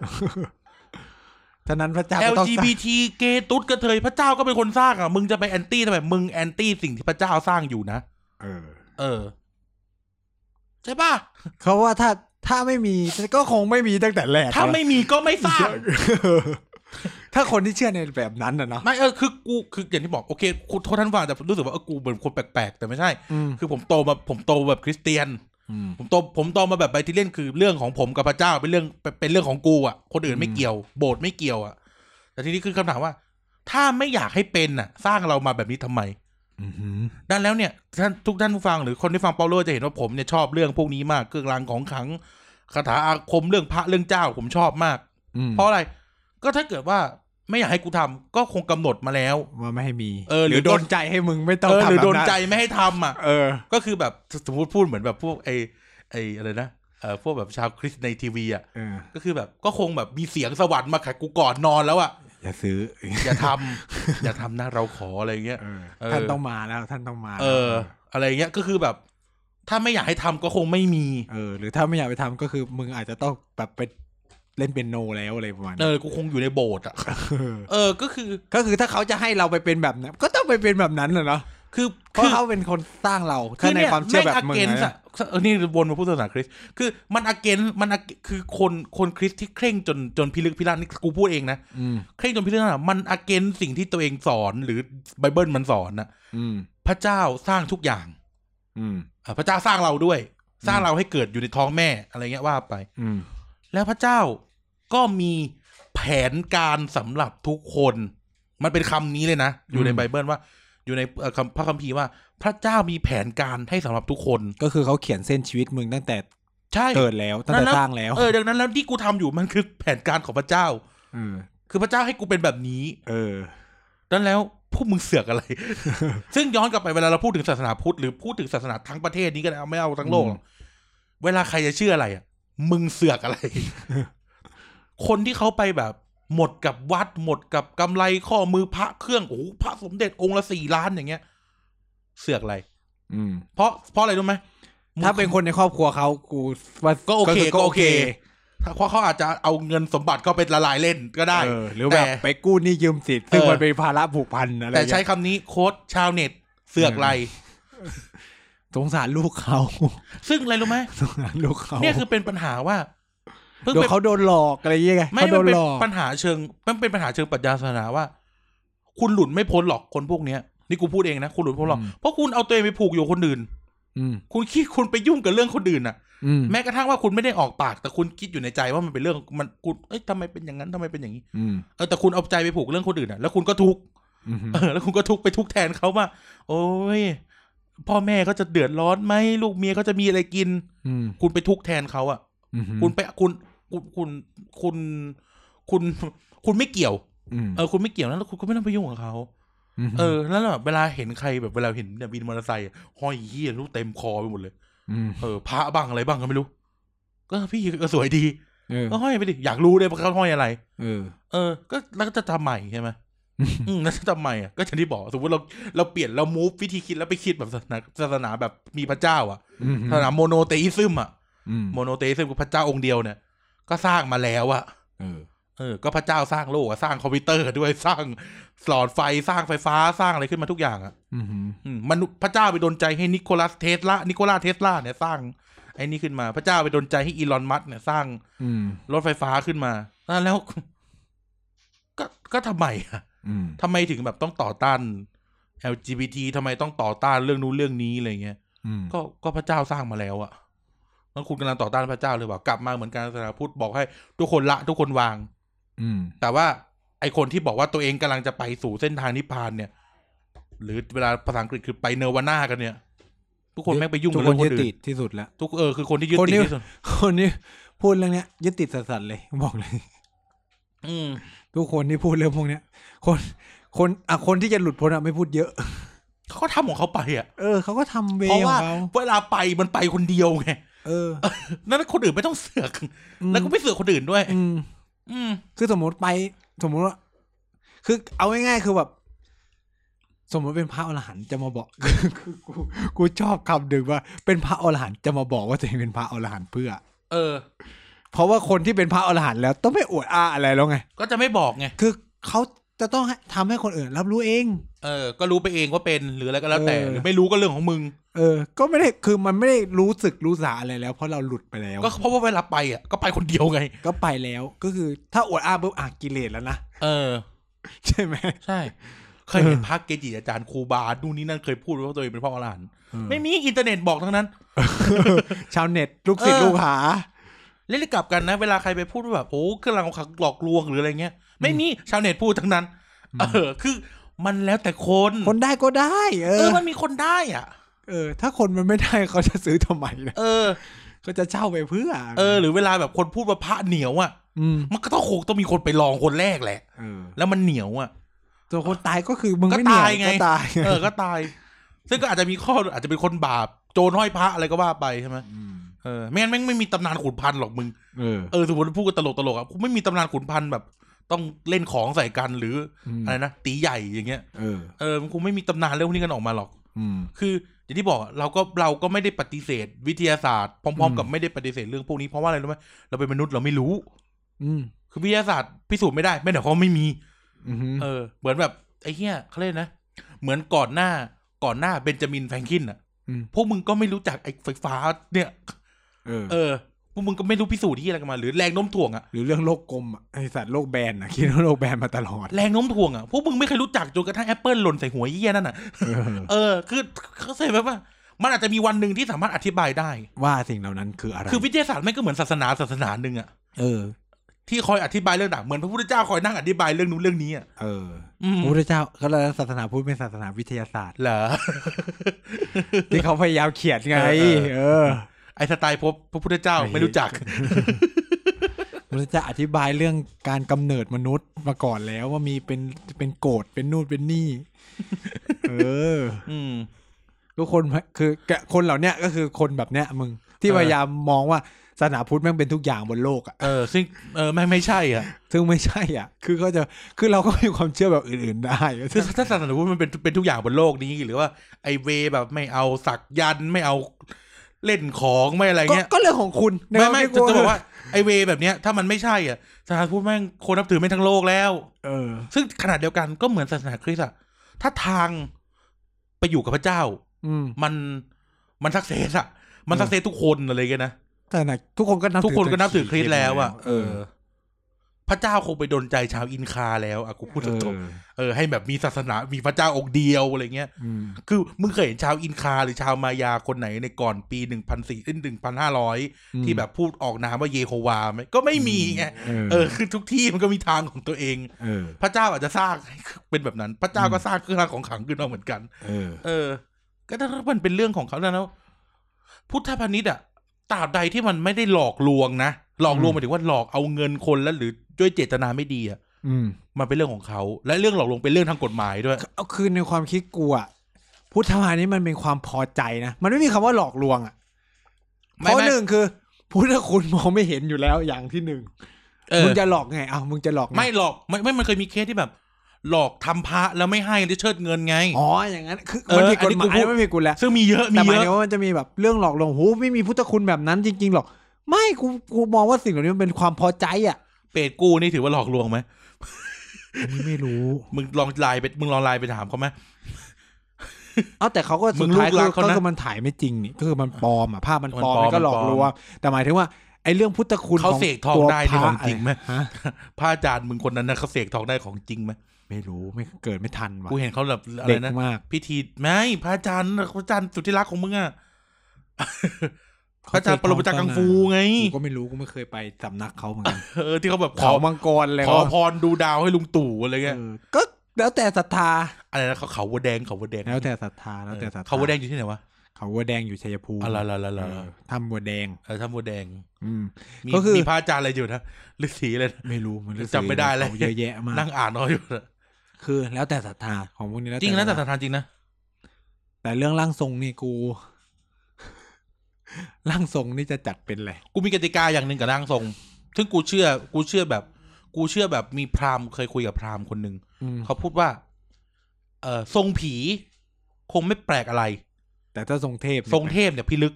ฉะนั้นพระเจ้าก็ต้องสร้าง LGBT เกย์ตุ๊ดกระเทยพระเจ้าก็เป็นคนสร้างอะมึงจะไปแอนตี้ทำไมมึงแอนตี้สิ่งที่พระเจ้าสร้างอยู่นะ เออ เออ ใช่ป่ะ เขาว่าถ้าถ้าไม่มีก็คงไม่มีตั้งแต่แรก ถ้าไม่มีก็ไม่สร้าง เออถ้า คนที่เชื่อในแบบนั้นนะเนาะ ไม่เออคือกูคืออย่างที่บอกโอเคคุณโทษท่านฟังแต่รู้สึกว่าเออกูเหมือนคนแปลกๆ แต่ไม่ใช่ อืม คือผมโตมาผมโตแบบคริสเตียน อืม ผมโตผมโตมาแบบไบทิเลียนคือเรื่องของผมกับพระเจ้าเป็นเรื่องเป็นเป็นเรื่องของกูอ่ะ คนอื่นไม่ อืม เกี่ยวโบสถ์ไม่เกี่ยวอ่ะ แต่ทีนี้คือคำถามว่า ถ้าไม่อยากให้เป็นอ่ะ สร้างเรามาแบบนี้ทำไม อือหือ ดังนั้นแล้วเนี่ยท่านทุกท่านผู้ฟังหรือคนที่ฟังเปาโลจะเห็นว่าผมเนี่ยชอบเรื่องพวกนี้มากเครื่องรางของขลังคาถาอาคมเรื่องพระเรื่องเจ้าผมชอบมาก อืม เพราะอะไรก็ถ้าเกิดว่าไม่อยากให้กูทำก็คงกำหนดมาแล้ว ว่าไม่ให้มี เออห ห รือ รือโดนใจให้มึงไม่ต้อง เออ ทำ หรือ แบบ โดน นั้น ใจไม่ให้ทำอ่ะ เออ ก็คือแบบสมมติพูดเหมือนแบบพวกไอไออะไรนะเอ่อพวกแบบชาวคริสต์ในทีวีอ่ะ เออ ก็คือแบบก็คงแบบมีเสียงสวรรค์มาขัดกูก่อนนอนแล้วอ่ะ อย่าซื้อ อย่าทำ อย่าทำนะเราขออะไรเงี้ย เออ เออ ท่านต้องมาแล้วท่านต้องมา เออ แล้ว อะไรเงี้ยก็คือแบบ ถ้าไม่อยากให้ทำก็คงไม่มี เออ หรือถ้าไม่อยากไปทำก็คือมึงอาจจะต้องแบบไปเล่นเป็นโนแล้วอะไรประมาณ เอ นั้น อกูคงอยู่ในโบสถ์อ่ะ เออ เออก็คือ ก็คือถ้าเขาจะให้เราไปเป็นแบบนั้นก็ต้องไปเป็นแบบนั้นเลยเนาะ คือ เพราะเขาเป็นคนสร้างเราถ้าในความเชื่อแบบมึง แม่ against นะ อะเออนี่วนมาพูดศาสนาคริสต์คือมันอเกนมัน against คือคนคนคริสต์ที่เคร่งจนจนพิลึกพิลั่นนี่กูพูดเองนะ อืม เคร่งจนพิจารณามันอาเกนสิ่งที่ตัวเองสอนหรือไบเบิลมันสอนนะ อืม พระเจ้าสร้างทุกอย่าง อืม อ่ะพระเจ้าสร้างเราด้วย สร้างเราให้เกิดอยู่ในท้องแม่อะไรเงี้ยว่าไป อืม แล้วพระเจ้าก็มีแผนการสำหรับทุกคน มันเป็นคำนี้เลยนะ อยู่ใน อืม ไบเบิลว่า อยู่ในเอ่อคำพระคัมภีร์ว่า พระเจ้ามีแผนการให้สำหรับทุกคน ก็คือเขาเขียนเส้นชีวิตมึงตั้งแต่ ใช่ เกิดแล้วตั้งแต่สร้างแล้ว เออดังนั้นแล้วที่กูทำอยู่มันคือแผนการของพระเจ้า เออ คือพระเจ้าให้กูเป็นแบบนี้ เออ ดังนั้นแล้วพวกมึงเสื อกอะไร ซึ่งย้อนกลับไปเวลาเราพูดถึงศาสนาพุทธหรือพูดถึงศาสนาทั้งประเทศนี้ก็ได้เอาไม่เอาทั้งโลกหรอกเวลาใครจะเชื่ออะไรอ่ะ มึงเสือก อะไร คนที่เขาไปแบบ หมดกับวัด หมดกับกำไรข้อมือพระเครื่องโอ้โหพระสมเด็จองค์ละสี่ล้านอย่างเงี้ย เสือกอะไร อืม เพราะเพราะอะไรรู้ไหม ถ้าเป็นคนในครอบครัวเขากูว่า ก็โอเค คือ ก็โอเคถ้าเพราะเขาอาจจะเอาเงินสมบัติเขาไปละลายเล่นก็ได้ เออหรือแบบ แต่ ไปกู้หนี่ยืมสินซึ่ง เออ มันเป็นภาระผูกพันอะไรอแต่ย่าง ใช้ เงี้ย คำนี้โค้ดชาวเน็ตเสือกอะไร สงสารลูกเขา ซึ่งอะไรรู้ไหม สงสารลูกเขา เนี่ยคือเป็นปัญหาว่าเพิ่ง เดี๋ย เป็น วเขาโดนหลอกอะไรอย่างเงี้ยไง ไม่ เขาโดนมันเป็ หล น อก ปัญหาเชิงมันเป็นปัญหาเชิงปรัชญาศาสนาว่า คุณหลุดไม่พ้นหรอกคนพวกเนี้ยนี่กูพูดเองนะคุณหลุดไม่พ้นหรอกเพราะคุณเอาตัวเองไปผูกอยู่กับคนอื่น อืม คุณคิดคุณไปยุ่งกับเรื่องคนอื่นน่ะ อืม แม้กระทั่งว่าคุณไม่ได้ออกปาก แต่คุณคิดอยู่ในใจว่ามันเป็นเรื่องมันคุณเอ้ยทำไมเป็นอย่างนั้นทำไมเป็นอย่างนี้ อืม เออแต่คุณเอาใจไปผูกเรื่องคนอื่นน่ะแล้วคุณก็ทุกข์ อืม เออแล้วคุณก็ทุกข์ไปทุกข์แทนเขาว่า โอ้ยพ่อแม่เขาจะเดือดร้อนไหมลูกเมียเขาจะมีอะไรกิน อืม คุณไปทุกข์แทนเขาอะ อืม คุณไปคุณคุณคุณคุณคุณคุณไม่เกี่ยว อืม เออคุณไม่เกี่ยวนะแล้วคุณก็ไม่ต้องไปยุ่งกับเขา ม เออแล้วแบบเวลาเห็นใครแบบเวลาเห็นเนี่ยบินมอเตอร์ไซค์อะห้อยเหี้ยรู้เต็มคอไปหมดเลย ม เออพระบ้างอะไรบ้างก็ไม่รู้ ก็พี่ก็สวยดี เออ ก็ห้อยไปดิอยากรู้เลยว่าเขาห้อยอะไร เออ เออ ก็แล้วก็จะทำใหม่ใช่ไหมอืมแล้วจะทำใหม่อ่ะก็อย่างที่บอกสมมติเราเราเปลี่ยนเรามูฟวิธีคิดแล้วไปคิดแบบศาสนาศาสนาแบบมีพระเจ้าอ่ะ อืม ศาสนาโมโนเทอิซึมอ่ะ อืม โมโนเทอิซึมคือพระเจ้าองค์เดียวเนี่ยก็สร้างมาแล้วอ่ะ เออ เออ ก็พระเจ้าสร้างโลกอะสร้างคอมพิวเตอร์ด้วย สร้างหลอดไฟสร้างไฟฟ้าสร้างอะไรขึ้นมาทุกอย่างอะ อืม อืมมนุษย์พระเจ้าไปโดนใจให้นิโคลัสเทสลานิโคลาเทสลาเนี่ยสร้างไอ้นี่ขึ้นมา พระเจ้าไปโดนใจให้อีลอนมัสก์เนี่ยสร้าง อืม รถไฟฟ้าขึ้นมานั่นแล้ว ก็ก็ทำไมอะ อืม ทำไมถึงแบบต้องต่อต้าน LGBT ทำไมต้องต่อต้านเรื่องนู้นเรื่องนี้อะไรเงี้ย อืม ก็ก็พระเจ้าสร้างมาแล้วอะแล้วคุณกำลังต่อต้านพระเจ้าเลยว่ากลับมาเหมือนการศาสนาพุทธบอกให้ทุกคนละทุกคนวาง อืม แต่ว่าไอคนที่บอกว่าตัวเองกำลังจะไปสู่เส้นทางนิพพานเนี่ย หรือเวลาภาษาอังกฤษคือไปเนวาน่ากันเนี่ย ทุกคนแม่งไปยุ่ง ทุ กับ กค เรื่อนยึงคน ดติ อื่น ดที่สุดแล้ว ทุกเออคือคนที่ยึด คน ติด ที่ ที่สุด คนนี้พูดเรื่องเนี้ยยึดติดสัสๆเลยบอกเลย อืม ทุกคนที่พูดเรื่องพวกเนี้ย คนคนอ่ะคนที่จะหลุดพ้นอ่ะไม่พูดเยอะ เขาก็ทำของเขาไปอ่ะ เออเขาก็ทำเว เพราะ ขอ ว่า งเขา เวลาไปมันไปคนเดียวไง เออ นั่นคนอื่นไม่ต้องเสือก อืม แล้วก็ไม่เสือกคนอื่นด้วย อืม อืม คือสมมติไป สมมติว่า คือเอาง่ายๆคือแบบ สมมติเป็นพระอรหันต์จะมาบอก คือคือกูกูชอบคำดึงว่า เป็นพระอรหันต์จะมาบอกว่าตัวเองเป็นพระอรหันต์เพื่อ เออ เพราะว่าคนที่เป็นพระอรหันต์แล้วต้องไม่อวดอ้าอะไรแล้วไง ก็จะไม่บอกไง คือเขาจะต้องให้ทำให้คนอื่น รับรู้เอง เออ ก็รู้ไปเองว่าเป็นหรืออะไรก็แล้วแต่ เออ หรือไม่รู้ก็เรื่องของมึง เออ ก็ไม่ได้คือมันไม่ได้รู้สึกรู้สาอะไรแล้ว เพราะเราหลุดไปแล้ว ก็เพราะว่าเวลาไปอ่ะ ก็ไปคนเดียวไง ก็ไปแล้ว ก็คือถ้าอวดอ้าปุ๊บอ่ะกิเลสแล้วนะ เออ ใช่ไหม ใช่ เคยเห็น เออ พระเกจิอาจารย์ครูบา นู่นนี่นั่นเคยพูดว่าตัวเองเป็นพ่ออรหันต์ เออ ไม่มีอินเทอร์เน็ตบอกทั้งนั้น ชาวเน็ตลูกศิษย์ เออ ลูกหา เล่นกลับกันนะ เวลาใครไปพูดว่าแบบโอ้เครื่องรางของขลังหลอกลวงหรืออะไรเงี้ย ไม่มีชาวเน็ตพูดทั้งนั้น อืม เออ คือมันแล้วแต่คน คนได้ก็ได้เอ เอ อ อ มันมีคนได้อ่ะ เออถ้าคนมันไม่ได้ เขาจะซื้อทำไมนะ เออ เขาจะเช่าไปเพื่อ เออ หรือเวลาแบบคนพูดว่าพระเหนียวอ่ะ อืม มันก็ต้องคงต้องมีคนไปลองคนแรกแหละ เออ แล้วมันเหนียว อ่ะ ตัวคนตายก็คือมึง ก็ ไม่เหนี ตายไง ก็ตาย เออ ก็ตาย ซึ่งก็อาจจะมีข้อ อาจจะเป็นคนบาป โจรห้อยพระอะไรก็ว่าไปใช่ไหม ม เออ ไม่งั้นแม่งไม่มีตำนานขุนพันธ์หรอกมึง เออ เออ สมมติพูดกันตลกตลกๆอ่ะกูไม่มีตำนานขุนพันธ์แบบ ต้องเล่นของใส่กันหรือ อืม อะไรนะ ตีใหญ่อย่างเงี้ย เออ เออ มันคงไม่มีตำนานเรื่องพวกนี้กันออกมาหรอก อืม คืออย่างที่บอกอะเราก็เราก็ไม่ได้ปฏิเสธวิทยาศาสตร์พร้อม ๆ กับไม่ได้ปฏิเสธเรื่องพวกนี้เพราะว่าอะไรรู้ไหมเราเป็นมนุษย์เราไม่รู้ อืม คือวิทยาศาสตร์พิสูจน์ไม่ได้ไม่แต่เขามว่าไม่มี อือหือ เออ เหมือนแบบไอ้เหี้ยเขาเรียกนะ เหมือนก่อนหน้าก่อนหน้าเบนจามินแฟรงคินอะ ม พวกมึงก็ไม่รู้จักไอ้ไฟฟ้าเนี่ย เออ เออพวกมึงก็ไม่รู้พิสูจน์ที่อะไรกันมาหรือแรงโน้มถ่วงอะ หรือเรื่องโลกกลมอะไอสัตว์โลกแบนอะ คิดว่าโลกแบนมาตลอด แรงโน้มถ่วงอะพวกมึงไม่เคยรู้จักจนกระทั่งแอปเปิลหล่นใส่หัวไอ้เหี้ยนั่นอะ เออ เออคือเขาใส่แบบว่ามันอาจจะมีวันหนึ่งที่สามารถอธิบายได้ ว่าสิ่งเหล่านั้นคืออะไร คือวิทยาศาสตร์ไม่งก็เหมือนศาสนาศาสนาหนึ่งอะ เออ ที่คอยอธิบายเรื่องต่างเหมือนพระพุทธเจ้าคอยนั่งอธิบายเรื่องนู้นเรื่องนี้อะ เออ อืม พระพุทธเจ้าก็เลยศาสนาพุทธเป็นศาสนาวิทยาศาสตร์ เหรอ ที่เขาพยายามเขียนไง เออเออ เออ ไอสไตล์พบพระพุทธเจ้าไม่รู้จัก ผมันจะอธิบายเรื่องการกำเนิดมนุษย์มาก่อนแล้วว่ามีเป็นเป็นโกรธเป็นนู่นเป็น นี่ เออ อืม ทุกคนคือคนเหล่าเนี้ยก็คือคนแบบเนี้ยมึงที่ เออ พยายามมองว่าศาสนาพุทธแม่งเป็นทุกอย่างบนโลกอ่ะ เออ ซึ่งเออไม่ไม่ใช่อ่ะ ซึ่งไม่ใช่อ่ะ คือก็จะคือเราก็มีความเชื่อแบบอื่นๆได้ คือถ้าถ้าศาสนาพุทธมันเป็นเป็นทุกอย่างบนโลกนี้หรือว่าไอเวแบบไม่เอาสักยันต์ไม่เอาเล่นของไม่อะไร ก็ เงี้ย ก็เรื่องของคุณในควาไม่ไม่ ที่ จะจะบอกว่าไอเวแบบเนี้ยถ้ามันไม่ใช่อ่ะศาสนาพุทธแม่งคนนับถือไม่ทั้งโลกแล้ว เออ ซึ่งขนาดเดียวกันก็เหมือนศาสนาคริสต์อ่ะถ้าทางไปอยู่กับพระเจ้า อืม มันมันสักเซสอ่ะ มันสักเซสทุกคนอะไรเงี้ยนะ แต่ไหนะทุกคนก็นับ ทุกคน ถื ก็นับถือคริสต์แล้วอ่ะ เออ พระเจ้าคงไปโดนใจชาวอินคาแล้วอ่ะกูพูดตรง เออ ๆเออให้แบบมีศาสนามีพระเจ้าองค์เดียวอะไรเงี้ย อืม คือมึงเคยเห็นชาวอินคาหรือชาวมายาคนไหนในก่อนปีหนึ่งพันสี่หนึ่งพันห้าร้อยที่แบบพูดออกนามว่าเยโฮวาไหมก็ไม่มีไง เออ เออ คือทุกที่มันก็มีทางของตัวเอง เออ พระเจ้าอาจจะสร้างให้เป็นแบบนั้น พระเจ้าก็ อืม สร้างเครื่องรางของขลังขึ้นมาเหมือนกัน เออ เออ ก็ถ้ามันเป็นเรื่องของเขาแล้วนะพุทธพาณิชย์อะตราบใดที่มันไม่ได้หลอกลวงนะหลอกลวง อืม หมายถึงว่าหลอกเอาเงินคนแล้วหรือด้วยเจตนาไม่ดีอะ อืม มันเป็นเรื่องของเขาและเรื่องหลอกลวงเป็นเรื่องทางกฎหมายด้วย เอาคือในความคิดกูอะพุทธมานี้มันเป็นความพอใจนะ มันไม่มีคำว่าหลอกลวงอะเพ ไม่ ราะ ไม่ หนึ่งคือ พุทธคุณมองไม่เห็นอยู่แล้วอย่างที่หนึ่ง เออ มึงจะหลอกไงเอามึงจะหลอกง ไม่หลอกไม่ไม่มันเคยมีเคสที่แบบ หลอกทำพระแล้วไม่ให้ได้เชิดเงินไง อ๋ออย่างนั้นคือ เออ มันผิดกฎห อันนี้ มายกูพูด ไม่ผิดกูแล้ว ซึ่งมีเยอะมี แต่ห เย มายถึง อะ ว่ามันจะมีแบบเรื่องหลอกลวงโหไม่มีพุทธคุณแบบนั้นจริง ๆ หรอก ไม่กูกูมองว่าสิ่งเหล่านี้มันเป็นความพอใจอะ เปรตกูนี่ถือว่าหลอกลวงไหม อันนี้ไม่รู้ มึงลองไลน์ไปมึงลองไลน์ไปถามเขาไหม เอาแต่เขาก็ มึ สุด ง ท้าย ลูกรั ก็ กเขานะ ก็คือมันถ่ายไม่จริงนี่ก็คือมันปลอมอะภาพมันปลอม มันปลอม มันก็หลอก มันปลอม ลวงแต่หมายถึงว่าไอ้เรื่องพุทธคุณ เขา ของ เสกทอง ตัว ได้ พ นี่ของ ะ จริงไหม ฮะ พระอาจารย์มึงคนนั้นนะเขาเสกทองได้ของจริงไหม ไม่รู้ไม่เกิดไม่ทันว่ะ กูเห็นเขาแบบอะไร เด็ก นะ มาก พิธีไม่พระอาจารย์พระอาจารย์สุดที่รักของมึงอะพระอาจารย์ปรมาจารย์กังฟูไง กูก็ไม่รู้กูไม่เคยไปสำนักเขาเหมือนกัน เออที่เขาแบบข เขา อ มังกรเลย ขอ วะ พรดูดาวให้ลุงตู่อะไรเงี้ย เออก็แล้วแต่ศรัทธา อะไรนะเขาเขาวัวแดงเขาวัวแดง แล้วแต่ศรัทธาแล้วแต่ศรัทธา เขาวัวแดงอยู่ที่ไหนวะ เขาวัวแดงอยู่ชัยภูมิ อะไรอะไรอะ เอ ไร อถ้ำวัวแดง เออทำวัวแดง อืม มี ก็คือ มีพระอาจารย์อะไรอยู่นะฤาษีอะไรนะ ไม่รู้มันฤาษี จำไม่ได้แล้ว เขาเยอะแยะมาก นั่งอ่านน้อยอยู่นะ คือแล้วแต่ศรัทธาของพวกนี้แล้ว จริงนะแต่สถานจริงนะ แต่เรื่องร่างทรงนี่กู ร่างทรงนี่จะจัดเป็นอะไร กูมีกติกาอย่างหนึ่งกับร่างทรง ซึ่งกูเชื่อ กูเชื่อแบบ กูเชื่อแบบมีพราหมณ์เคยคุยกับพราหมณ์คนหนึ่ง อืม เขาพูดว่า เออทรงผี คงไม่แปลกอะไร แต่ถ้าทรงเทพนี่ ทรงเทพเนี่ยพิลึก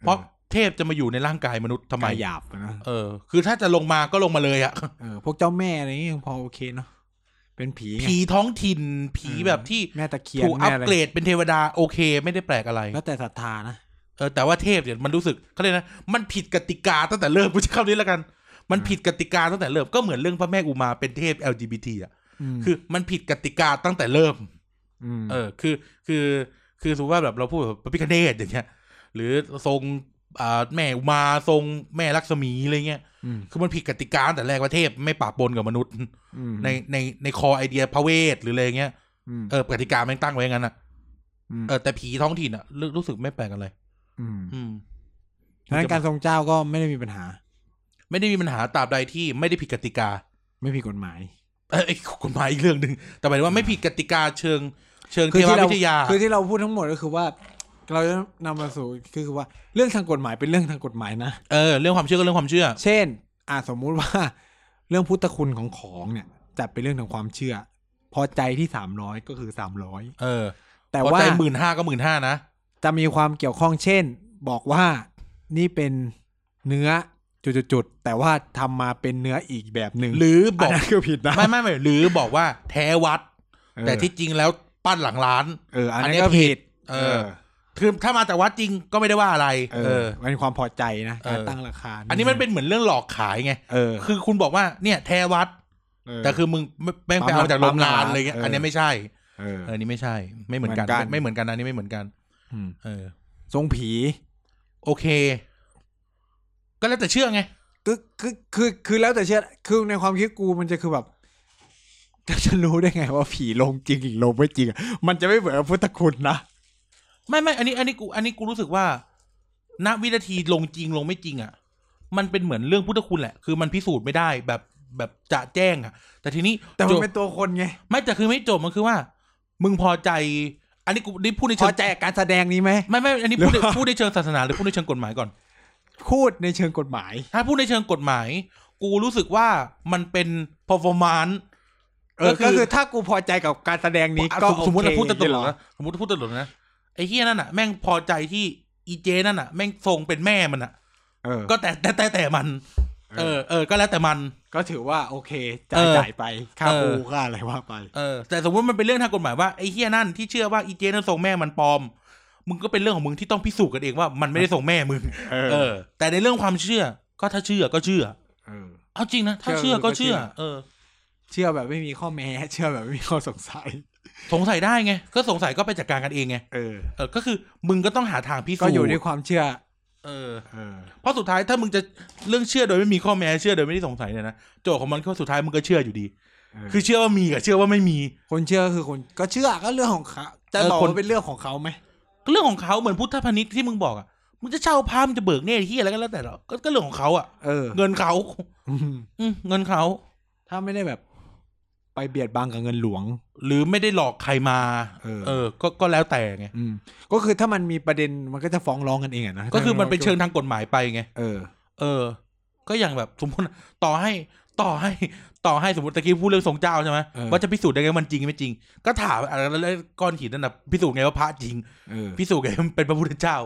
เพราะเทพจะมาอยู่ในร่างกายมนุษย์ทำไม กายหยาบนะ เออ คือถ้าจะลงมาก็ลงมาเลยอะ เออพวกเจ้าแม่อะไรอย่างเงี้ยยังพอโอเคเนาะเป็นผีไง ผีท้องถิ่น ผีแบบที่ แม่ตะเคียน ถูกอั แม่ ป อะไร เกรดเป็นเทวดาโอเค ไม่ได้แปลกอะไร แล้วแต่ศรัทธานะ เออแต่ว่าเทพเนี่ยมันรู้สึกเขาเรียกนะมันผิดกติกาตั้งแต่เริ่มกูใช้คำนี้แล้วกัน มันผิดกติกาตั้งแต่เริ่มก็เหมือนเรื่องพระแม่อุมาเป็นเทพ LGBT อ่ะ ม คือมันผิดกติกาตั้งแต่เริ่ม ม เออคือคือคือสมมติว่าแบบเราพูดแบบพระพิฆเนศอย่างเงี้ย หรือทรงอ่าแม่อุมาทรงแม่ลักษมีอะไรเงี้ย ม คือมันผิดกติกาตั้งแต่แรกว่าเทพไม่ปะปนกับมนุษย์ อืม ในในในคอไอเดียพระเวทหรืออะไรเงี้ย ม เออกติกาแม่งตั้งไว้อย่างนั้นอ่ะ ม เออแต่ผีท้องถิ่นอ่ะรู้รู้สึกไม่แปลกอะไร ม อืม ดังนั้นการทรงเจ้าก็ไม่ได้มีปัญหา ไม่ได้มีปัญหาตราบใดที่ไม่ได้ผิดกติกา ไม่ผิดกฎหมาย เอยกฎหมายอีกเรื่องหนึ่งแต่หมายถึงว่าไม่ผิดกติกาเชิง เชิง คื เท อ ว ที่เรา วิทยา คือที่เราพูดทั้งหมดก็คือว่า เราจะนำมาสู่คือว่าเรื่องทางกฎหมายเป็นเรื่องทางกฎหมายนะ เออ เรื่องความเชื่อก็เรื่องความเชื่อ เช่นอ่าสมมุติว่า เรื่องพุทธคุณของของเนี่ย จัดเป็นเรื่องทางความเชื่อ พอใจที่สามร้อยก็คือสามร้อย เออ แต่ พอ ว่า ใจหมื่นห้าก็หมื่นห้านะ จะมีความเกี่ยวข้องเช่น บอกว่านี่เป็นเนื้อจุดๆแต่ว่าทำมาเป็นเนื้ออีกแบบหนึ่ง หรือ บบ อ อก ก นั้นคือผิดนะ ไม่ไม่ไม่หรือบอกว่าแท้วัด เออ แต่ที่จริงแล้วปั้นหลังร้าน เอออัน อัน นั้ เนี้ น ย ก็ผิด เออ คือถ้ามาจากวัดจริงก็ไม่ได้ว่าอะไร เอ เอ อ อ เป็นความพอใจนะการ เออ ตั้งราคา อันนี้มันเป็นเหมือนเรื่องหลอกขายไง เออ คือคุณบอกว่าเนี่ยแท้วัด เออ แต่คือมึงแม่งไปเอามาจากโรงงานอะไรเงี้ย เอออั อันเนี้ยไม่ใช่ เออ เอออันนี้ไม่ใช่ ไม่เหมือนกัน เหมือนกัน ไม่เหมือนกันนะอันนี้ไม่เหมือนกัน ม เออ ทรงผี โอเค ก็แล้วแต่เชื่อไง ก็คือคือคือแล้วแต่เชื่อคือในความคิดกูมันจะคือแบบจะจะรู้ได้ไงว่าผีลงจริงหรือลงไม่จริงอะมันจะไม่เหมือนกับพุทธคุณนะ ไม่ไม่อันนี้ อันนี้กูอันนี้กูรู้สึกว่าณวินาทีลงจริงลงไม่จริงอะ่ะ มันเป็นเหมือนเรื่องพุทธคุณแหละ คือมันพิสูจน์ไม่ได้แบบแบบจะแจ้งอะ่ะ แต่ทีนี้ แต่มัน โจทย์ เป็นตัวคนไง ไม่แต่คือไม่โจบมันคือว่า มึงพอใจ อันนี้กูได้พูดใน พ เชิ อง ใจกับการแสดงนี้ไหม ไม่ไม่อันนี้ หรือ พูดใน ว่า พูดในเชิงศาสนาหรือพูดในเชิงกฎหมายก่อน พูดในเชิงกฎหมาย ถ้าพูดในเชิงกฎหมาย กูรู้สึกว่ามันเป็น performance เออก็คือถ้ากูพอใจกับการแสดงนี้ อ่ะ ก็ สมสมมติ โอ เรา เค พูดตล เห ก รอ ๆนะสมมติพูดตลกๆนะไอ้เฮียนั่นอ่ะแม่งพอใจที่อีเจนั่นอ่ะแม่งทรงเป็นแม่มันอ่ะ เออ ก็แต่แต่แต่แต่มัน เออเออก็แล้วแต่มัน ก็ถือว่าโอเคจ่าย เออ จ่ายไปค่า เออ ปูค่าอะไรว่าไป เออ แต่สมมติมันเป็นเรื่องทางกฎหมายว่าไอ้เฮียนั่นที่เชื่อว่าอีเจนั่นทรงแม่มันปลอม มึงก็เป็นเรื่องของมึงที่ต้องพิสูจน์กันเองว่ามันไม่ได้ทรงแม่มึง เออ เออ แต่ในเรื่องความเชื่อ ก็ถ้าเชื่อก็เชื่อ เออ เอาจริงนะถ้า เชื่ เชื่ อ อ ก็ ก็ เชื่ เชื่ อ อ เออ เชื่อแบบไม่มีข้อแม้ เชื่อแบบไม่มีข้อสงสัย สงสัยได้ไงก็สงสัยก็ไปจัดการกันเองไง เออ เออก็คือมึงก็ต้องหาทางพิสูจน์ ก็อยู่ในความเชื่อ เออ เออ เพราะสุดท้ายถ้ามึงจะเรื่องเชื่อโดยไม่มีข้อแม้เชื่อโดยไม่ได้สงสัยเนี่ยนะโจทย์ของมันคือสุดท้ายมึงก็เชื่ออยู่ดี คื คืออเชื่อว่ามีกับเชื่อว่าไม่มี คนเชื่อคือคนก็เชื่อก็เรื่องของเขาจะ เออ บอก คน ว่าเป็นเรื่องของเขาไหม ก็เรื่องของเขาเหมือนพุทธพนิชที่มึงบอกอ่ะมึงจะเช่าพระมึงจะเบิกเนตรที่อะไรก็แล้วแต่เราก็ก็เรื่องของเขาอ่ะ เออ เงินเขาอืมเงินเขา ถ้าไม่ได้แบบ ไปเบียดบังกับเงินหลวง หรือไม่ได้หลอกใครมา เออ ก็ก็แล้วแต่ไง อืม ก็คือถ้ามันมีประเด็นมันก็จะฟ้องร้องกันเองอะนะ ก็คือมันเป็นเชิงทางกฎหมายไปไง เออ เออ ก็อย่างแบบสมมติต่อให้ต่อให้ต่อให้สมมติตะกี้พูดเรื่องทรงเจ้าใช่ไหม เออ ว่าจะพิสูจน์ได้ไงมันจริงไม่จริง ก็ถามอะไรแล้วก้อนหินนั่นนะพิสูจน์ไงว่าพระจริง เออ พิสูจน์ไงมันเป็นพระพุทธเจ้า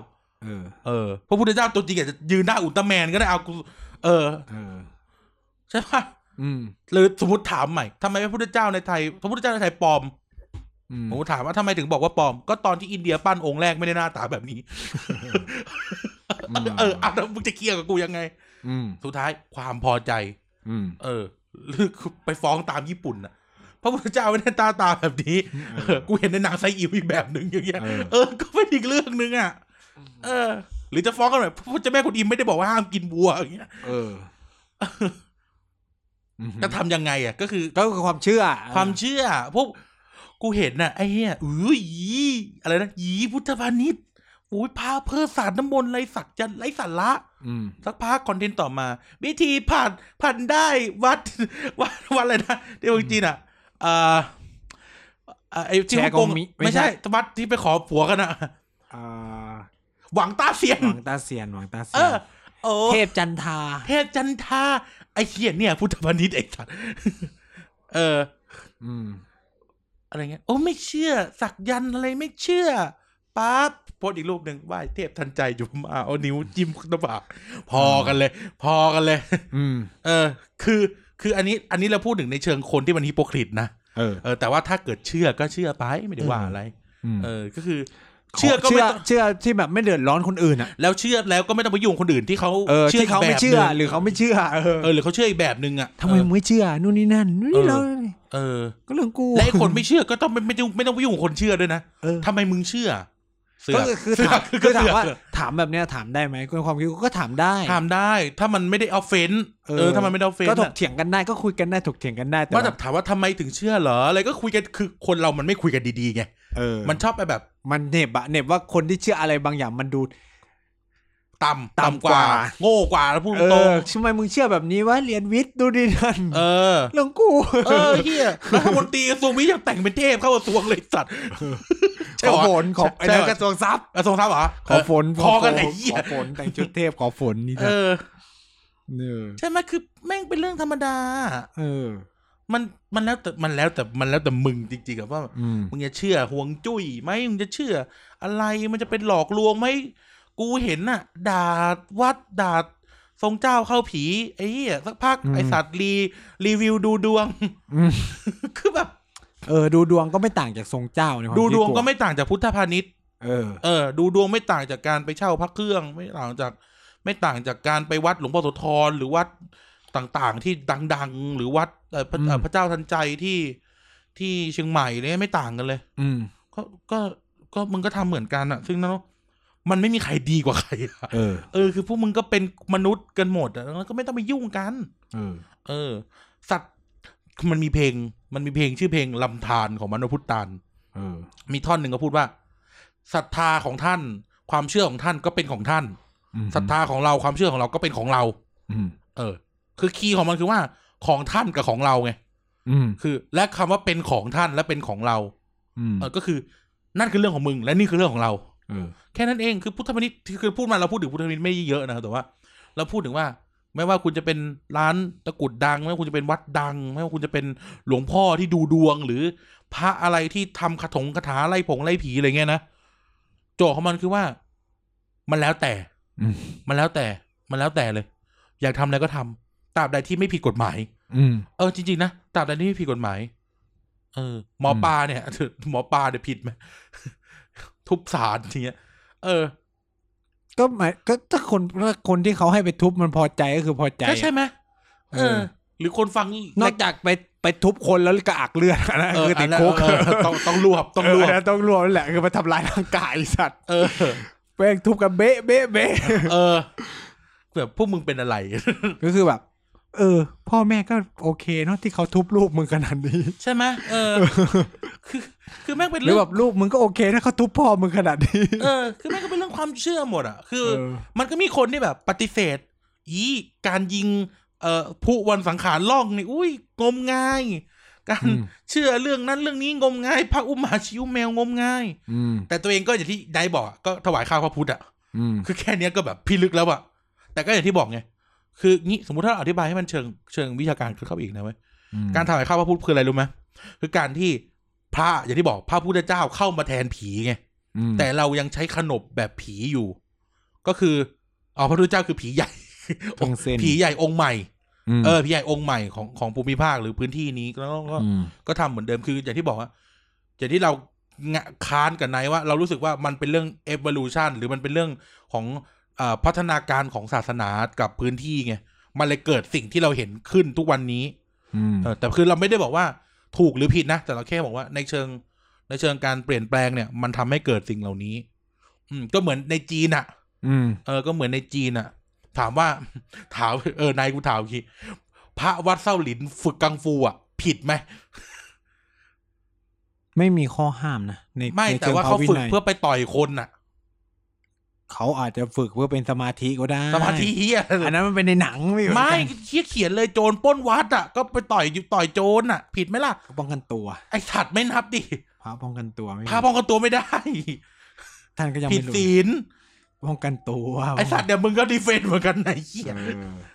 เออ เออ พระพุทธเจ้าตัวจริงอาจจะยืนหน้าอุลตร้าแมนก็ได้เอากูเออ เออ ใช่ปะ อืม หรือสมมติถามใหม่ทำไมพระพุทธเจ้าในไทย พระพุทธเจ้าในไทยปลอม อืม ผมถามว่าทำไมถึงบอกว่าปลอม ก็ตอนที่อินเดียปั้นองค์แรกไม่ได้หน้าตาแบบนี้ เออเอาแล้วมึงจะเคลียร์กับกูยังไง อืม สุดท้ายความพอใจ อืม เออหรือไปฟ้องตามญี่ปุ่นน่ะ พระพุทธเจ้าไม่ได้หน้าตาตาแบบนี้ เออ เออกูเห็นในหนังไซอิ๋วอีกแบบหนึ่งอย่างเงี้ย เออ เออ ก็เป็นอีกเรื่องหนึ่งอ่ะเออ หรือจะฟ้องกันหน่อยพระพุทธเจ้าแม่คุณอิมไม่ได้บอกว่าห้ามกินวัวอย่างเงี้ย เอออืม จะทำยังไงอ่ะ ก็คือ ก็คือความเชื่อ ความเชื่อพวกกูเห็นน่ะไอ้เหี้ยอุ้ยยีอะไรนะยีพุทธพาณิชย์อุ้ยพาเพื่อสารน้ำมนต์ไรสักจันไรสาระ อืม สักพักคอนเทนต์ต่อมา วิธีผ่านผ่านได้วัด วัดวัดอะไรนะเดี๋ยวจีนอ่ะเอ่อเอ่อไอ้ที่ฮ่องกงไม่ใช่วัดที่ไปขอผัวกันอ่ะ อ่า หวังต้าเซียน หวังตาเซียนหวังตาเซี เอนยอโอ้ เทพจันทา เทพจันทาไอเขียนเนี่ย พุทธพนิษฐ์ไอ้สัตว์ เออ อืม อะไรเงี้ยโอ้ไม่เชื่อ สักยันต์อะไรไม่เชื่อปั๊บโพสต์อีกรูปหนึ่งไหว้เทพทันใจอยู่มา เอานิ้วจิ้มหน้าผากพอกันเลย พอกันเลย อืม เออ คือคืออันนี้ อันนี้เราพูดถึงในเชิงคนที่มันฮิโปคริตนะ เออ เออแต่ว่าถ้าเกิดเชื่อก็เชื่อไปไม่ได้ว่าอะไร อืม เออ ก็คือ เชื่อก็ เชื่ ไม่ อ ต้อง เชื่อที่แบบไม่เดือดร้อนคนอื่นอ่ะ แล้วเชื่อแล้วก็ไม่ต้องไปยุ่งคนอื่นที่เขา เออที่ ก เขาไม่ แบบ เชื่อ หนึ่ง หรือเขาไม่เชื่อ เออ เออหรือเขาเชื่ออีกแบบหนึ่งอ่ะ ทำไม เออ มึงไม่เชื่อนู่นนี่นั่นนู่นนี่ เออ เรา เออ ก็เรื่องกู และไอ้คนไม่เชื่อก็ต้องไม่ไม่ต้องไม่ต้องไปยุ่งกับคนเชื่อด้วยนะ เออ ทำไมมึงเชื่อเสื ก็ อก คือ เสื ถาม ก คือถามว่า เสืก ถามแบบเนี้ยถามได้ไหมในความคิดกูก็ถามได้ ถามได้ ถ้ามันไม่ได้ออฟเฟน เออ เออถ้ามันไม่ได้ออฟเฟน ก็ถกเถียงกันได้ก็คุยกันได้ถกเถียงกันได้แต่ ว่าแต่ ว่า ถามว่าทำไมถึงเชื่อเหรออะไรก็คุยกันคือคนเรามันไม่คุยกันดีๆไง เออ มันชอบไปแบบ มันเหน็บอะเหน็บว่าคนที่เชื่ออะไรบางอย่างมันดู ต่ำ ต่ำ ต่ำกกว่าว่า โง่กว่าแล้วพูด เอ ตรง อทำไมมึงเชื่อแบบนี้วะเรียนวิทย์ดูดินั่น ๆเออ เรื่องกู เออเฮียรัฐมนตรีกระทรวงนี้ยังแต่งเป็นเทพเข้ากระทรวงเลยสัตว์ ขอ วะ ฝนขอไอ้ ใช่ นั่น วะ กระทรวงทรัพย์ กระทรวงทรัพย์เหรอ ขอฝน คอกันไอ้ ข เหี้ย ขอฝนแต่งชุดเทพขอฝนนี่ เอ นะ อ เออ ใช่ไหมคือแม่งเป็นเรื่องธรรมดา เออ มันมันแล้วแต่มันแล้วแต่มันแล้วแต่มึงจริงๆอะว่า อืม มึงจะเชื่อห่วงจุ้ยไหมมึงจะเชื่อ อะไรมันจะเป็นหลอกลวงไหมกูเห็นน่ะด่าวัดด่าทรงเจ้าเข้าผีไอ้เหี้ยสักพักไอสัตว์รีรีวิวดูดวง อืม คือแบบ เออ ดูดวงก็ไม่ต่างจากทรงเจ้าในความ ดูดวง คิ ก็ไม่ต่างจากพุทธพาณิชย์ เออ เออดูดวงไม่ต่างจากการไปเช่าพระเครื่องไม่ต่างจาก ไม่ต่างจากการไปวัดหลวงพ่อโสธรหรือวัดต่างๆ ที่ดัง ๆ หรือวัดเอ่อพระ อืม เอ่อพระเจ้าทันใจที่ที่เชียงใหม่เนี่ยไม่ต่างกันเลย อืม ก็ก็ก็มึงก็ทำเหมือนกันอะซึ่งนั่นมันไม่มีใครดีกว่าใครอะ เออ เออคือพวกมึงก็เป็นมนุษย์กันหมดอะแล้วก็ไม่ต้องไปยุ่งกัน เออ เออ สัตว์มันมีเพลง มันมีเพลงชื่อเพลงลำธารของมันวพุทธตาน เออ มีท่อนหนึ่งก็พูดว่าศรัทธาของท่าน ความเชื่อของท่านก็เป็นของท่าน อืม ศรัทธาของเราความเชื่อของเราก็เป็นของเรา อืม เออ คือคีย์ของมันคือว่าของท่านกับของเราไง อืม คือ และคำว่าเป็นของท่านและเป็นของเรา อืม เออก็คือ นั่นคือเรื่องของมึง และนี่คือเรื่องของเรา เออ แค่นั้นเองคือพุทธมิตรคือพูดมาเราพูดถึงพุทธมิตรไม่เยอะนะครับแต่ว่า เราพูดถึงว่า ไม่ว่าคุณจะเป็นร้านตะกรุดดัง ไม่ว่าคุณจะเป็นวัดดัง ไม่ว่าคุณจะเป็นหลวงพ่อที่ดูดวง หรือพระอะไรที่ทำคาถงคาถาไล่ผงไล่ผีอะไรเงี้ยนะโจทย์ของมันคือว่า มันแล้วแต่ อืม มันแล้วแต่ มันแล้วแต่เลย อยากทำอะไรก็ทำตราบใดที่ไม่ผิดกฎหมาย อืม เออจริงๆนะตราบใดที่ไม่ผิดกฎหมาย เออ หมอ ม ปลาเนี่ย หมอปลาเนี่ยผิดไหม ทุบศาลอย่างเงี้ย เออ ก็หมายก็ถ้าคนถ้าคนที่เขาให้ไปทุบมันพอใจก็คือพอใจ ก็ใช่ไหมเอ เอ อ อ หรือคนฟัง นอกจากไปไปทุบคนแล้วก็อักเลือดอันนะ เออ คือติด นนั้น คุก เออต้องต้องรวบต้องรวบ เนะต้องรวมนั่นแหละคือไปทำลายร่างกายไอ้สัตว์ เออ แป้งทุบกันเบ๊ะเบ๊ะเบ๊ะ เออแบบพวกมึงเป็นอะไร ก็คือแบบ เออ พ่อแม่ก็โอเคเนาะที่เขาทุบลูกมึงขนาดนี้ ใช่ไหมเออ คือ คือแม่งเป็น หรื เรื่ อ อง แบบลูกมึงก็โอเคถ้าเขาทุบพ่อมึงขนาดนี้ เออ คือแม่งก็เป็นเรื่องความเชื่อหมดอ่ะ คือ เออ มันก็มีคนที่แบบปฏิเสธ อีการยิง เอ่อผู้วันสังขารล่องนี่อุ้ยงมงาย การ อืม เชื่อเรื่องนั้นเรื่องนี้งมงายพระอุมาชิวแมวงมงาย อืม แต่ตัวเองก็อย่างที่ไดบอกอะก็ถวายข้าวพระพุทธอ่ะ อืม คือแค่เนี้ยก็แบบพี่ลึกแล้วอะแต่ก็อย่างที่บอกไง คืองี้สมมติถ้าเราอธิบายให้มันเชิงเชิงวิชาการเข้าไปอีกนะเว้ย การถวายข้าวพระพุทธคืออะไรรู้ไหมคือการที่พระอย่างที่บอกพระพุทธเจ้าเข้ามาแทนผีไง อืม แต่เรายังใช้ขนบแบบผีอยู่ ก็คืออ๋อพระพุทธเจ้าคือผีใหญ่ ทงเส้น ผีใหญ่องค์ใหม่ ม เออผีใหญ่องค์ใหม่ของของภูมิภาคหรือพื้นที่นี้แล้วก็ ม ก็ทำเหมือนเดิมคืออย่างที่บอกว่าอย่างที่เรางะค้านกับไนท์ว่า เรารู้สึกว่ามันเป็นเรื่อง evolution หรือมันเป็นเรื่องของเออพัฒนาการของศาสนากับพื้นที่ไงมันเลยเกิดสิ่งที่เราเห็นขึ้นทุกวันนี้ อืม เออแต่คือเราไม่ได้บอกว่าถูกหรือผิดนะ แต่เราแค่บอกว่าในเชิง ในเชิงการเปลี่ยนแปลงเนี่ย มันทำให้เกิดสิ่งเหล่านี้ อืมก็เหมือนในจีนอะ อืม เออ ก็เหมือนในจีนอะถามว่า ถาม เออ นายกูถามทีพระวัดเส้าหลินฝึกกังฟูอะผิดไหม ไม่มีข้อห้ามนะใน ไม่ ใน แต่ ชิง ว่า พระ เขา วิ ฝึก นัย เพื่อไปต่อยคนน่ะ เขาอาจจะฝึกเพื่อเป็นสมาธิก็ได้ สมาธิเฮีย อันนั้นมันเป็นในหนังไม่ ไม่เฮียเขียนเลยโจรปล้นวัดอ่ะ ก็ไปต่อยอยู่ต่อยโจรน่ะ ผิดไหมล่ะ ป้องกันตัว ไอสัตว์ไม่นับดิ พระป้องกันตัวไม่ พาป้องกันตัวไม่ได้ ท่านก็ยัง ผิ ไม่ ด รู้ ศีล ป้องกันตัว ไอสัตว์เดี๋ยวมึงก็ดีเฟนต์เหมือนกันไหนะไอ้เหี้ย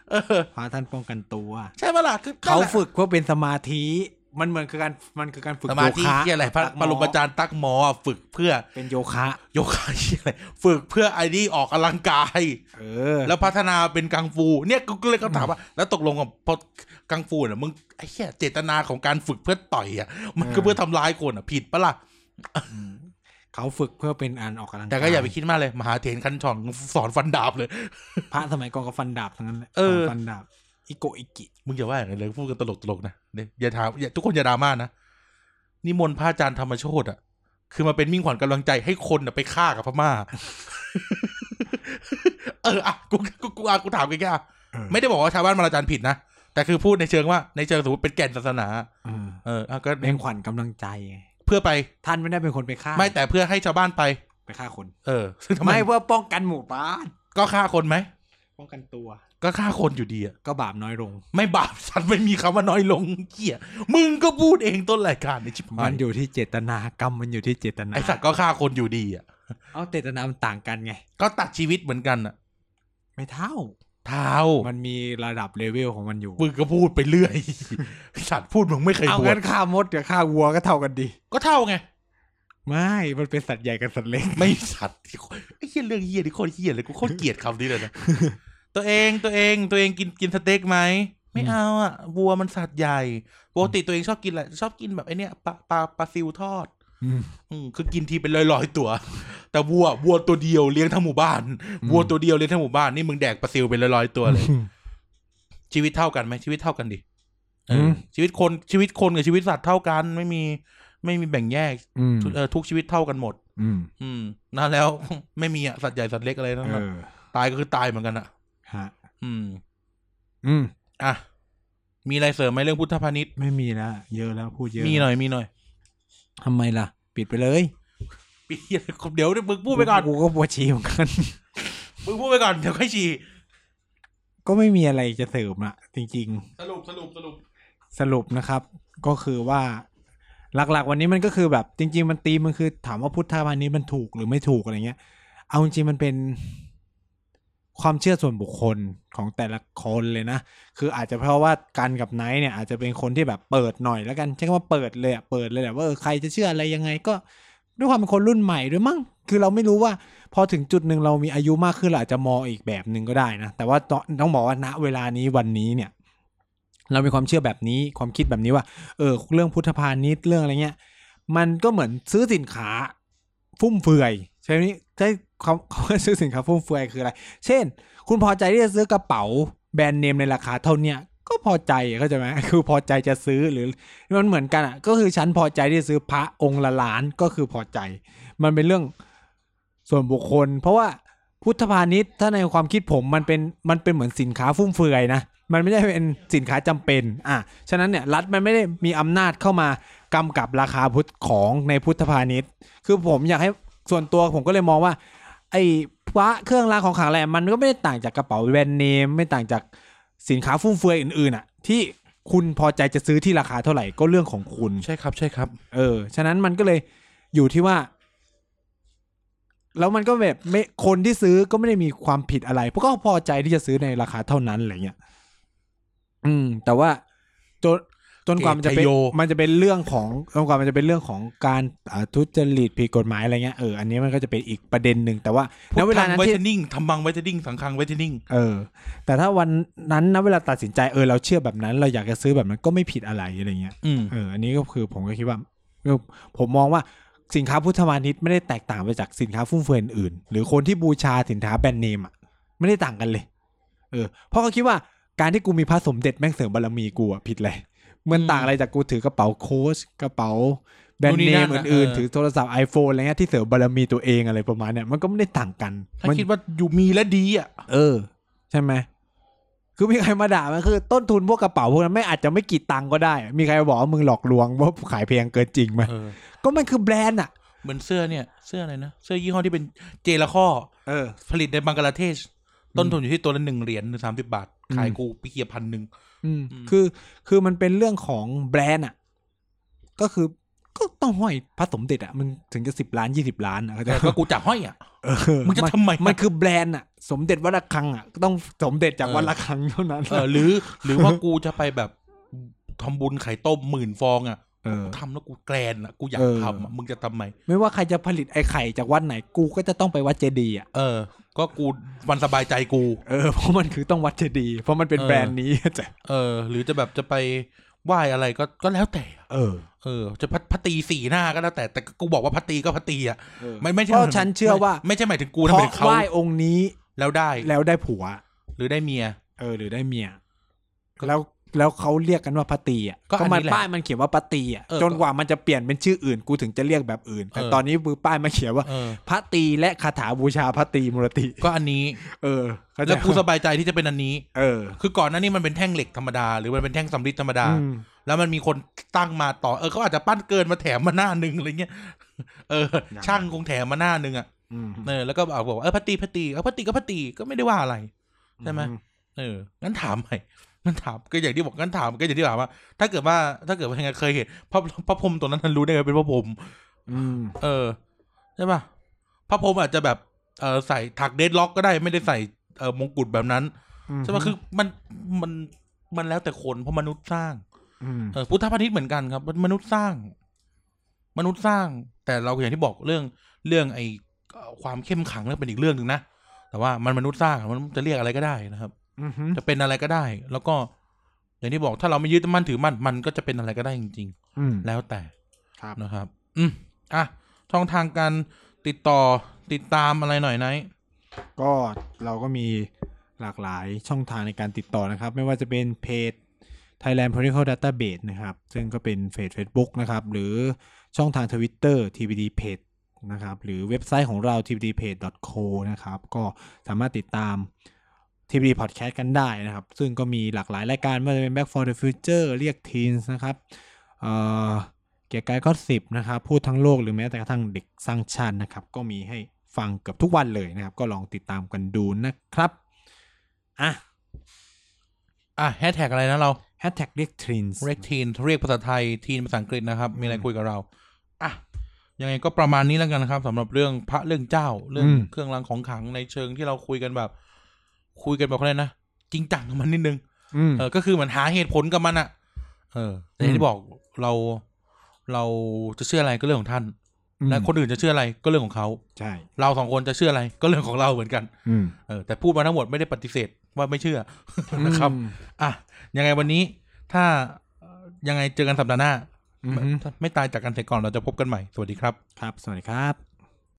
เออ เออ พาท่านป้องกันตัว ใช่ปะล่ะคือ เขาฝึกเพื่อเป็นสมาธิ มันเหมือนคือการมันคือการฝึก ส โย มา คะ ธิเหี้ยอะไรพระปรมาจารย์ตักหมออะฝึกเพื่อ เป็นโยคะ โยคะเหี้ยอะไรฝึกเพื่อไอ้นี่ออกกำลังกาย เออ แล้วพัฒนาเป็นกังฟู เนี่ยกูก็เลยก็ถามว่า แล้วตกลงกับพอกังฟูเนี่ยมึงไอ้เหี้ยเจตนาของการฝึกเพื่อต่อยอ่ะ มันเอก็อ เพื่อทำร้ายคนอ่ะ ผิดปะล่ะ เขาฝึกเพื่อเป็นอันออกกำลังกาย แต่ก็อย่าไปคิดมากเลย มหาเถรคันช่องสอนฟันดาบเลย พระสมัยก่อนก็ฟันดาบทั้งนั้นแหละ เออ สนฟันดาบ อิโกอิกิ มึงอย่าว่าอย่างนั้นเลยพูดกันตลกตลกๆนะเนี่ยอย่าถามอย่าทุกคนอย่าดราม่านะนิมนต์พระอาจารย์ธรรมโชตอ่ะ คือมาเป็นมิ่งขวัญกำลังใจให้คนน่ะไปฆ่ากับพม่า เอออ่ะกูกูกูอ่ะกูถามแกแค่อ่ะ เออ ไม่ได้บอกว่าชาวบ้านมาอาจารย์ผิดนะแต่คือพูดในเชิงว่าในเชิงสมมติเป็นแก่นศาสนา เออ เอออ่ะก็ แรงขวัญกำลังใจไง เพื่อไป ท่านไม่ได้เป็นคนไปฆ่า ไม่แต่เพื่อให้ชาวบ้านไป ไปฆ่าคน เออ ซึ่งทำไม ไม่เพื่อป้องกันหมู่บ้าน ก็ฆ่าคนไหม ป้องกันตัว ก็ฆ่าคนอยู่ดีอะ ก็บาปน้อยลง ไม่บาปสัตว์ไม่มีคำว่าน้อยลงเกียมึงก็พูดเองต้นรายการในชิบหา มั ย นอยู่ที่เจตนากรรมมันอยู่ที่เจตนา ไอสัตว์ก็ฆ่าคนอยู่ดีอ่ะ เอาเจตนามันต่างกันไง ก็ตัดชีวิตเหมือนกันอ่ะ ไม่เท่า เท้า มันมีระดับเลเวลของมันอยู่ มึงก็พูดไปเรื่อย ไอ้สัตว์พูดมึงไม่เคย เอา บว งั้ ช นฆ่ามดกับฆ่าวัวก็เท่ากันดี ก็เท่าไง ไม่ มันเป็นสัตว์ใหญ่กับสัตว์เล็ก ไม่สัตว์ที่โคตรไอ้เหี้ยเรื่องเหี้ยที่โคตรเหี้ยเลยกูโคตรเกลียดคำนี้เลยนะ ตัวเองตัวเองตัวเองกินกินสเต็กไหมไม่ อืม เอาอ่ะวัวมันสัตว์ใหญ่ปกติตัวเองชอบกินอะไรชอบกินแบบไอ้เนี่ยปลาปลาปลาซิวทอด อืมคือกินทีเป็นร้อยๆตัว แต่วัววัวตัวเดียวเลี้ยงทั้งหมู่บ้าน อืม วัวตัวเดียวเลี้ยงทั้งหมู่บ้านนี่มึงแดกปลาซิวเป็นร้อยๆตัวเลย ชีวิตเท่ากันไหมชีวิตเท่ากันดิเออ ม ชีวิตคนชีวิตคนกับชีวิตสัตว์เท่ากันไม่มี ไม่มีแบ่งแยก อืม ทุกเออทุกชีวิตเท่ากันหมด อืม อืมนั่นแล้ว ไม่มีอะสัตว์ใหญ่สัตว์เล็กอะไรทั้ง เอ นั้น อ ตายก็คือตายเหมือนกันอะ ฮะ อืม อืม อ่ะมีอะไรเสริมไหมเรื่องพุทธพาณิชย์ ไม่มีแล้วเยอะแล้วพูดเยอะ มีหน่อยมีหน่อย ทำไมล่ะ ปิดไปเลย ปีเดี๋ยวมึงพูดไปก่อน กูก็ปวดชีเหมือน กัน มึงพูดไปก่อนเดี๋ยวค่อยฉี่ ก็ไม่มีอะไรจะเสริมอะจริง สรุปสรุปสรุป ๆ สรุปนะครับ ก็คือว่า หลัก ๆ วันนี้มันก็คือแบบ จริง ๆ มันตีมมันคือ ถามว่าพุทธามานี้มันถูกหรือไม่ถูกอะไรเงี้ย เอาจริงๆมันเป็นความเชื่อส่วนบุคคลของแต่ละคนเลยนะ คืออาจจะเพราะว่ากันกับไนท์เนี่ยอาจจะเป็นคนที่แบบเปิดหน่อยแล้วกันใช้คำว่าเปิดเลยอะเปิดเลยแหละว่าเออใครจะเชื่ออะไรยังไงก็ ด้วยความเป็นคนรุ่นใหม่ด้วยมั้งคือเราไม่รู้ว่า พอถึงจุดหนึ่งเรามีอายุมากขึ้นเราอาจจะมองอีกแบบหนึ่งก็ได้นะ แต่ว่าต้องต้องบอกว่าณเวลานี้วันนี้เนี่ย เรามีความเชื่อแบบนี้ความคิดแบบนี้ว่า เออ เรื่องพุทธพาณิชย์เรื่องอะไรเงี้ย มันก็เหมือนซื้อสินค้าฟุ่มเฟือยใช่ไหมใช่คำคำว่า ซื้อสินค้าฟุ่มเฟือยคืออะไร เช่น คุณพอใจที่จะซื้อกระเป๋าแบรนด์เนมในราคาเท่าเนี้ยก็พอใจอะเข้าใจไหม คือพอใจจะซื้อหรือมันเหมือนกันอ่ะก็คือฉันพอใจที่จะซื้อพระองค์ละล้านก็คือพอใจ มันเป็นเรื่องส่วนบุคคล เพราะว่าพุทธพาณิชย์ถ้าในความคิดผมมันเป็นมันเป็นเหมือนสินค้าฟุ่มเฟือยนะมันไม่ได้เป็นสินค้าจำเป็นอ่ะฉะนั้นเนี่ยรัฐมันไม่ได้มีอำนาจเข้ามากำกับราคาพุทธของในพุทธพาณิชย์ คือผมอยากให้ส่วนตัวผมก็เลยมองว่า ไอ้พระเครื่องรางของขลังแหละไรมันก็ไม่ได้ต่างจากกระเป๋าแบรนด์เนมไม่ต่างจากสินค้าฟุ่มเฟือยอื่นๆอ่ะ ที่คุณพอใจจะซื้อที่ราคาเท่าไหร่ก็เรื่องของคุณ ใช่ครับใช่ครับ เออ ฉะนั้นมันก็เลยอยู่ที่ว่า แล้วมันก็แบบไม่คนที่ซื้อก็ไม่ได้มีความผิดอะไรเพราะก็พอใจที่จะซื้อในราคาเท่านั้นอะไรเงี้ย อืม แต่ว่าจนจนกว่ามันจะเป็น เกตไทโย มันจะเป็นเรื่องของจนกว่ามันจะเป็นเรื่องของการอ่าทุจริตผิดกฎหมายอะไรเงี้ยเอออันนี้มันก็จะเป็นอีกประเด็นหนึ่งแต่ว่า พุ ณ ท เวลา ธัง นั้น ไว ที่ เทนิ่งทำบังไวเทนิ่งสังคังไวเทนิ่ง เออ แต่ถ้าวันนั้นนะเวลาตัดสินใจเออเราเชื่อแบบนั้น เราอยากจะซื้อแบบนั้นก็ไม่ผิดอะไรอะไรเงี้ย อืม เออ อันนี้ก็คือผมก็คิดว่าเออผมมองว่าสินค้าพุทธมานิชไม่ได้แตกต่างไปจากสินค้าฟุ่มเฟือยอื่น หรือคนที่บูชาสินค้าแบรนด์เนมอ่ะไม่ได้ต่างกันเลย เออ เพราะเขาคิดว่าการที่กูมีพระสมเด็จแม่งเสริมบารมีกูอ่ะผิดเลยมันต่างอะไรจากกูถือกระเป๋าโค้ชกระเป๋าแบรนด์เนม นู่นนี่นั่นอะ อื่น เออ ๆถือโทรศัพท์ iPhone อะไรเงี้ยที่เสริมบารมีตัวเองอะไรประมาณเนี้ยมันก็ไม่ได้ต่างกัน ถ้า มัน คิดว่าอยู่มีและดีอ่ะ เออ ใช่ไหม คือมีใครมาด่ามันคือ ต้นทุนพวกกระเป๋าพวกนั้นไม่อาจจะไม่กี่ตังค์ก็ได้ มีใครบอกว่ามึงหลอกลวงว่าขายแพงเกินจริงไหม เออ ก็มันคือแบรนด์อ่ะ เหมือนเสื้อเนี่ย เสื้ออะไรนะ เสื้อยี่ห้อที่เป็นเจลาข้อ เออ ผลิตในบังกลาเทศ ต้นทุนอยู่ที่ตัวละหนึ่งเหรียญหรือสามสิบาท ขายกูไปเกียร์ พันหนึ่ง อืม อืม คือ คือมันเป็นเรื่องของแบรนด์อ่ะ ก็คือ ก็ต้องห้อยพระสมเด็จอ่ะมันถึงจะสิบล้านยี่สิบล้านอ่ะเข้าใจ แต่ ปะ ก็กูจะห้อยอ่ะ เออ มึงจะทำไม มันคือแบรนด์อ่ะ สมเด็จวัดระฆังอ่ะก็ต้องสมเด็จจากวัดระฆังเท่านั้น เออหรือ หรือว่ากูจะไปแบบทำบุญไข่ต้มหมื่นฟองอ่ะ เออ ทำแล้วกูแกรนอ่ะกูอยา เอก อ ทำอะมึงจะทำไม ไม่ว่าใครจะผลิตไอ้ไข่จากวัดไหนกูก็จะต้องไปวัดเจดีย์อ่ะ เออ ก็กูวันสบายใจกู เอ อเพราะมันคือต้องวัดเจดีย์เพราะมันเป็น เออ แบรนด์ นี้เข้าใจ เออ หรือจะแบบจะไปไหว้อะไรก็ก็แล้วแต่อะ เออ เออ จะพัดพัดตีสี่หน้าก็แล้วแต่แต่กูบอกว่าพัดตีก็พัดตีอ่ะไม่ไม่ใช่ เพราะฉันเชื่อว่า ไม่ไม่ใช่หมายถึงกู เพ ทำเป็ ราะ นเขา ไหว้องค์นี้ แล้วได้ แล้วได้ผัว หรือได้เมีย เออหรือได้เมีย ก็ แล้วแล้วเขาเรียกกันว่าปาตีอ่ะ ก็อัน มั นี้แหละ ป้ายมันเขียนว่าปาตีอ่ะ เออ จนกว่ามันจะเปลี่ยนเป็นชื่ออื่นกูถึงจะเรียกแบบอื่น แต่ เออ ตอนนี้มือป้ายมาเขียนว่า เออ พระตีและคาถาบูชาพระตีมุรติ ก็อันนี้ เออเข้าใจ แล้วกูสบายใจที่จะเป็นอันนี้ เออ คือก่อนหน้านี้มันเป็นแท่งเหล็กธรรมดา หรือมันเป็นแท่งสำริดธรรมดา อืม แล้วมันมีคนตั้งมาต่อ เออเขาอาจจะปั้นเกินมาแถมมาหน้าหนึ่งอะไร เงี้ย เออ ช่างคงแถมมาหน้าหนึ่งอ่ะ อืม เออ แล้วก็บอกว่าเออพัตตีพัตตีเออพัตตีก็พัตตีก็ไม่ได้ว่าอะไร ใช่ไหม เออ งั้นถามใหม่ งั้นถาม ก็อย่างที่บอก งั้นถาม ก็อย่างที่ถามว่า ถ้าเกิดว่า ถ้าเกิดว่ายังไงเคยเห็นพระพระพรหมตัวนั้นท่านรู้ได้ไงเป็นพระพรหม อืม เออ ใช่ป่ะ พระพรหมอาจจะแบบ เออใส่ถักเดดล็อกก็ได้ ไม่ได้ใส่ เออมงกุฎแบบนั้น ใช่ป่ะ คือมัน มัน มันแล้วแต่คน เพราะมนุษย์สร้าง ม เออพุทธพาณิชย์เหมือนกันครับมันมนุษย์สร้าง มนุษย์สร้าง แต่เราอย่างที่บอกเรื่องเรื่องไอเอ่อความเข้มขังนั่นเป็นอีกเรื่องหนึ่งนะแต่ว่ามันมนุษย์สร้างมันจะเรียกอะไรก็ได้นะครับ มฮึ จะเป็นอะไรก็ได้ แล้วก็อย่างที่บอกถ้าเราไม่ยึดมั่นถือมั่นมันก็จะเป็นอะไรก็ได้จริง อืม ๆ แล้วแต่ ครับ นะครับ อืมอ่ะช่องทางการติดต่อติดตามอะไรหน่อยไหนท์ ก็เราก็มีหลากหลายช่องทางในการติดต่อนะครับ ไม่ว่าจะเป็นเพจ Thailand Political Database นะครับ ซึ่งก็เป็นเพจ Facebook นะครับ หรือช่องทาง Twitter TBD Page นะครับ หรือเว็บไซต์ของเรา tbdpage.co นะครับ ก็สามารถติดตาม TBD Podcast กันได้นะครับ ซึ่งก็มีหลากหลายรายการไม่ว่าจะเป็น Back for the Future เรียก Teens นะครับเอ่อ เกียร์กายก็สิบนะครับ พูดทั้งโลกหรือแม้แต่กระทั่งเด็กสร้างชาตินะครับ ก็มีให้ฟังเกือบทุกวันเลยนะครับ ก็ลองติดตามกันดูนะครับอ่ะ อ่ะแฮชแท็กอะไรนะเรา แฮชแท็กเรียกทรินส์ เรียกทีนเรียกภาษาไทยทีนภาษาอังกฤษนะครับ มีอะไรคุยกับเราอ่ะยังไงก็ประมาณนี้แล้วกันนะครับสำหรับเรื่องพระเรื่องเจ้า เรื่อง อืม เครื่องรางของขลังในเชิงที่เราคุยกันแบบ คุยกันแบบอะไรนะจริงจังกับมันนิดนึง อืม เออก็คือเหมือนหาเหตุผลกับมันอะเออแต่อย่างที่บอกเราเราจะเชื่ออะไรก็เรื่องของท่าน และคนอื่นจะเชื่ออะไรก็เรื่องของเขา ใช่ เราสองคนจะเชื่ออะไรก็เรื่องของเราเหมือนกัน อืม เออแต่พูดมาทั้งหมดไม่ได้ปฏิเสธว่าไม่เชื่อ นะครับ อ่ะยังไงวันนี้ถ้าเอ่อยังไงเจอกันสัปดาห์หน้า อืมอืม ไม่ตายจากกันเสียก่อนเราจะพบกันใหม่ สวัสดีครับ ครับ สวัสดีครับ